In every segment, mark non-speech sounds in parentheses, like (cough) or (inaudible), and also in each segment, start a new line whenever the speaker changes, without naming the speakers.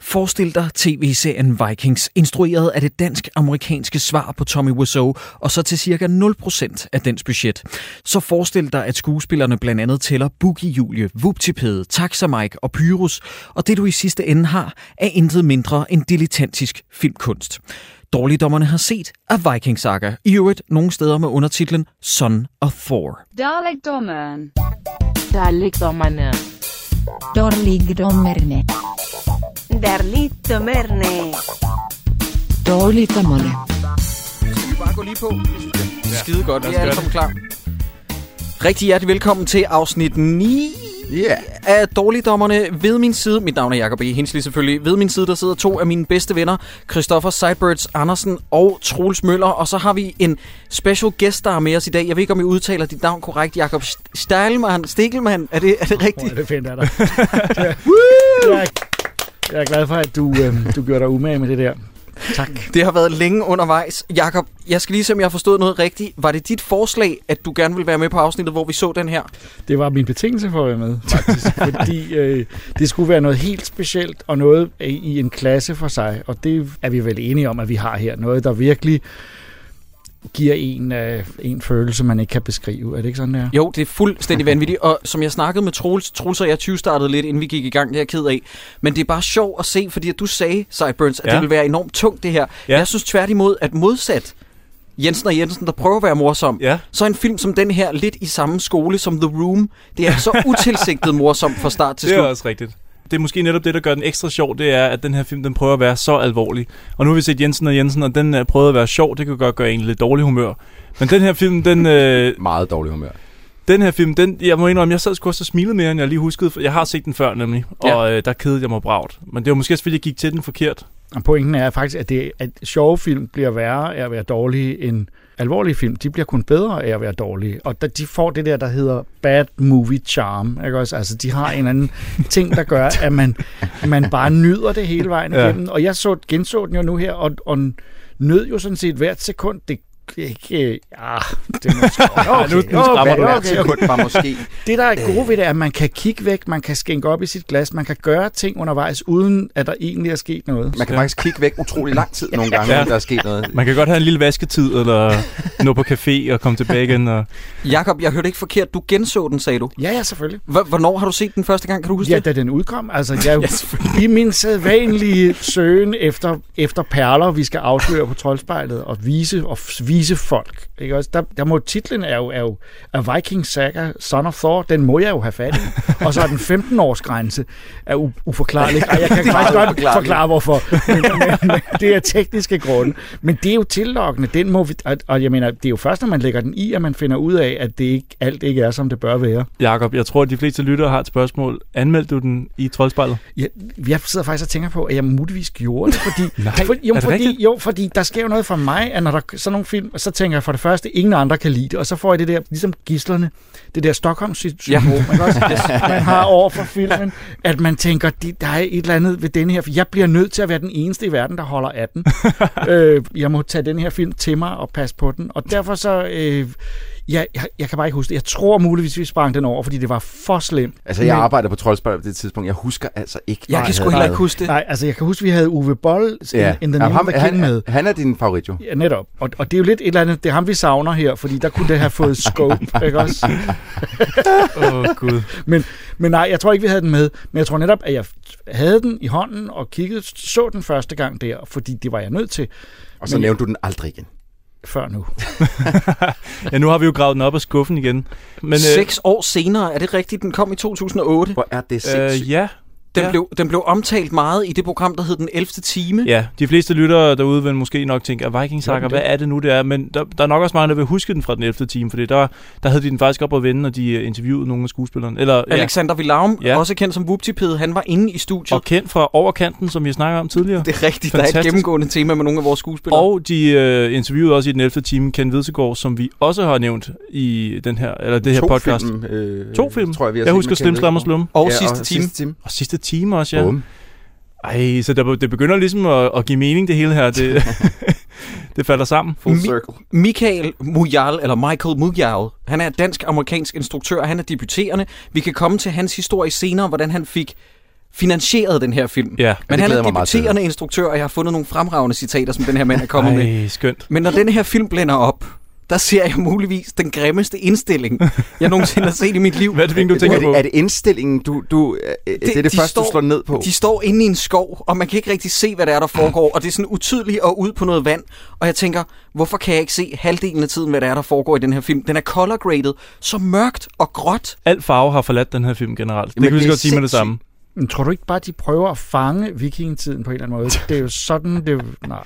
Forestil dig tv-serien Vikings, instrueret af det dansk-amerikanske svar på Tommy Wiseau, og så til cirka 0% af dens budget. Så forestil dig, at skuespillerne blandt andet tæller Boogie Julie, Vuptipede, Taxa Mike og Pyrus, og det du i sidste ende har, er intet mindre end dilettantisk filmkunst. Dårligdommerne har set af Viking Saga, i øvrigt nogle steder med undertitlen Son of Thor.
Dalekdommeren.
Dalekdommerne.
Dårligdommerne.
Darlito Merne.
Dårligdommerne.
Bare gå lige på. Skide godt. Vi er alle sammen klar. Rigtig hjertelig velkommen til afsnit 9 yeah. af Dårligdommerne. Ved min side, mit navn er Jacob E. Hensley selvfølgelig. Ved min side, der sidder to af mine bedste venner, Christoffer Seibert Andersen og Troels Møller. Og så har vi en special gæst, der er med os i dag. Jeg ved ikke, om I udtaler dit navn korrekt. Jakob Stelmann. Stikkelmann, er det, er det rigtigt?
Hvor er det fint af dig. jeg, er- jeg er glad for, at du, øh, du gjorde dig umage med det der. Tak.
Det har været længe undervejs. Jakob, jeg skal lige se, om jeg har forstået noget rigtigt. Var det dit forslag, at du gerne ville være med på afsnittet, hvor vi så den her?
Det var min betingelse for at være med, faktisk. (laughs) fordi øh, det skulle være noget helt specielt, og noget i- i en klasse for sig. Og det er vi vel enige om, at vi har her. Noget, der virkelig giver en, øh, en følelse, man ikke kan beskrive. Er det ikke sådan, det er?
Jo, det er fuldstændig vanvittigt, og som jeg snakkede med Troels, Troels og jeg 20 startede lidt, inden vi gik i gang, det er jeg ked af. Men det er bare sjovt at se, fordi at du sagde, Cyburns, at ja.
Ja.
det ville være enormt tungt det her. Ja.
Ja.
Jeg synes tværtimod, at modsat Jensen og Jensen, der prøver at være morsom,
Ja.
så er en film som den her lidt i samme skole som The Room. Det er
(laughs)
så utilsigtet morsom fra start til
Det er
slut.
også rigtigt. Det er måske netop det, der gør den ekstra sjov, det er, at den her film, den prøver at være så alvorlig. Og nu har vi set Jensen og Jensen, og den øh, prøvede at være sjov, det kan godt gøre en lidt dårlig humør. Men den her film, den, øh,
Meget dårlig humør.
den her film, den, jeg må indrømme, jeg sad sgu også og smilede mere, end jeg lige huskede. for Jeg har set den før nemlig,
Ja.
og øh, der kedede jeg mig bragt. Men det var måske også, fordi jeg gik til den forkert.
Og pointen er faktisk, at, det, at sjove film bliver værre af at være dårlige end alvorlige film. De bliver kun bedre af at være dårlige. Og da de får det der, der hedder bad movie charm. Ikke også? Altså, de har en eller
(laughs)
anden ting, der gør, at man, man bare nyder det hele vejen
Ja.
igennem. Og jeg så, genså den jo nu her, og, og nød jo sådan set hvert sekund. Det ikke... Øh, ah, det er
(laughs)
måske, okay,
nu- nu strammer
okay,
du.
okay, okay.
Kun bare måske.
Det, der er gode ved det, er, at man kan kigge væk, man kan skænke op i sit glas, man kan gøre ting undervejs, uden at der egentlig er sket noget.
Man kan faktisk kigge væk utrolig lang tid nogle
(laughs)
gange,
Ja.
ja. der er sket noget.
Man kan godt have en lille vasketid, eller nå på café og komme tilbage igen. Og...
Jakob, jeg hørte ikke forkert. Du genså den, sagde du.
Ja, ja, selvfølgelig.
Hv- Hvornår har du set den første gang? Kan du huske
Ja,
det?
da den udkom. Altså,
(laughs)
jeg, i min sædvanlige søgen efter, efter perler, vi skal afsløre på troldspejlet og vise, og f- vise folk. Ikke også? Der, der må titlen er jo, er jo er Viking Saga, Son of Thor, den må jeg jo have fat i. Og så er den 15-års grænse er u- uforklarlig. Ej,
(laughs)
jeg kan faktisk godt forklare, hvorfor. Men, men, men, det er tekniske grunde. Men det er jo tillokkende. Den må vi, og, og jeg mener, det er jo først, når man lægger den i, at man finder ud af, at det ikke, alt ikke er, som det bør være.
Jakob, jeg tror, at de fleste lyttere har et spørgsmål. Anmeldte du den i Troldspejlet?
Jeg, jeg sidder faktisk og tænker på, at jeg muligvis gjorde det,
(laughs)
fordi,
Nej,
for, jo,
er det
fordi,
rigtigt?
jo, fordi der sker jo noget for mig, at når der er sådan nogle film, så tænker jeg for det første, ingen andre kan lide det, og så får jeg det der, ligesom gislerne, det der Stockholm-syndrom,
Ja.
ikke også?
(laughs)
man har over for filmen, at man tænker, det, der er et eller andet ved den her, for jeg bliver nødt til at være den eneste i verden, der holder af
(laughs)
den. øh, jeg må tage den her film til mig og passe på den, og derfor så... Øh, jeg, jeg, jeg kan bare ikke huske det. Jeg tror muligvis, vi sprang den over, fordi det var for slemt.
Altså, jeg
Men-
arbejdede på Troldspejlet på det tidspunkt. Jeg husker altså ikke.
Jeg
hvad
kan
jeg
sgu
havde
heller ikke
lavet.
huske det.
Nej, altså jeg kan huske, vi havde Uwe Boll ja.
Ja.
in the
Jamen,
name
ham,
of the
han,
king med.
han, han er din favorit, jo.
Ja, netop. Og, og det er jo lidt et eller andet, det er ham, vi savner her, fordi der kunne det have
(laughs)
fået scope, ikke også?
Åh, oh, Gud.
Men, men nej, jeg tror ikke, vi havde den med. Men jeg tror netop, at jeg havde den i hånden og kiggede, så den første gang der, fordi det var jeg nødt til
Og så
Men-
nævnte du den aldrig igen.
Mm.
før nu.
Ja, nu har vi jo gravet den op af skuffen igen. Men, øh,
Men, Seks år senere, er det rigtigt? Den kom i 2008.
Hvor er det sindssygt.
øh, ja,
Den, ja.
Ja.
blev, den blev omtalt meget i det program, der hed Den 11. time. Ja.
Ja, de fleste lyttere derude vil måske nok tænke, at Vikingsakker, hvad er det nu, det er? Men der, der er nok også mange, der vil huske den fra den 11. time, fordi der, der havde de den faktisk op at vende, og de øh, interviewede nogle af skuespillerne. Eller,
Alexander Villaum, ja.
Ja.
også kendt som Vuptipede, han var inde i
ja,
studiet.
og kendt fra Overkanten, som vi snakker om tidligere.
Det er rigtigt, Fantastisk. der er et
Fantastisk.
gennemgående tema med nogle af vores skuespillere.
Og de øh, interviewede også i den 11. time Ken Vedsegaard, som vi også har nævnt i den her, eller det her
to
podcast.
Film, øh,
To film.
Tror jeg, vi har
Jeg
set
husker
med
Slim
Kenneth
Slam og
Bødskov.
Slum.
og
Ja,
sidste time.
Sidste time.
Og sidste time også, ja.
Bum.
Ej, så der, det begynder ligesom at, at give mening, det hele her.
(laughs)
Det, (laughs) det falder sammen.
Full
Mi-
circle.
Michael Mujal, eller Michael Mujal, han er dansk-amerikansk instruktør, han er debuterende. Vi kan komme til hans historie senere, hvordan han fik finansieret den her film.
Ja.
Men
det
han
glæder
er
jeg mig meget til.
debuterende instruktør, og jeg har fundet nogle fremragende citater, som den her mand er kommet med.
Ej, skønt.
Men når den her film blænder op, der ser jeg muligvis den grimmeste indstilling, jeg nogensinde har set i mit liv.
Hvad er det, Ving, du
Er
tænker på?
det, er det indstillingen, du, du, øh, det, det er det
de
første,
står-
du slår ned på?
De står inde i en skov, og man kan ikke rigtig se, hvad der er, der foregår. Og det er sådan utydeligt og ude på noget vand. Og jeg tænker, hvorfor kan jeg ikke se halvdelen af tiden, hvad der er, der foregår i den her film? Den er color graded, så mørkt og gråt.
Alt farve har forladt den her film generelt. Det
Jamen,
kan vi
det
så
er
godt sige med det samme.
Men tror du ikke bare, de prøver at fange vikingetiden på en eller anden måde? Det er jo sådan, det er jo... Nej.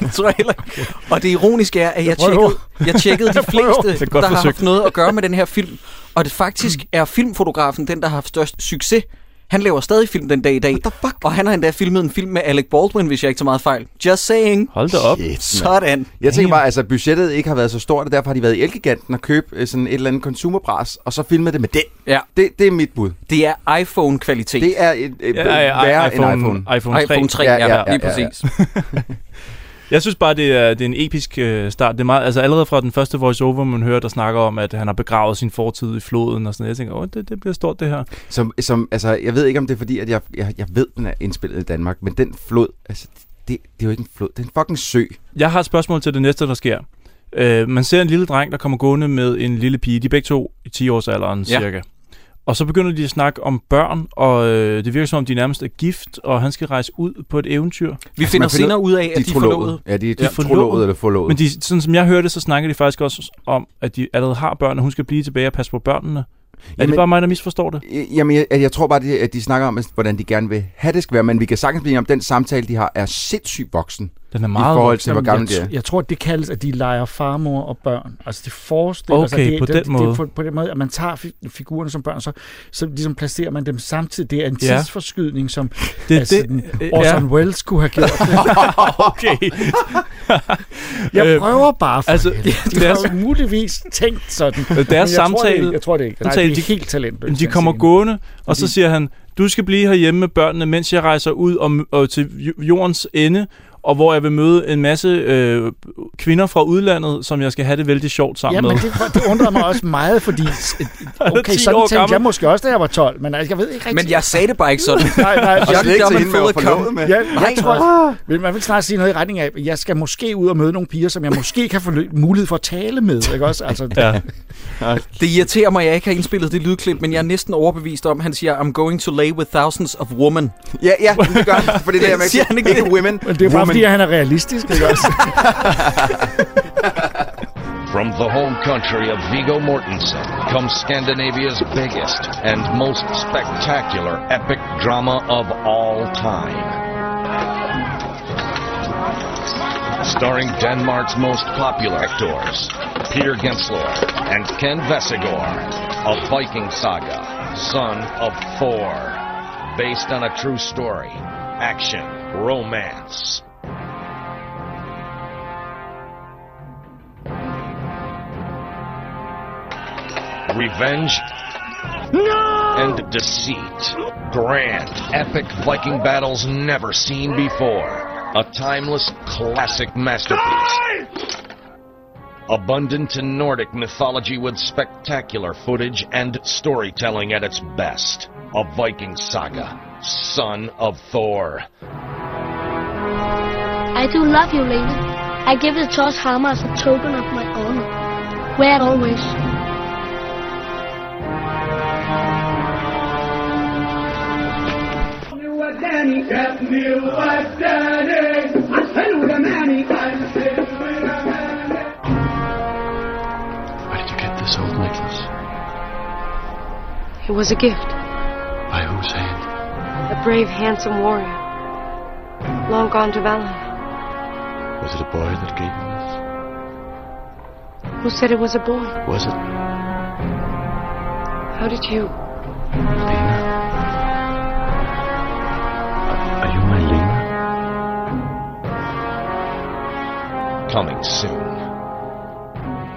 Det tror (laughs) jeg heller ikke. Og det ironiske er, at jeg,
prøver.
tjekkede, jeg tjekkede de
Jeg prøver.
fleste,
er godt
der har haft
forsøgt.
noget at gøre med den her film. Og det faktisk er filmfotografen, den der har haft størst succes. Han laver stadig film den dag i dag. Og han har endda filmet en film med Alec Baldwin, hvis jeg ikke tager meget fejl. Just saying.
Hold da op.
Shit, mand.
Sådan.
Jeg tænker bare, altså budgettet ikke har været så stort, og derfor har de været i Elgiganten og købt øh, sådan et eller andet consumerbras, og så filmet det med den.
Ja,
Det, det er mit bud.
det er iPhone-kvalitet.
Det er et, et,
Ja, ja,
værre
ja, iPhone,
end iPhone.
iPhone 3.
iPhone 3, ja,
Ja,
ja,
ja,
lige
ja, ja.
præcis.
Jeg synes bare, det er, det er en episk øh, start. Det er meget, altså allerede fra den første voiceover, man hører, der snakker om, at han har begravet sin fortid i floden og sådan noget. Jeg tænker, åh, det, det bliver stort det her.
Som, som, altså, jeg ved ikke, om det er fordi, at jeg, jeg, jeg ved, den er indspillet i Danmark, men den flod, altså, det, det er jo ikke en flod, det er en fucking sø.
Jeg har et spørgsmål til det næste, der sker. Øh, man ser en lille dreng, der kommer gående med en lille pige. De er begge to i 10-årsalderen
Ja.
ja. cirka. Og så begynder de at snakke om børn, og øh, det virker som om, de nærmest er gift, og han skal rejse ud på et eventyr.
Vi finder
man finder-
senere ud af, at de er forlovet.
Ja, de, de
Ja,
er forlovet
forlovet.
eller forlovet.
Men de, sådan som jeg hørte det, så snakker de faktisk også om, at de allerede har børn, og hun skal blive tilbage og passe på børnene. Er Jamen,
Jamen-
det bare mig, der misforstår det?
Jamen, jeg, jeg tror bare, det- at de snakker om, hvordan de gerne vil have det skal være, men vi kan sagtens blive enige om, at den samtale, de har, er sindssygt voksen
Den er
Meget
meget...
i forhold til, hvor
Jamen,
gammel de
jeg,
er.
Jeg tror, det kaldes, at de leger farmor og børn. Altså, de forestiller sig...
Okay,
det,
på
det,
den
det,
måde.
Det, på, på den måde, at man tager fi- figurerne som børn, så, så ligesom placerer man dem samtidig. Det er en
Ja.
tidsforskydning, som
Det,
altså, den,
øh,
Orson (laughs) Welles kunne have gjort.
(laughs) okay.
Jeg
Øh,
prøver bare for
altså,
altså, helvede. De
deres-
har jo muligvis tænkt sådan. Men
Deres
jeg Tror,
samtale-
det, jeg tror det ikke. Nej,
samtale,
det er
de-
helt talentløst.
De kommer gående, og så siger han, du skal blive herhjemme med børnene, mens jeg rejser ud om, og til j- jordens ende, og hvor jeg vil møde en masse øh, kvinder fra udlandet, som jeg skal have det vældig sjovt sammen
Ja, men
med.
det, det undrede mig også meget,
(laughs)
fordi okay,
10
sådan
år
tænkte
gammel.
jeg måske også, da jeg var 12, men altså, jeg ved ikke rigtig.
Men jeg sagde det bare ikke sådan.
Nej, nej,
Og
jeg,
slet ikke
gør
til
man
hende, man var
fået at komme.
forlovet med.
jeg, jeg
Nej.
tror, vil man vil snart sige noget i retning af, at jeg skal måske ud og møde nogle piger, som jeg måske kan få lø- mulighed for at tale med, ikke også? Altså, ja.
Ja.
Det irriterer mig, at jeg ikke har indspillet det lydklip, men jeg er næsten overbevist om, han siger, I'm going to lay with thousands of women.
Ja, ja, det gør han, for det er der, jeg
Siger han ikke
ikke women.
Men det er bare,
women.
fordi han er realistisk, ikke også?
From the home country of Vigo Mortensen comes Scandinavia's biggest and most spectacular epic drama of all time. Starring Denmark's most popular actors, Peter Gensler and Ken Vesegor, a Viking saga, son of Thor, based on a true story, action, romance. revenge, and deceit. Grand, epic Viking battles never seen before. A timeless classic masterpiece. Abundant in Nordic mythology with spectacular footage and storytelling at its best. A Viking saga, son of Thor.
I do love you, Lena. I give the Josh Hammer as a token of my honor. Wear it always.
وداني جابني ووداني عشان ولماني قلبي ولماني
Where did you get this old necklace?
It was a gift.
By whose hand?
A brave, handsome warrior. Long gone to Valhalla.
Was it a boy that gave you this?
Who said it was a boy?
Was it?
How did you?
Lena? Are you my Lena?
Coming soon.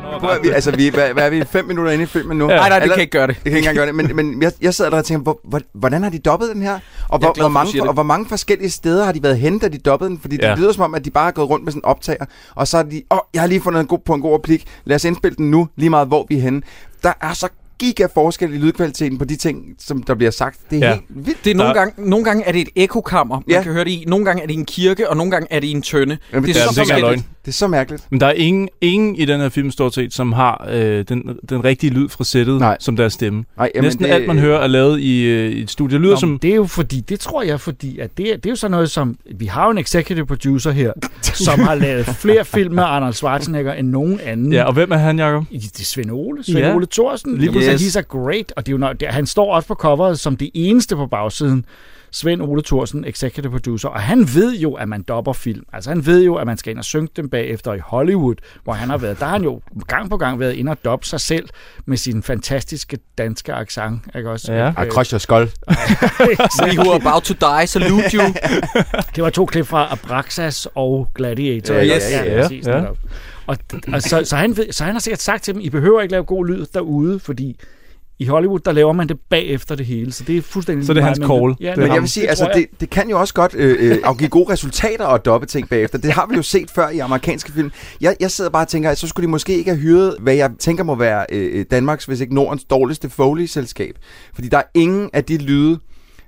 Nå,
prøv, at vi, altså, vi, hvad, hvad er vi? Fem minutter inde i filmen nu?
Ja. Nej, nej, det kan ikke gøre det.
Det kan ikke engang gøre det. Men, men jeg, jeg sad der og tænkte, hvor, hvor, hvordan har de dobbet den her? Og hvor,
er glad for,
hvor
du
mange,
siger det.
og hvor mange forskellige steder har de været hen, da de dobbede den? Fordi ja.
Ja.
det lyder som om, at de bare har gået rundt med sådan en optager. Og så har de, åh, oh, jeg har lige fundet en god, på en god replik. Lad os indspille den nu, lige meget hvor vi er henne. Der er så giga forskel i lydkvaliteten på de ting, som der bliver sagt. Det er ja. helt vildt.
Det er nogle, gange, nogle gange er det et ekokammer, man ja. kan høre det i. Nogle gange er det i en kirke, og nogle gange er det i en tønde.
Jamen,
det er sikkert
forskelligt.
løgn.
Det er så mærkeligt.
Men der er ingen, ingen i den her film, stort set, som har øh, den, den rigtige lyd fra sættet Nej. som deres stemme.
Nej,
jamen,
Næsten
det-
det, alt, man hører, er lavet i, øh, i et studie. Det lyder
Nå,
Nå, som...
Det er jo fordi, det tror jeg, fordi at det, er- det er jo sådan noget som, vi har jo en executive producer her, som har lavet flere film med Arnold Schwarzenegger end nogen anden.
Ja, og hvem er han, Jacob?
Det er Svend Ole. Svend Ole Thorsen. Lige
Lige præcis.
He's a great. Og det er jo, nok- det, han står også på coveret som det eneste på bagsiden. Svend Ole Thorsen, executive producer. Og han ved jo, at man dopper film. Altså han ved jo, at man skal ind og synge dem bagefter i Hollywood, hvor han har været. Der har han jo gang på gang været inde og doppe sig selv med sin fantastiske danske accent. Ikke også? Øh,
Ja.
I crush your skull.
We who are about to die, salute you.
Det var to klip fra Abraxas og Gladiator.
Ja,
ikke?
yes.
Ja,
præcis,
ja.
netop. Og, og så, så, han ved, så han har sikkert sagt til dem, I behøver ikke lave god lyd derude, fordi i Hollywood, der laver man det bagefter det hele. Så det er fuldstændig...
Så det er
lige
hans
meget, men-
call. Det er
Men
netop.
jeg vil sige, altså,
tror jeg.
det, det kan jo også godt øh, øh, afgive gode resultater og doppe ting bagefter. Det har vi jo set før i amerikanske film. Jeg, jeg sidder bare og tænker, at så skulle de måske ikke have hyret, hvad jeg tænker må være øh, Danmarks, hvis ikke Nordens dårligste Foley-selskab. Fordi der er ingen af de lyde,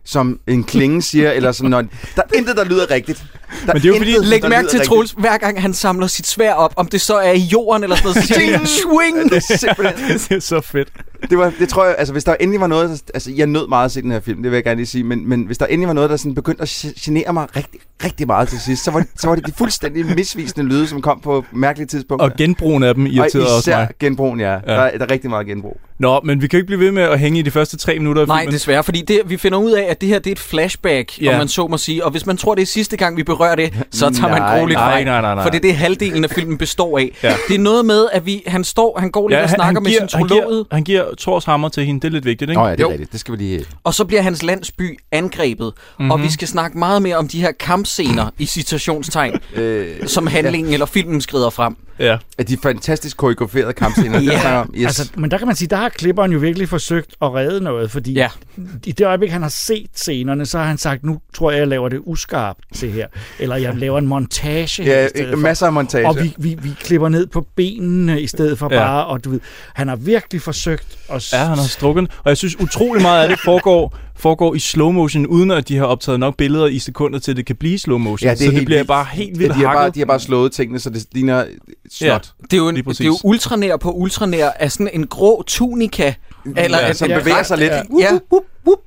som en klinge siger, eller som når... Der er intet, der lyder rigtigt. Der
Men det er jo
intet,
fordi-
Læg
der
mærke
lyder
til
rigtigt.
Troels, hver gang han samler sit svær op, om det så er i jorden eller sådan noget, så siger han, swing!
Det er simpelthen...
det er så fedt.
det, var, det tror jeg, altså hvis der endelig var noget, der- altså jeg nød meget at se den her film, det vil jeg gerne lige sige, men, men hvis der endelig var noget, der sådan begyndte at ge- genere mig rigtig, rigtig meget til sidst, så var, så var det de fuldstændig misvisende lyde, som kom på mærkelige tidspunkter.
Og genbrugen af dem
Og
irriterede også
især
mig.
genbrugen, ja. ja. Der, er, der er rigtig meget genbrug.
Nå, men vi kan jo ikke blive ved med at hænge i de første tre minutter af
Nej,
filmen.
desværre, fordi det, vi finder ud af, at det her det er et flashback,
Ja.
om man så må sige. Og hvis man tror, det er sidste gang, vi berører det, så tager
Nej,
man grueligt
nej,
fejl,
nej, nej, nej.
For det er det, halvdelen af filmen består af.
Ja.
Det er noget med, at vi, han, står, han går lidt og snakker med sin
han, giver,
trolod,
han giver Thors hammer til hende. Det er lidt vigtigt, ikke?
Nå ja, det
Jo.
er rigtigt. Det skal vi lige...
og så bliver hans landsby angrebet. Mm-hmm.
Mhm.
Og vi skal snakke meget mere om de her kampscener, i citationstegn,
Øh,
(laughs)
som handlingen ja. eller filmen skrider frem.
Ja.
at de fantastisk koreograferede kampscener.
Ja.
yeah. yes.
Altså, men der kan man sige, der har klipperen jo virkelig forsøgt at redde noget, fordi
Ja.
ja. i det øjeblik, han har set scenerne, så har han sagt, nu tror jeg, jeg laver det uskarpt, det her. Eller jeg laver en montage her i stedet
ja, øh,
for.
masser af montage.
Og vi, vi, vi klipper ned på benene i stedet for
Ja.
ja. bare, og du ved, han har virkelig forsøgt at... s-
Ja, han har strukket. Og jeg synes utrolig meget af det foregår, foregår i slow motion, uden at de har optaget nok billeder i sekunder til, at det kan blive slow motion. så det
helt
bliver
vildt.
bare helt vildt
ja, de har bare,
hakket.
de har bare slået tingene, så det ligner snot.
Det er jo, en,
Lige
det
præcis.
er jo ultranær på ultranær af sådan en grå tunika. Eller
Ja,
en-
som
en
bevæger
dragt.
sig lidt.
Ja,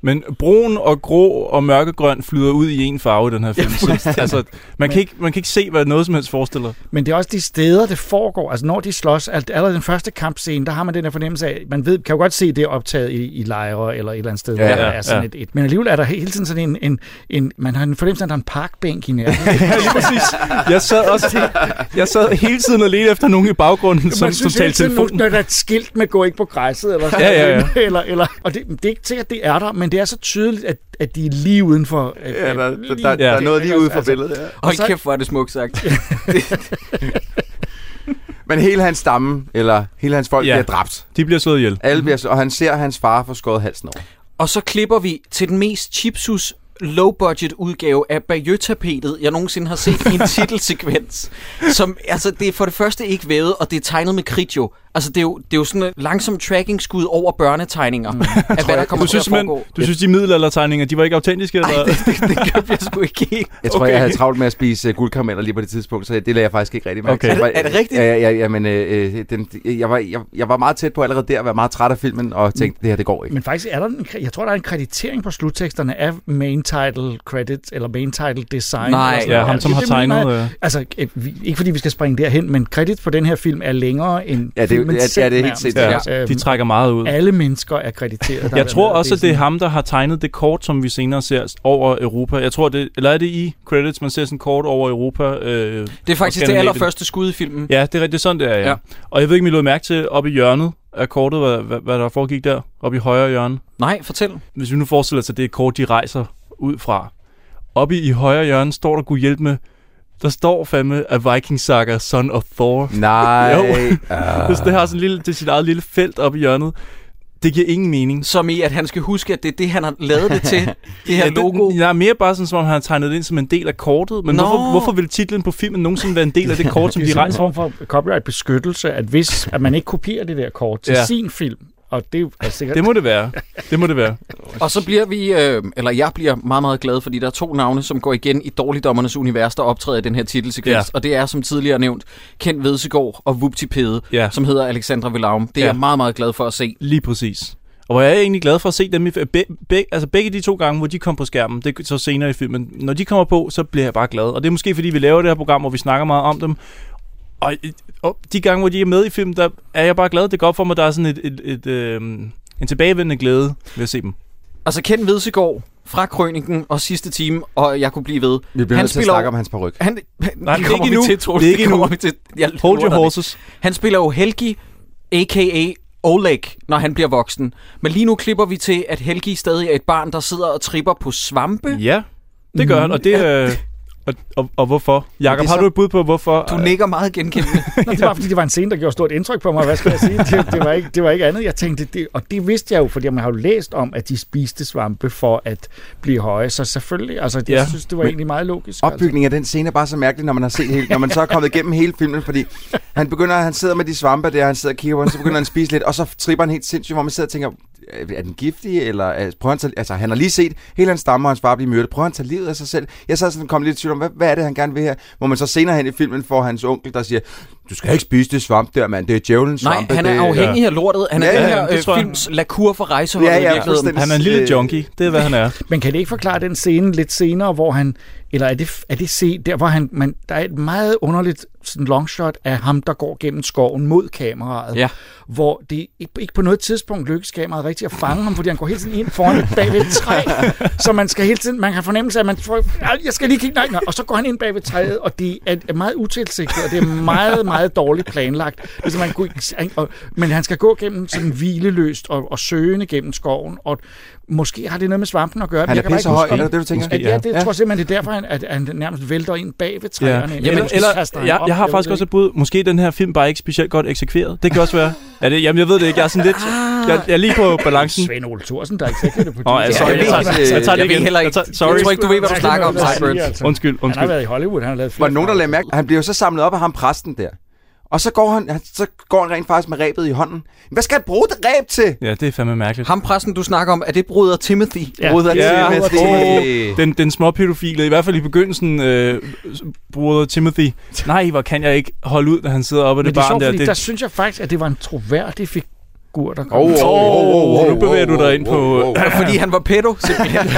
Men brun og grå og mørkegrøn flyder ud i en farve i den her film. så, altså, man, kan ikke, man kan ikke se, hvad noget som helst forestiller.
Men det er også de steder, det foregår. Altså når de slås, alt- allerede den første kampscene, der har man den her fornemmelse af, man ved, kan jo godt se, det er optaget i, i lejre eller et eller andet sted, ja, hvor der
ja,
er sådan
ja.
et, et, Men alligevel er der hele tiden sådan en, en, en man har en fornemmelse af, at der er en parkbænk i
(laughs)
nærheden.
Ja, lige præcis. Jeg sad, også, jeg sad hele tiden og ledte efter nogen i baggrunden, som,
Man
som
synes
talte
hele tiden,
telefon.
nu- når der er et skilt med gå ikke på græsset, eller sådan
Ja, ja,
noget. (laughs) Eller, eller, og det, det er ikke sikkert, det er der, men det er så tydeligt, at, at de er lige uden for... At, Altså,
Ja, der, der, der, der, altså,
Ja.
er noget lige ude for billedet. Ja.
Hold
så-
kæft, hvor er det smukt sagt.
(laughs) Men hele hans stamme, eller hele hans folk,
Ja.
ja. bliver dræbt.
De bliver slået ihjel.
Alle bliver, og han ser hans far få skåret halsen over.
Og så klipper vi til den mest chipsus low-budget udgave af Bayeux-tapetet, jeg nogensinde har set i en
(laughs)
titelsekvens. Som, altså, det er for det første ikke vævet, og det er tegnet med kridt jo. Altså, det er jo, det er jo sådan en langsom tracking-skud over børnetegninger, mm. af hvad der kommer
Du
til
synes,
at foregå.
simpelthen, du synes, de middelaldertegninger, de var ikke autentiske? Eller?
(laughs) Det køber jeg sgu ikke helt.
Jeg tror,
Okay.
okay. jeg havde travlt med at spise uh, guldkarameller lige på det tidspunkt, så det lagde jeg faktisk ikke rigtig mærke
Okay.
til.
Er
det- er det rigtigt?
Ja, ja, ja men øh, øh, den, jeg, var, jeg, jeg var meget tæt på allerede der at være meget træt af filmen, og tænkte, det her, det går (laughs) ikke.
Men faktisk er der en, jeg tror, der er en kreditering på slutteksterne af main title credit, eller main title design.
Nej.
eller sådan
Ja,
noget.
ham, som
Det-
har
det mener
tegnet,
jeg-
øh.
Altså, øh, vi- ikke fordi vi skal springe derhen, men kredit på den her film er længere end
Ja, det er jo-
filmen
ja, det er
selv
helt
nærmest.
sindssygt,
Ja,
Øhm,
de trækker meget ud.
alle mennesker er krediteret. der
Jeg
har
tror
været med.
også, at det er
sådan-
ham, der har tegnet det kort, som vi senere ser over Europa. Jeg tror, det, eller er det i credits, man ser sådan kort over Europa? Øh,
Det er faktisk
og
det
Skandinavien?
allerførste skud i filmen.
Ja, det er rigtigt sådan, det er, ja.
Ja.
ja. Og jeg ved ikke, om I lod mærke til, oppe i hjørnet af kortet, hvad, hvad, hvad der foregik der, oppe i højre hjørne.
Nej, fortæl.
Hvis vi nu forestiller os, at det er et kort, de rejser ud fra. Oppe i højre hjørne står der, kunne hjælpe med, Der står fandme A Viking Saga Son of Thor.
Nej. øh,
jo.
Ah.
Uh. det har sådan en lille, det er sit eget lille felt op i hjørnet. Det giver ingen mening.
Som i, at han skal huske, at det er det, han har lavet det (laughs) til. det her logo.
Det, jeg er mere bare sådan, som om han har tegnet det ind som en del af kortet. Men
Nå.
hvorfor, hvorfor vil titlen på filmen nogensinde være en del af det kort,
(laughs)
som
det er
de
sådan en
rejser?
form for copyright-beskyttelse, at hvis at man ikke kopierer det der kort til
Ja.
ja. sin film, og det er jo- er sikkert...
Det må det være. Det må det være.
Og så bliver vi, øh, eller jeg bliver meget, meget glad, fordi der er to navne, som går igen i Dårligdommernes Univers, der optræder i den her titelsekvens.
Ja.
Ja. Og det er, som tidligere nævnt, Kent Vedsegaard og Vupti Pede,
Ja.
ja. som hedder Alexandra Velaum. Det er
Ja.
jeg meget, meget glad for at se.
Lige præcis. Og hvor jeg er egentlig glad for at se dem i... Be, be, altså begge de to gange, hvor de kom på skærmen, det er så senere i filmen. Når de kommer på, så bliver jeg bare glad. Og det er måske, fordi vi laver det her program, hvor vi snakker meget om dem. Og, og de gange, hvor de er med i filmen, der er jeg bare glad. Det går op for mig, der er sådan et, et, et, øh, en tilbagevendende glæde ved at se dem.
Altså Kent Vedsegaard fra Krøniken og sidste time, og jeg kunne blive ved.
Vi bliver nødt til at
spiller
snakke
jo-
om hans paryk.
Han,
Nej,
Nej,
det
det
er
kommer
ikke
vi
endnu.
til, Troels.
Det er ikke
Det kommer
endnu.
vi til. Jeg
Hold
lover
your
dig det.
horses.
Han spiller jo Helgi, a.k.a. Oleg, når han bliver voksen. Men lige nu klipper vi til, at Helgi stadig er et barn, der sidder og tripper på svampe.
Ja, det gør han. Og, det, øh, og, og, og hvorfor? Jakob,
det er
har
så-
du et bud på, hvorfor?
Du nikker meget genkendende.
Nå, det var fordi, det var en scene, der gjorde stort indtryk på mig. Hvad skal jeg sige? Det, det, var, ikke, det var ikke andet. Jeg tænkte, det, og det vidste jeg jo, fordi man har jo læst om, at de spiste svampe for at blive høje. Så selvfølgelig, altså, det,
Ja,
ja, jeg synes, det var
men
egentlig meget logisk. altså.
Opbygningen af den scene er bare så mærkelig, når man har set hele, når man så er kommet igennem hele filmen, fordi han begynder, han sidder med de svampe der, han sidder og kigger på den, så begynder han at spise lidt, og så tripper han helt sindssygt, hvor man sidder og tænker, "Øh, er den giftig, eller øh, prøver han så, altså han har lige set hele hans stamme og hans far blive myrdet, prøver han at tage livet af sig selv? Jeg sad sådan og kom lidt i tvivl om, hvad, hvad, er det, han gerne vil her? Hvor man så senere hen i filmen får hans onkel, der siger, du skal ikke spise det svamp der, mand, det er djævelens
Nej,
svampe.
han er
det,
afhængig af lortet. Han er
Ja,
øh, ja,
ja,
den
ja, det
her
tror
øh,
jeg.
films lakur for rejseholdet
Ja,
ja,
ja,
ja, i virkeligheden.
fuldstændig.
Han er en lille
Øh,
junkie. Det er, hvad han er.
Men kan det ikke forklare den scene lidt senere, hvor han, eller er det, er det se, der hvor han, man, der er et meget underligt sådan long shot af ham, der går gennem skoven mod kameraet,
Ja.
hvor det ikke- ikke på noget tidspunkt lykkes kameraet rigtig at fange ham, fordi han går hele tiden ind foran et bag ved et træ, så man skal hele tiden, man kan fornemmelse af, at man tror, "Nej, jeg skal lige kigge, nej, nej, og så går han ind bag ved træet, og det er er meget utilsigtet, og det er meget, meget dårligt planlagt. Altså, man kunne ikke, og, men han skal gå gennem sådan hvileløst og, og søgende gennem skoven, og måske har det noget med svampen at gøre,
Han
men
er
jeg kan bare ikke
pissehøj,
huske om-
er det det, du tænker?
at, ja, det
Ja.
tror jeg simpelthen, det er derfor, han, at han nærmest vælter ind bag ved
Ja.
træerne.
Eller, eller,
måske kaster
eller
han
jeg,
op,
jeg har
ved
faktisk
det
også et
ikke.
bud. Måske er den her film bare ikke specielt godt eksekveret. Det kan også være. Er det, jamen, jeg ved det ikke. Jeg er sådan lidt... Jeg, jeg er lige på balancen.
Svend Ole Thorsen, der er executive producer.
Åh, oh, ja, sorry.
jeg
Jeg,
ved
tager,
også,
jeg, jeg tager det
jeg ved
igen.
heller
Jeg
ikke.
tager,
Jeg tror
sorry.
ikke, du ved, hvad du snakker om, Sideburns.
Undskyld,
altså. Han har
undskyld.
været i Hollywood, han har lavet flere.
var der nogen, der
film.
lagde mærke? Han bliver jo så samlet op af ham præsten der. Og så går han, han, så går han rent faktisk med rebet i hånden. Hvad skal han bruge det ræb til?
Ja, det er fandme mærkeligt.
Ham præsten, du snakker om, er det bruder Timothy?
Ja.
Bruder
Ja,
Timothy.
åh, den, den små pædofile, i hvert fald i begyndelsen, øh, bruder Timothy. Nej, hvor kan jeg ikke holde ud, når han sidder oppe af
Men
det
det er sjovt,
barn der.
fordi der
Det,
synes jeg faktisk, at det var en troværdig figur, der (laughs) kom.
Åh,
til.
åh, åh, åh, åh,
nu bevæger du
åh,
dig ind
åh,
på-
åh, åh.
Fordi han var pedo, (laughs) simpelthen.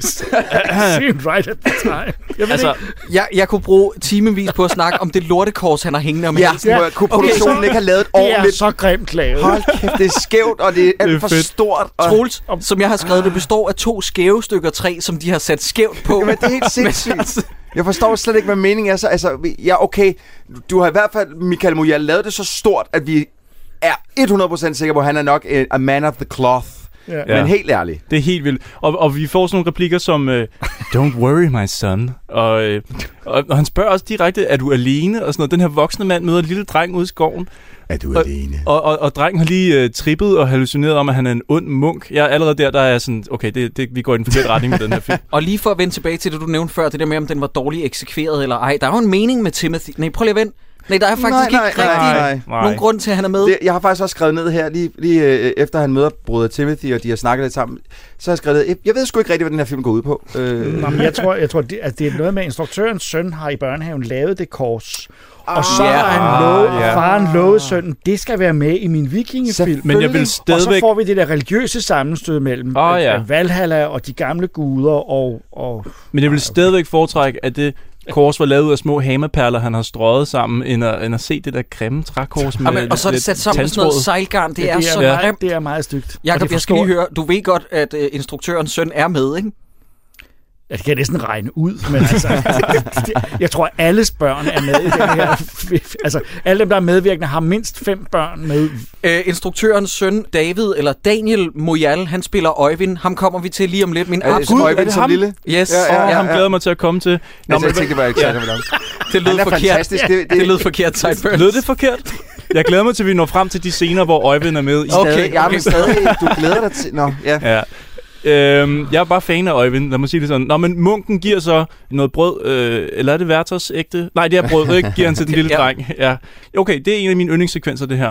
Seemed right at the time. Jeg ved
altså,
ikke.
Jeg, jeg kunne bruge timevis på at snakke om det lortekors, han har hængende om
Ja,
halsen.
ja. kunne
Okay,
produktionen okay,
så-
ikke have lavet et
Det er
ordentligt...
så grimt lavet.
Hold kæft, det er skævt, og det er alt
Det er
for
fedt.
stort. Og...
Troels, som jeg har skrevet, det består af to skæve stykker træ, som de har sat skævt (laughs) på.
Jamen, det er
(laughs)
helt sindssygt.
altså-
Jeg forstår slet ikke, hvad meningen er så. Altså, ja, okay, du har i hvert fald, Michael Mujal, lavet det så stort, at vi er 100% sikre på, at han er nok uh, a man of the cloth.
Ja.
Men helt ærligt.
det er helt vildt. Og, og vi får sådan nogle replikker som, øh, don't worry my son. Og, øh, og, og han spørger også direkte, er du alene? Og sådan noget. Den her voksne mand møder en lille dreng ude i skoven.
Er du
Og-
alene?
Og, og, og drengen har lige øh, trippet og hallucineret om, at han er en ond munk. Jeg er allerede der, der er jeg sådan, okay, det, det, vi går i den forkerte retning med den her film.
Og lige for at vende tilbage til det, du nævnte før, det der med, om den var dårligt eksekveret eller ej. Der er jo en mening med Timothy. Nej, prøv lige at vente. Nej, der er faktisk
Nej,
ikke
nej,
rigtig
nej, nej.
nogen grund til, at han er med.
Det, jeg har faktisk også skrevet ned her, lige, lige øh, efter han møder bruder Timothy, og de har snakket lidt sammen, så har jeg skrevet ned, jeg ved sgu ikke rigtigt, hvad den her film går ud på. Øh,
Nå, men jeg tror, jeg tror det, at det er noget med, at instruktørens søn har i børnehaven lavet det kors. Og så
Ah,
har han lovet,
ja.
og faren lovet sønnen, det skal være med i min vikingefilm.
Selvfølgelig.
Men jeg vil
Og så
stadigvæk...
får vi det der religiøse sammenstød mellem
Åh,
Ah,
oh,
ja.
ja. Valhalla og de gamle guder og... og
(laughs) Men jeg vil stadigvæk foretrække, at det kors var lavet ud af små hamaperler, han har strøget sammen, end at, end at se det der grimme trækors med
Jamen, Ah, og så er det
lidt
sat sammen med sådan
tandtråd.
noget sejlgarn. Det, er, så
meget,
grimt.
det er meget stygt. Og
Jakob,
det
jeg skal lige
forstår-
høre. Du ved godt, at øh, instruktørens søn er med, ikke?
Jeg kan næsten regne ud, men altså, (laughs) jeg tror, at alles børn er med i den her. Altså, alle dem, der er medvirkende, har mindst fem børn med.
Øh, instruktørens søn, David, eller Daniel Moyal, han spiller Øjvind. Ham kommer vi til lige om lidt. Min
Er det
absolut...
Øjvind som lille?
Yes.
Ja, ja,
Og
ja,
ham
ja.
glæder mig til at komme til. Nå,
Altså, jeg tænkte, det var Alexander ja.
Det lød
Han er
forkert.
fantastisk. Det,
Det lød forkert, Sideburns.
lød det
(laughs)
forkert? Jeg glæder mig til, at vi når frem til de scener, hvor Øjvind er med. I
Okay,
Okay, ja, men stadig, du glæder dig til... Nå, ja.
Ja. Øhm, jeg er bare fan af Øjvind, lad mig sige det sådan. Nå, men munken giver så noget brød, øh, eller er det Werthers ægte? Nej, det er brød, ikke? Giver han til den lille
Ja.
dreng. Ja. Okay, det er en af mine yndlingssekvenser, det her.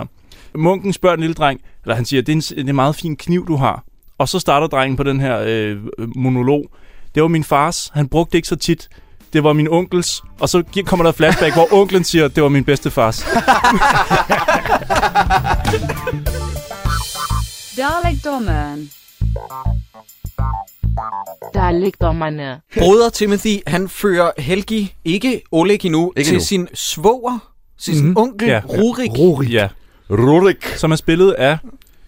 Munken spørger den lille dreng, eller han siger, det er en, s- det er en meget fin kniv, du har. Og så starter drengen på den her øh, monolog. Det var min fars, han brugte det ikke så tit. Det var min onkels. Og så gi- kommer der et flashback, hvor onklen siger, det var min bedste fars.
Dalekdommeren.
Dalekdommerne.
Broder Timothy, han fører Helgi, ikke Oleg endnu,
Ikke
til
endnu.
sin svoger, sin mm-hmm. onkel
Mhm. Ja.
ja. Rurik.
Rorik.
Ja.
Rurik.
Som er spillet af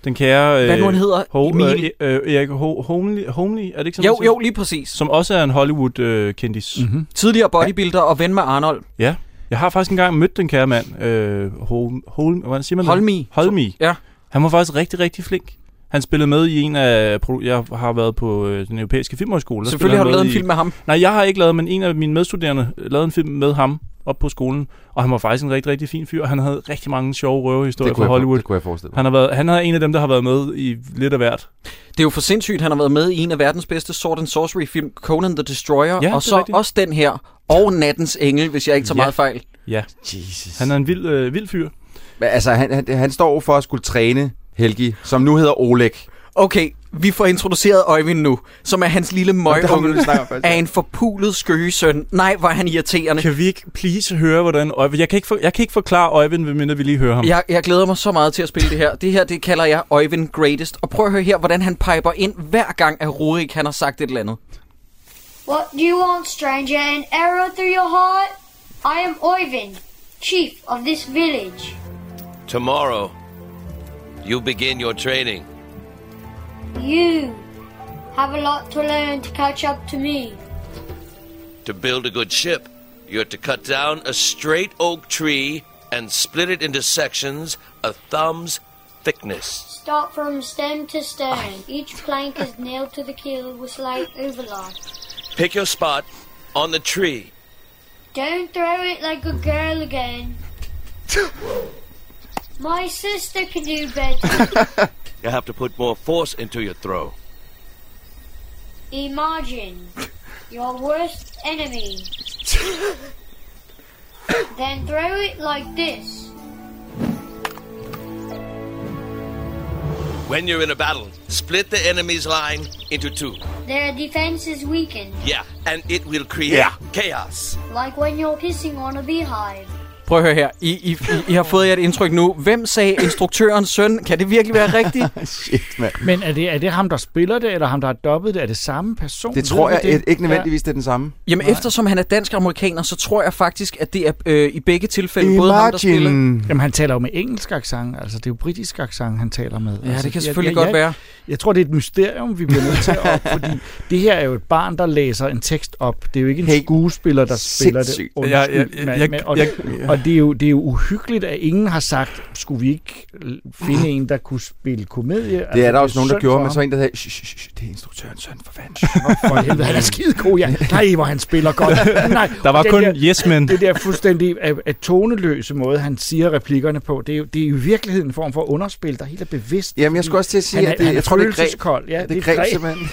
den kære... Øh,
Hvad nu han hedder?
Ho-
Emil.
Øh, øh, Erik Ho- Homely, Homely, er det ikke sådan?
Jo,
man siger?
jo, Mm. lige præcis.
Som også er en Hollywood-kendis. Mm-hmm.
Mhm.
Tidligere bodybuilder og ven med Arnold.
Ja. Jeg har faktisk engang mødt den kære mand, øh, Hol, Hol, hvordan siger man det?
Holmi.
Holmi.
Ja.
Han var faktisk rigtig, rigtig flink. Han spillede med i en af... produ- Jeg har været på øh, den europæiske filmhøjskole. der
Selvfølgelig
spillede
har du
han
lavet
med
en film med ham.
I... Nej, jeg har ikke lavet, men en af mine medstuderende øh, lavede en film med ham op på skolen. Og han var faktisk en rigtig, rigtig fin fyr. Han havde rigtig mange sjove røvehistorier fra
jeg, for-
Hollywood.
det kunne jeg forestille mig.
Han har, været, han er en af dem, der har været med i lidt af hvert.
Det er jo for sindssygt, han har været med i en af verdens bedste Sword and Sorcery film, Conan the Destroyer,
det er
og så
rigtigt.
også den her, og Nattens Engel, hvis jeg ikke tager
Ja.
meget fejl.
Ja,
Jesus.
han er en vild, øh, vild fyr.
Men altså, han, han, han står over for at skulle træne Helgi, som nu hedder Oleg.
Okay, vi får introduceret Øjvind nu, som er hans lille
det har vi nu
møgunge
snakket om først.
af en forpulet skøgesøn. Nej, hvor er han irriterende.
(laughs) Kan vi ikke please høre, hvordan Øjvind... Jeg kan ikke, for, jeg kan ikke forklare Øjvind, medmindre vi lige hører ham.
Jeg, jeg glæder mig så meget til at spille det her. Det her, det kalder jeg Øjvind Greatest. Og prøv at høre her, hvordan han piper ind hver gang, at Rurik han har sagt et eller andet.
What do you want, stranger? An arrow through your heart? I am Oivind, chief of this village.
Tomorrow, you begin your training.
You have a lot to learn to catch up to me.
To build a good ship, you're to cut down a straight oak tree and split it into sections a thumb's thickness.
Start from stem to stern. Each plank is nailed to the keel with slight overlap.
Pick your spot on the tree.
Don't throw it like a girl
(gasps)
again. My sister can do better.
(laughs) You have to put more force into your throw. (laughs)
Imagine your worst enemy. then throw it like this.
When you're in a battle, split the enemy's line into two.
Their defense is weakened,
Yeah, and it will create chaos.
like when you're pissing on a beehive.
Prøv at høre her. I, I, I, I har fået jer et indtryk nu. Hvem sagde instruktørens søn? Kan det virkelig være rigtigt? (laughs)
Shit, mand.
Men er det, er det ham, der spiller det, eller ham, der har dobbet det? Er det samme person?
Det
Ved
tror
vi
jeg
det?
ikke nødvendigvis, det er den samme.
Jamen, eftersom han er dansk-amerikaner, så tror jeg faktisk, at det er øh, i begge tilfælde både ham, der spiller...
Ja. Jamen, han taler jo med engelsk accent. Altså, det er jo britisk accent, han taler med.
Ja,
altså,
det kan selvfølgelig godt være.
Jeg tror, det er et mysterium, vi bliver nødt til at op, fordi det her er jo et barn, der læser en tekst op. Det er jo ikke en
Hey,
hey, skuespiller, der spiller det.
sindssygt.
Jeg- jeg-
Undskyld, mand,
jeg-
men- og-
jeg-
Og det er jo- det er jo uhyggeligt, at ingen har sagt, skulle vi ikke finde en, der kunne spille komedie? Altså,
Det er der
er
også nogen, der
synd
gjorde,
for
men så
ham.
en, der sagde, "Shh, shh, shh, det er instruktørens søn, for fanden.
For helvede, han er skidegod, ja. Nej, hvor han spiller
(laughs)
godt. Nej,
Der var
den
kun
der-
yes, men...
det der fuldstændig at, at toneløse måde, han siger replikkerne på, det er, jo, det er jo i virkeligheden en form for underspil, der helt er bevidst.
Jamen, jeg skulle også til at sige,
han er,
at det,
han er
jeg tror, det greb,
følelseskold. Ja,
det greb
greb.
simpelthen.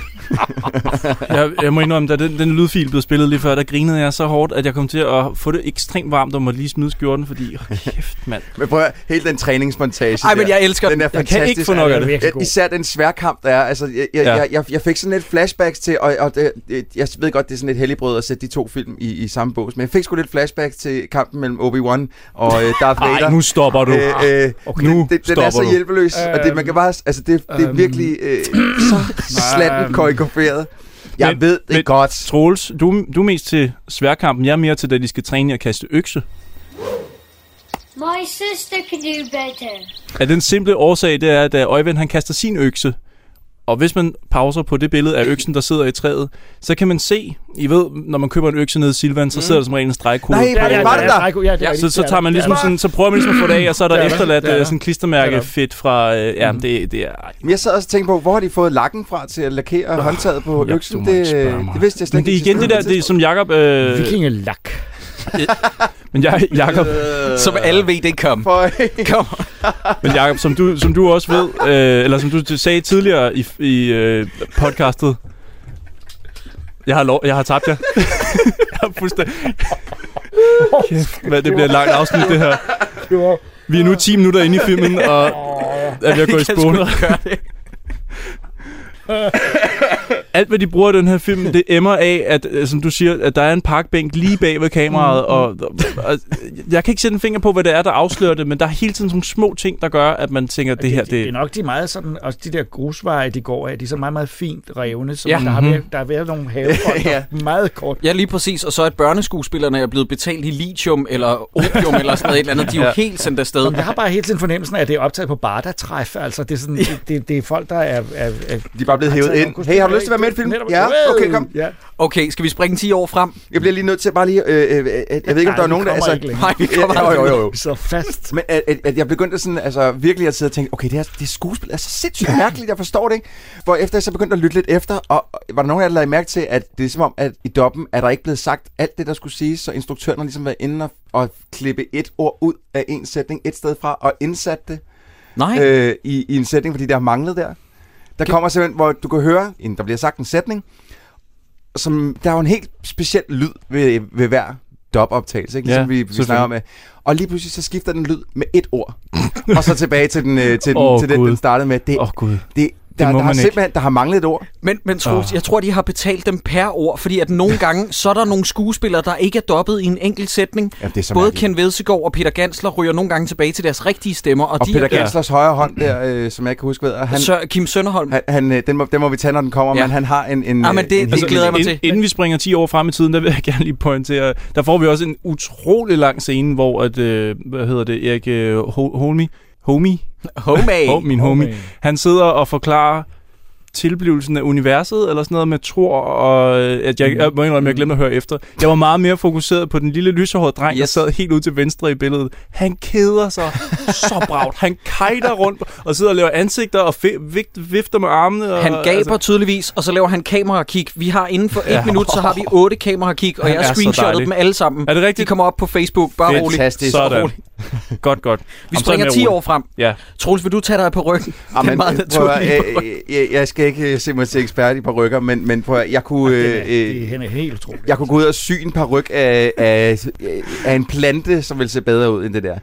Jeg, jeg må indrømme, da den, den lydfil blev spillet lige før, der grinede jeg så hårdt, at jeg kom til at få det ekstremt varmt og måtte lige smide skjorten, fordi oh, kæft, mand.
Men prøv at høre, hele den træningsmontage
Ej, men
der,
jeg elsker
den. er
Jeg kan
fantastisk.
ikke få nok
Ja, det er
af det.
virkelig god.
Især den sværkamp, der er. Altså, jeg, jeg,
Ja.
ja. jeg, jeg fik sådan lidt flashbacks til, og, og det, jeg ved godt, det er sådan et helligbrød at sætte de to film i, i samme bås, men jeg fik sgu lidt flashbacks til kampen mellem Obi-Wan og øh, Darth Vader.
Ej, nu stopper du. Ah,
Øh, øh,
Okay. Nu
det, det, den
stopper
er så
du.
hjælpeløs, og det, man kan bare, altså det, det er
Øhm.
virkelig øh,
(clears throat)
så slatten koreograferet. Jeg
Men-
ved det
men-
godt.
Troels, du, du er mest til sværkampen, jeg er mere til, da de skal træne i at kaste økse.
My sister can do better.
Af den simple årsag, det er, at da Øjvind han kaster sin økse, Og hvis man pauser på det billede af øksen, der sidder i træet, så kan man se, I ved, når man køber en økse nede i Silvan, så
Mm.
sidder der som regel en stregkode.
Nej, var det- var det der? Ja, det er rigtigt.
så, så
Ja,
tager man
det er
ligesom
der.
sådan, så prøver man ligesom at få det af, og så er der
Det er der.
efterladt
Det er
øh,
der.
sådan klistermærke fedt fra, øh, ja, det, det er, ej.
Men jeg sad også og tænkte på, hvor har de fået lakken fra til at lakere oh, håndtaget på
ja,
øksen?
du må
Det,
ikke spørge mig.
det vidste jeg slet
Men det er
ikke.
igen det der, det er som Jacob... Øh,
Vikingelak.
Men jeg, Jacob,
Som alle ved, øh, (laughs) det kom. Kom.
Men Jacob, som du, som du også ved, øh, eller som du t- sagde tidligere i, i øh, podcastet, jeg har, lov, jeg har tabt jer. (laughs) jeg har fuldstændig... Kæft, hvad, det bliver et langt afsnit, det her. Vi er nu 10 minutter inde i filmen, og er ved at gå i
Vi kan sgu
sponer.
ikke gøre det.
Alt, hvad de bruger i den her film, det emmer af, at, øh, som du siger, at der er en parkbænk lige bag ved kameraet, og, og jeg kan ikke sætte en finger på, hvad det er, der afslører det, men der er hele tiden sådan nogle små ting, der gør, at man tænker, at det her,
Det er
det...
nok de meget sådan, også de der grusveje, de går af, de er så meget, meget fint revne, så
Ja.
ja. der, har
Mhm.
været, der har været nogle
(laughs)
havefolk, ja. meget kort.
Ja, lige præcis. Og så at børneskuespillerne er blevet betalt i lithium eller opium eller sådan noget et eller andet. De er jo
Ja.
helt sendt afsted.
Jamen, jeg har bare hele tiden fornemmelsen af, at det er optaget på barda-træf. Altså, det er, sådan, det, det, det er folk, der er... er, er
de er bare blevet hævet ind. Hey, har du lyst til at være med i filmen? Ja, okay, kom.
Ja.
Okay, skal vi springe 10 år frem?
Jeg bliver lige nødt til bare lige... Øh, øh, øh, øh, jeg ved ikke, om der er nogen, der...
altså,
Nej, vi kommer
jo, jo, jo, jo.
(laughs) Så fast.
Men at, at, at jeg begyndte sådan, altså, virkelig at sidde og tænke, okay, det, her, det skuespil er så sindssygt mærkeligt, jeg forstår det ikke. Hvor efter jeg så begyndte at lytte lidt efter, og og var der nogen, der lagde mærke til, at det er som om, at i doppen er der ikke blevet sagt alt det, der skulle siges, så instruktøren har ligesom været inde og, og klippe et ord ud af en sætning et sted fra, og indsat det
Nej.
Øh, i, i en sætning, fordi det har manglet der. Der kommer simpelthen, hvor du kan høre, en- der bliver sagt en sætning, som, der er jo en helt speciel lyd ved, ved hver dub-optagelse, ikke? Ligesom
Ja,
ja, vi, vi snakker
selvfølgelig.
om. øh, Og lige pludselig så skifter den lyd med et ord. og så tilbage til den, øh, til den,
Åh,
til den,
Gud.
den startede med. Det,
Åh, Gud.
det, der,
må
der, har
man ikke.
simpelthen, der har manglet et ord.
Men, men Troels,
Ah.
Åh.
jeg tror, de har betalt dem per ord, fordi at nogle
(laughs)
gange, så er der nogle skuespillere, der ikke er dobbet i en enkelt sætning.
Jamen, det er så
Både
mærkeligt.
Ken Vedsegaard og Peter Gansler ryger nogle gange tilbage til deres rigtige stemmer. Og,
Og
de
Peter
er-
Genslers højre hånd der, øh, som jeg ikke kan huske, hvad er, han,
Sir Kim Sønderholm.
han, han, øh, den, må, den må vi tage, når den kommer,
Ja.
ja. men han har en... en
Ah, men
øh,
det-
en
det
helt-
glæder jeg mig
Ind, inden vi springer 10 år frem i tiden, der vil jeg gerne lige pointere, der får vi også en utrolig lang scene, hvor at, øh, hvad hedder det, Erik øh, Ho- Holmi, Homi?
Homie.
Ho- min homie.
Homie.
Han sidder og forklarer tilblivelsen af universet, eller sådan noget med tror, og øh, at
Mhm.
jeg, jeg må indrømme, jeg glemte at høre efter. Jeg var meget mere fokuseret på den lille lyserhårede dreng, yes. der sad helt ude til venstre i billedet. Han keder sig så bragt. Han kajter rundt og sidder og laver ansigter og fe- vigt, vifter med armene. Og,
Han gaber altså... tydeligvis, og så laver han kamerakig. Vi har inden for et
Ja.
ja. minut, så har vi otte kamerakig, og
Han
jeg
er
har
så
screenshottet
dejlig.
dem alle sammen.
Er det rigtigt?
De kommer op på Facebook, bare roligt.
Sådan.
Roligt.
godt, godt.
Vi
Jamen, så er den
springer
mere
10
rolig.
år frem.
Ja.
Troels, vil du tage dig på ryggen?
Jamen,
det er meget
prøv at-
naturligt.
øh, øh, jeg, jeg skal ikke øh, se mig til ekspert i parrykker, men, men prøv at, jeg kunne... Øh, øh,
Han er helt utrolig.
jeg kunne gå ud og sy en paryk af, af, af en plante, som ville se bedre ud end det der.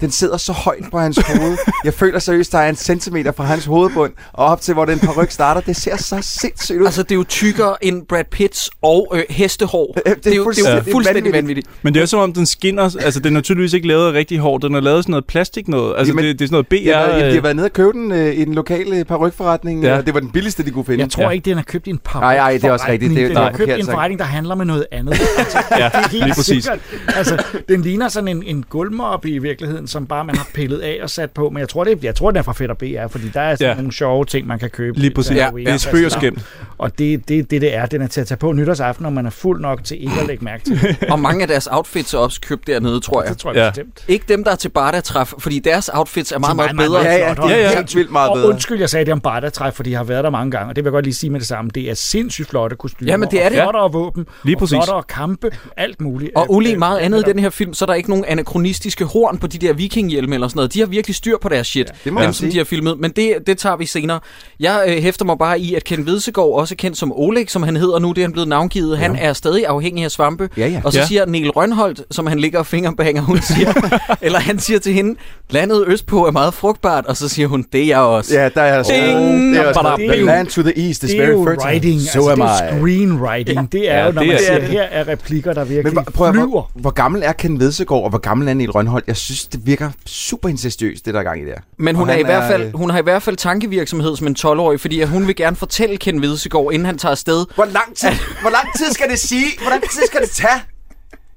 Den sidder så højt på hans hoved. Jeg føler seriøst, der er en centimeter fra hans hovedbund og op til, hvor den paryk starter. Det ser så sindssygt ud.
Altså, det er jo tykkere end Brad Pitts og øh, hestehår. Det er, det er, jo, det er jo
fuldstændig
fuldstændig
vanvittigt.
vanvittigt.
Men det er jo som om, den skinner. Altså, den er tydeligvis ikke lavet af rigtig hår. Den er lavet af sådan noget plastik noget. Altså,
Jamen,
det, det er sådan noget BR.
de, har, været- de har
øh,
været nede og købe den øh, i den lokale parykforretning,
Ja.
ja. og det var den billigste, de kunne finde.
Jeg tror ja. ikke, den har købt i en par.
Nej, nej, det er også rigtigt. Det er-
den
nej,
har købt i
forkert
en
sagt.
forretning, der handler med noget andet.
(laughs)
Altså,
Ja,
det er helt
(laughs) lige præcis.
sikkert. Altså, den ligner sådan en, en gulvmop i virkeligheden, som bare man har pillet af og sat på. Men jeg tror, det, jeg tror den er fra Fedt og BR, fordi der er sådan
Ja.
ja. nogle sjove ting, man kan købe.
Lige præcis.
Der
Ja,
jo
det
ikke
er
fast
spøg og
navn.
skæmt.
Og det, det, det, det er, den er til at tage på nytårsaften, når man er fuld nok til ikke at lægge mærke til.
(laughs)
det.
Og mange af deres outfits er også købt dernede, tror jeg.
Det tror jeg Ja. bestemt.
Ikke dem, der er til Barda-træf, fordi deres outfits er meget, meget, bedre.
flot, og- og
Og undskyld,
undskyld, jeg sagde det om Barda-træf, fordi jeg har været der mange gange, og det vil jeg godt lige sige med det samme. Det er sindssygt flotte kostymer,
Jamen, det er
og
det.
flottere våben,
Lige
og
præcis.
flottere kampe, alt muligt.
og ulig meget andet i den her film, så er der ikke nogen anachronistiske horn på de der vikinghjelme eller sådan noget. De har virkelig styr på deres shit, ja,
det må
dem
man
som
sige.
de har filmet, men det, det tager vi senere. Jeg øh, hæfter mig bare i, at Ken Vedsegaard, også kendt som Oleg, som han hedder nu, det er han blevet navngivet, ja. han er stadig afhængig af svampe.
Ja, ja.
Og så
Ja.
siger Niel Rønholdt, som han ligger og fingerbanger, hun siger,
(laughs)
eller han siger til hende, landet østpå er meget frugtbart, og så siger hun, det er jeg også.
Ja, der er også-
Ding,
det er også-
badam,
det er
bing.
jo- Land to the east is
det er
very
jo
fertile.
writing,
So
altså, det
am
er
I.
screenwriting. Ja. Det er
Ja,
jo, når
det
man
er-
siger,
det-
her er replikker, der virkelig
Men hvor- prøv at,
flyver.
hvor, hvor gammel er Ken Vedsegaard, og hvor gammel er Niel Rønholdt? Jeg synes, det virker super incestuøst, det der er gang i der.
Men
Og
hun, er
han
i hvert
øh,
fald, hun har i hvert fald tankevirksomhed som en 12-årig, fordi at hun vil gerne fortælle Ken Vedsegaard, inden han tager afsted.
Hvor lang (laughs) tid, hvor lang tid skal det sige? Hvor lang tid skal det tage?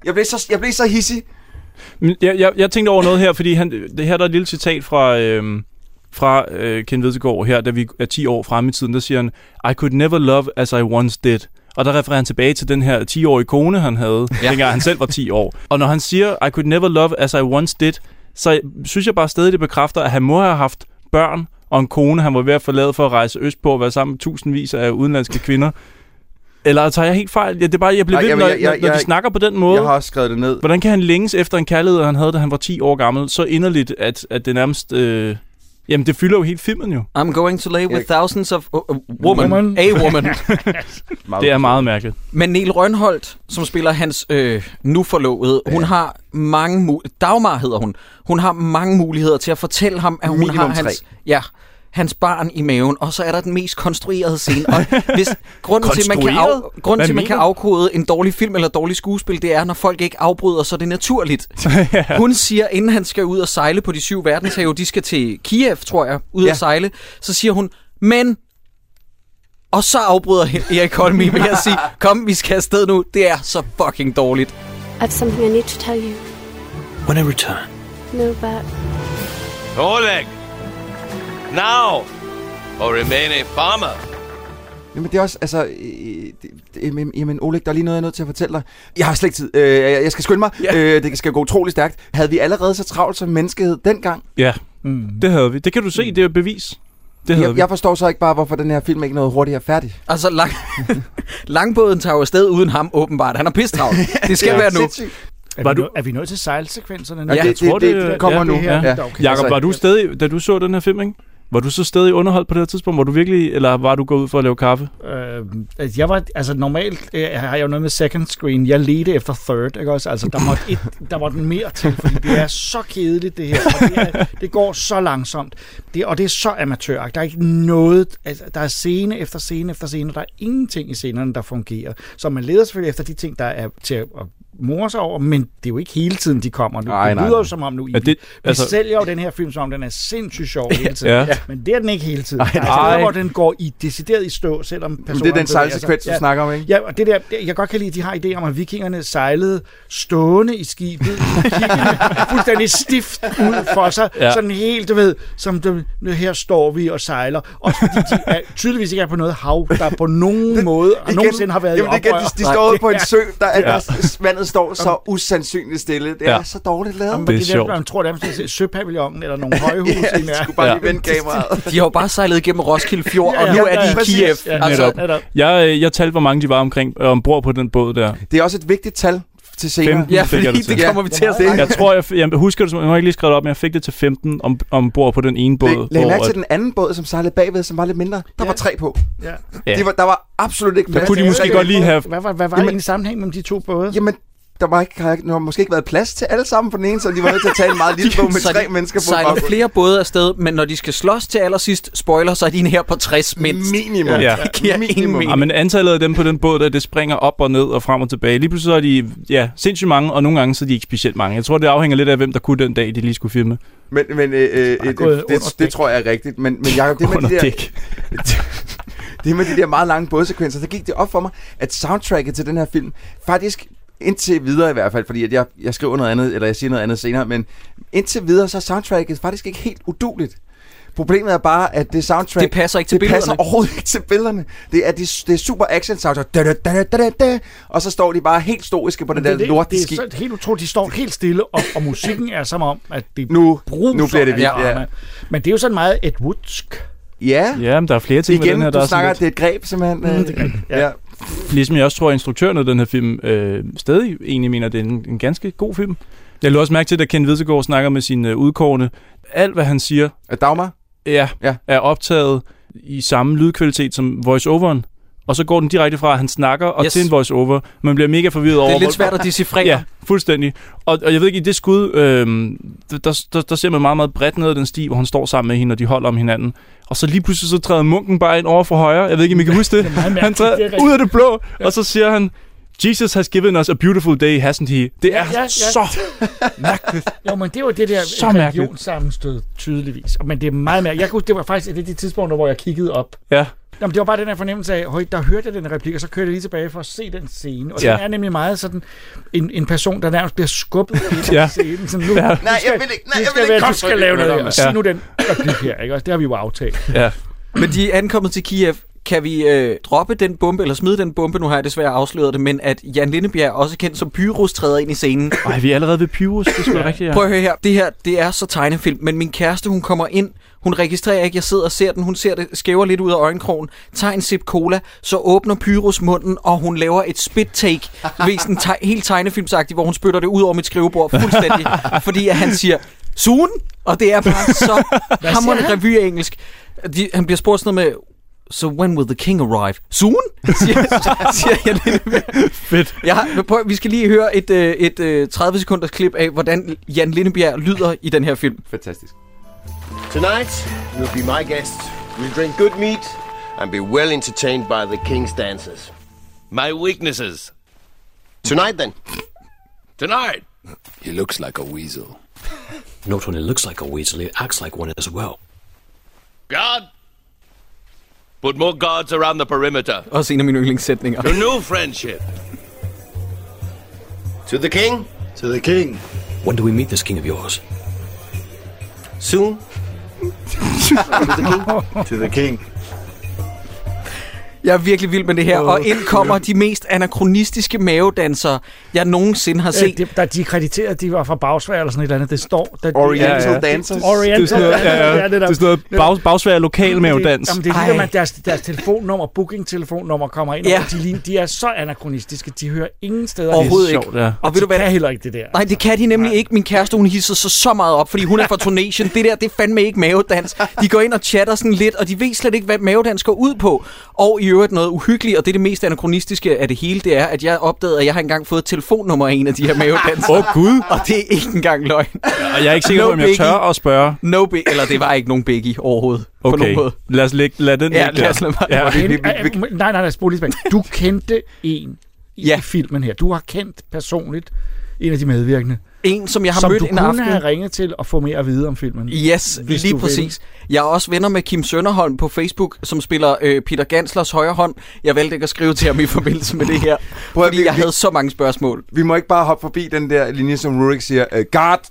Jeg blev så, jeg blev så hissig.
Men Jeg, jeg, jeg tænkte over noget her, fordi han, det her der er et lille citat fra, øhm, fra øh, Ken Vedtegård her, da vi er 10 år fremme i tiden, der siger han, I could never love as I once did. Og der refererer han tilbage til den her 10-årige kone, han havde, ja. dengang han selv var 10 år. Og når han siger, I could never love as I once did, så synes jeg bare stadig, det bekræfter, at han må have haft børn og en kone, han var ved at forlade for at rejse østpå og være sammen med tusindvis af udenlandske kvinder. Eller tager jeg helt fejl? Ja, det er bare, jeg bliver ved, når, jeg, jeg, når, når de snakker på den måde.
Jeg har også skrevet det ned.
Hvordan kan han længes efter en kærlighed, han havde, da han var 10 år gammel, så inderligt, at, at det nærmest... Øh, Jamen, det fylder jo helt filmen jo.
I'm going to lay with thousands of uh, woman. woman. A woman. (laughs)
det er meget mærkeligt.
Men Niel Rønholdt, som spiller hans øh, nu forlovede, ja. hun har mange mu- Dagmar hedder hun. Hun har mange muligheder til at fortælle ham, at hun
Minimum
har hans...
tre.
Ja, hans barn i maven, og så er der den mest konstruerede scene. Og hvis, grunden til, at man kan, af,
Konstrueret?
grunden
Hvad
til, at man
mener
kan
du?
afkode en dårlig film eller dårlig skuespil, det er, når folk ikke afbryder, så er det naturligt.
(laughs)
Hun siger, inden han skal ud og sejle på de syv verdenshave, de skal til Kiev, tror jeg, ud ja.
Ja.
og sejle, så siger hun, men... Og så afbryder hende Erik Holm med at sige, kom, vi skal afsted nu. Det er så fucking dårligt.
I've something I need to tell you.
When I return,
No, but
Oleg! Now! Or remain a farmer.
Jamen det er også, altså, øh, det, det, jamen, jamen Oleg, der er lige noget, jeg er nødt til at fortælle dig. Jeg har slet ikke tid. Øh, jeg jeg skal skynde mig.
Ja.
Øh, det skal gå utrolig stærkt. Havde vi allerede så travlt som menneskehed dengang?
Ja, mm. det havde vi. Det kan du se, det er jo bevis. Det havde
Jeg,
vi.
jeg forstår så ikke bare, hvorfor den her film ikke nåede hurtigere færdig.
Altså, lang... (laughs) langbåden tager jo afsted uden ham, åbenbart. Han har pistravl. Det skal
Ja,
være nu.
sindssygt.
Er,
Var
vi,
du-
nå- er vi nået til sejlsekvenserne?
Ja, det- det- det- det kommer nu.
her-
Ja.
okay.
Jakob,
Altså,
var du stadig, da du så den her film, ikke? Var du så stadig underholdt på det her tidspunkt? Var du virkelig, eller var du gået ud for at lave kaffe?
Øh, altså, jeg var, altså normalt øh, har jeg jo noget med second screen. Jeg ledte efter third, ikke også? Altså, der måtte, et, der måtte mere til, fordi det er så kedeligt, det her. Og det, er, det går så langsomt. Det, og det er så amatøragtigt. Der er ikke noget... Altså, der er scene efter scene efter scene. og Der er ingenting i scenerne, der fungerer. Så man leder selvfølgelig efter de ting, der er til at at more sig over, men det er jo ikke hele tiden, de kommer nu.
Nej,
det
nej,
lyder jo
nej.
som om nu, I,
Ja,
ja,
det-
det, vi
altså-
sælger jo den her film, som om den er sindssygt sjov hele tiden.
(laughs) Ja.
ja. Men det er den ikke hele tiden.
Ej,
Ej, altså,
nej.
der, hvor den går i decideret i stå, selvom
Men det er den
personerne
sejlsekvens,
bevæger sig.
du snakker om, ikke?
Ja, og det der, det- jeg kan godt kan lide, at de har idé om, at vikingerne sejlede stående i skibet, kiggende
(laughs)
fuldstændig stift ud for sig,
Ja.
ja. sådan helt, du ved, som du, nu her står vi og sejler, og fordi de er, tydeligvis ikke er på noget hav, der på nogen måde og nogensinde har været
Jamen,
i
det
oprør.
igen, de, de står ude
(laughs)
på en sø, der, er,
Ja.
der vandet står så usandsynligt stille. Det er
Ja.
ja. så dårligt lavet.
Jamen,
Det er
det er
sjovt.
sjovt. Man tror, det er sådan en søpavillonen eller nogle højhuse.
(laughs) Ja,
ja,
de skulle bare
(laughs) Ja.
lige vende kameraet.
De har jo bare sejlet igennem Roskilde Fjord, og nu er de i
præcis.
Kiev.
Ja,
Altså,
netop. netop.
Jeg, øh, jeg talte, hvor mange de var omkring, øh, ombord på den båd der.
Det er også et vigtigt tal til senere.
15
ja,
fik jeg
fordi
det til.
det kommer vi til at se.
Ja.
Jeg tror, jeg, f- jeg husker det, som- nu har jeg ikke lige skrevet det op, men jeg fik det til 15 om, ombord på den ene båd.
Læg, læg
hvor
mærke
at-
til den anden båd, som sejlede bagved, som var lidt mindre. Der var tre på.
Ja.
Ja.
Det var, der var absolut ikke
Der
plads.
kunne de
til
måske
tre
godt lige
på.
have...
Hvad var, hvad var
Jamen-
Jamen, en sammenhæng mellem de to både?
Jamen, der var ikke, har, der har måske ikke været plads til alle sammen på den ene, så de var nødt til at tage en
(laughs)
meget lille båd med
(laughs) Så
tre
de
mennesker på.
sejler
baggrunden.
flere både afsted, men når de skal slås til allersidst, spoiler, så er de en her på 60 mindst.
Minimum.
Ja.
Det giver ingen
Minimum.
Ja,
mening.
men antallet af dem på den båd, der, det springer op og ned og frem og tilbage. Lige pludselig så er de ja, sindssygt mange, og nogle gange så er de ikke specielt mange. Jeg tror, det afhænger lidt af, hvem der kunne den dag, de lige skulle filme.
Men, men øh, øh, det,
gået
det,
under
det,
dæk.
det tror jeg er rigtigt. Men, men Jacob, det med
Under
de der...
dæk.
(laughs) det med de der meget lange bådsekvenser, der gik det op for mig, at soundtracket til den her film faktisk indtil videre i hvert fald, fordi at jeg, jeg skriver noget andet, eller jeg siger noget andet senere, men indtil videre, så er soundtracket faktisk ikke helt uduligt. Problemet er bare, at det soundtrack...
Det passer ikke til
det passer
billederne.
overhovedet ikke til billederne. Det er, det, det er super action soundtrack. Da, da, da, da, da, da, og så står de bare helt stoiske på den der
det,
lortige
det
skib.
er så helt utroligt, de står helt stille, og, og musikken er som om, at det
Nu-
bruser
nu bliver det
af
vildt,
drama.
ja.
Men det er jo sådan meget Ed Woodsk.
Ja,
Ja, men der er flere ting med
igen,
den her, der
du
er sådan
snakker,
lidt-
det er et greb, simpelthen. Mm, det er greb. Ja.
ligesom jeg også tror, at instruktøren af den her film øh, stadig egentlig mener, at det er en, en ganske god film. Jeg lå også mærke til, da Ken Vedsegaard snakker med sine øh, udkårne. Alt, hvad han siger,
ja. Dagmar?
ja, ja.
Ja.
er optaget i samme lydkvalitet som voice-overen. Og så går den direkte fra, at han snakker, og yes.
Yes.
til en voice-over. Man bliver mega forvirret over...
Det er lidt
hvor-
svært at decifrere.
Ja, fuldstændig. Og, og jeg ved ikke, i det skud, øh, der, der, der ser man meget, meget bredt ned ad den sti, hvor han står sammen med hende, og de holder om hinanden. Og så lige pludselig så træder munken bare ind over for højre. Jeg ved ikke, om I kan huske det.
er meget mærkeligt,
han
det er
træder
rigtigt.
ud af det blå, og så siger han, Jesus has given us a beautiful day, hasn't he? Det er ja, ja,
ja,
ja.
ja.
så...
Jo, men det var det der
Så mærkeligt.
religionssammenstød, tydeligvis. Men det er meget mere. Jeg kunne, det var faktisk et af de tidspunkter, hvor jeg kiggede op.
Ja.
Jamen, det var bare den her fornemmelse af, høj, der hørte jeg den her replik, og så kørte jeg lige tilbage for at se den scene. Og
Ja.
ja. den er nemlig meget sådan en, en person, der nærmest bliver skubbet ind
Ja.
i scenen. Sådan, nu,
Ja.
du
Nej,
skal-
jeg vil ikke- nej,
du
jeg
skal
vil
være-
ikke
Du skal
koncentrere
lave
mig
noget
om.
her. Sig
Ja.
nu den replik her, ikke? også? Det har vi jo aftalt.
Ja.
Men de er ankommet til Kiev. Kan vi øh, droppe den bombe, eller smide den bombe? Nu har jeg desværre afsløret det, men at Jan Lindebjerg, også kendt som Pyrus, træder ind i scenen.
Ej, vi er allerede ved Pyrus, det skulle rigtigt, ja.
Prøv at høre her. Det her, det er så tegnefilm, men min kæreste, hun kommer ind. Hun registrerer ikke, jeg sidder og ser den. Hun ser det, skæver lidt ud af øjenkrogen, tager en sip cola, så åbner Pyrus munden, og hun laver et spit take, ved sådan te- helt tegnefilmsagtigt, hvor hun spytter det ud over mit skrivebord fuldstændig, fordi at han siger, sugen, og det er bare så hammerende revyengelsk. De, han bliver spurgt sådan noget med, So when will the king arrive? Soon? siger, siger jeg lidt.
Fedt.
Jeg har, prøv, vi skal lige høre et, øh, et øh, 30 sekunders klip af, hvordan Jan Lindebjerg lyder i den her film.
Fantastisk. Tonight, you'll be my guest. We'll drink good meat and be well entertained by the king's dancers.
My weaknesses.
Tonight, then.
Tonight.
He looks like a weasel. (laughs) Not only looks like a weasel, he acts like one as well.
Guard. Put more guards around the perimeter.
Også en af mine yndlingssætninger.
To new friendship.
To the king.
To the king. When do we meet this king of yours?
Soon. to the king. To the king.
Jeg er virkelig vild med det her, og ind kommer de mest anakronistiske mavedansere, jeg nogensinde har set.
Øh, det, der, de er krediteret, de var fra Bagsvær eller sådan et eller andet. Det står... Der,
Oriental
ja, ja.
Dancers.
Oriental
Det er sådan noget- ja, ja.
Dancers, der.
Det er sådan noget bags- Bagsvær lokalmavedans.
Det- Jamen, det er
Ej.
lige, når man- deres, deres telefonnummer, booking-telefonnummer kommer ind,
Ja.
ja. og de, ligner- de er så anakronistiske, de hører ingen steder.
Overhovedet ikke.
Og ved du hvad? kan heller ikke det der.
Nej, det kan de nemlig ikke. Min kæreste, hun hisser sig så meget op, fordi hun er fra Tunesien. Det der, det er fandme ikke mavedans. De går ind og chatter sådan lidt, og de ved slet ikke, hvad mavedans går ud på. Og i øvrigt noget uhyggeligt, og det er det mest anachronistiske af det hele, det er, at jeg opdagede, at jeg har engang fået et telefonnummer af en af de her mavedanser.
Åh, Gud.
Og det er ikke engang løgn.
Og jeg er ikke sikker på, om jeg tør at spørge.
No big, eller det var ikke nogen biggie overhovedet. På nogen
Okay,
måde.
lad os lægge, lad den
Ja,
ligge
lad os lade
der.
mig-
Ja.
Vi- vi-
Ej, ej, må- Nej, nej, nej, spol lige tilbage. Du kendte en i, ja. i filmen her. Du har kendt personligt en af de medvirkende.
En, som jeg har
som
mødt
du
en
kunne
aften.
have ringet til og få mere at vide om filmen.
Yes,
hvis
lige
du vil.
præcis. Jeg er også venner med Kim Sønderholm på Facebook, som spiller øh, Peter Ganslers højre hånd. Jeg valgte ikke at skrive til ham i forbindelse med det her,
(laughs) Prøv at-
fordi
vi-
jeg
vi-
havde så mange spørgsmål.
Vi må ikke bare hoppe forbi den der linje, som Rurik siger. Uh, guard.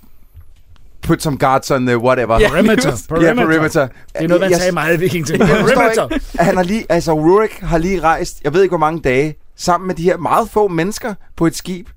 Put some guards on uh, whatever.
Ja, Perimeter.
(laughs) Ja, perimeter. Uh,
Det er noget, man
Jeg-
sagde meget i Viking-ting.
(laughs) Jeg forstår
Perimeter.
ikke, at Han har lige, altså Rurik har lige rejst, jeg ved ikke hvor mange dage, sammen med de her meget få mennesker på et skib.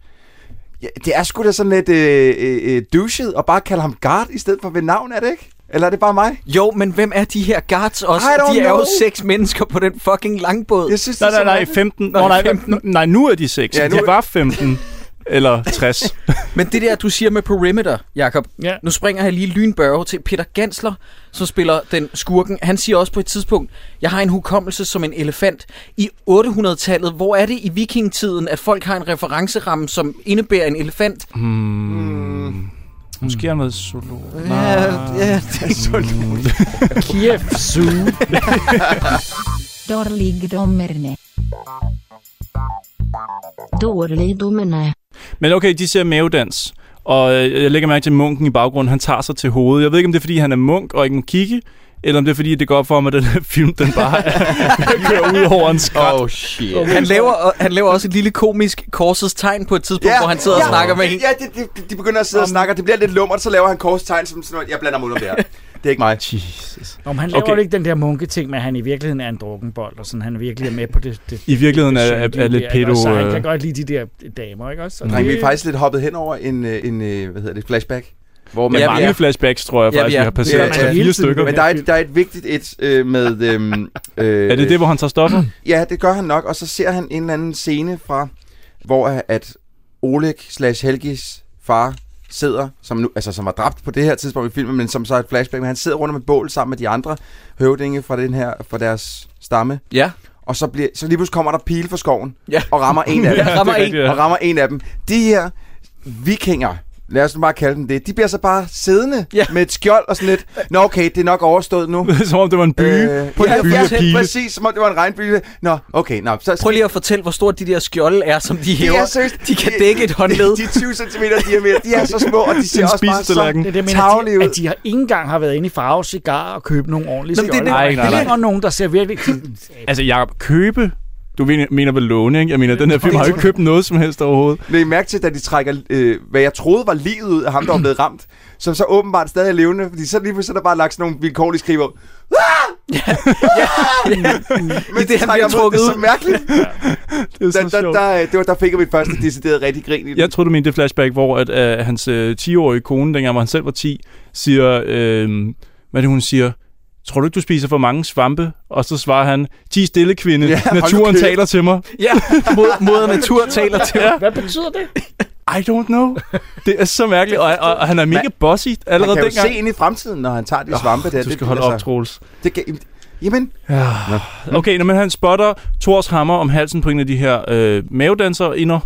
Ja, det er sgu da sådan lidt øh, øh, øh, douchet at bare kalde ham guard i stedet for ved navn, er det ikke? Eller er det bare mig?
Jo, men hvem er de her guards også?
I don't
De er jo
know.
seks mennesker på den fucking langbåd.
Jeg synes,
Nej, nej, nej, 15. Nå, nej, nej, nu er de 6.
Ja,
Ja,
nu
nu
er-
de var 15. eller 60.
Men det der, du siger med perimeter, Jakob.
Ja.
Nu springer jeg lige lynbørge til Peter Gansler, som spiller den skurken. Han siger også på et tidspunkt, jeg har en hukommelse som en elefant. I 800-tallet, hvor er det i vikingetiden, at folk har en referenceramme, som indebærer en elefant?
Hmm. Måske har han været solo.
ja, det er så
Kiev Zoo.
Dårligdommerne. Dårligdommerne.
Men okay, de ser mavedans. Og øh, jeg lægger mærke til at munken i baggrunden. Han tager sig til hovedet. Jeg ved ikke, om det er, fordi han er munk og ikke må kigge. Eller om det er, fordi det går op for ham, at den her (laughs) film, den bare kører ud over en skræt.
Oh, shit. Han laver, han laver også et lille komisk korsets tegn på et tidspunkt, ja, hvor han sidder ja, og snakker med en.
Ja, de, de, de begynder at sidde og snakke, og det bliver lidt lummert, så laver han korstegn som sådan noget. Jeg blander mig ud om det her. Det er ikke mig.
Jesus.
Om han laver okay. ikke den der munketing, men han i virkeligheden er en drukkenbold, og sådan, han virkelig er med på det. det
I virkeligheden
det
er-
syndige
er- er lidt
der, ikke også? Så Han
pedo,
kan
øh.
godt lide de der damer, ikke også? Så
Dreng, vi er faktisk lidt hoppet hen over en, øh, en øh, hvad hedder det, flashback. Hvor
Med mange flashbacks, tror jeg
Ja,
faktisk, vi
vi er.
har
Det er-
passeret. Ja, fire
hele tiden.
stykker.
Men der er, et, der er et vigtigt et øh, med...
(laughs)
Øhm, øh,
Er det det, hvor han tager stoffer? (laughs)
Ja, det gør han nok, og så ser han en eller anden scene fra, hvor at Oleg slash Helgis far sidder, som, nu, altså, som var dræbt på det her tidspunkt i filmen, men som så er et flashback, men han sidder rundt om et bål sammen med de andre høvdinge fra, den her, fra deres stamme.
Ja.
Og så, bliver, så lige pludselig kommer der pile fra skoven
Ja.
og rammer en af dem.
Ja, rammer en.
og rammer en af dem. De her vikinger, Lad os nu bare kalde dem det. De bliver så bare siddende ja. med et skjold og sådan lidt. Nå okay, det er nok overstået nu.
som om det var en by. Øh,
på
på
ja,
en by
ja,
af pile.
præcis, som om det var en regnbyge. Nå, okay. Nå, så,
Prøv lige at fortælle, hvor stort de der skjolde er, som de hæver.
er seriøst-
de kan dække et håndled.
(laughs) De er 20 cm diameter. De er så små, og de ser
En
også bare så
spisestallerken.
Det er det, jeg
tavlige
mener, at de, at de har ikke engang har været inde i farve cigar og købt nogle ordentlige
Nå, men det er
skjolde.
det-
Nej, nej, nej.
Og nogen, der ser virkelig...
Altså, Jacob, købe? Du mener- mener vel låne, ikke? Jeg mener, den her film har jo ikke købt noget som helst overhovedet.
Læg mærke til, da de trækker, øh, hvad jeg troede var livet ud af ham, der var blevet ramt, som så åbenbart stadig er levende, fordi så lige pludselig er der bare lagt sådan nogle vilkårlige skriver. "Ah!" (laughs)
I det, han bliver trukket
det er så
ud.
mærkeligt.
Det er
Da, da, da, det var, der fik jeg mit første decideret rigtig grin i det.
Jeg tror du mente det flashback, hvor at, øh, hans øh, 10-årige kone, dengang hvor han selv var 10, siger, øh, hvad er det, hun siger? Tror du ikke, du spiser for mange svampe? Og så svarer han, 10 stille kvinde,
Ja,
ja,
hold nu
naturen
kæft."
taler til mig.
Ja, mod, moder natur taler til
Ja.
Hvad betyder det?
I don't know. Det er så mærkeligt, og, og, og han er mega bossy
Han
allerede
kan jo
dengang.
se ind i fremtiden, når han tager de svampe der.
du
Det-
skal holde
altså,
op, Troels.
Det, kan- jamen,
Okay, når man han spotter Thors hammer om halsen på en af de her øh, mavedansere inder,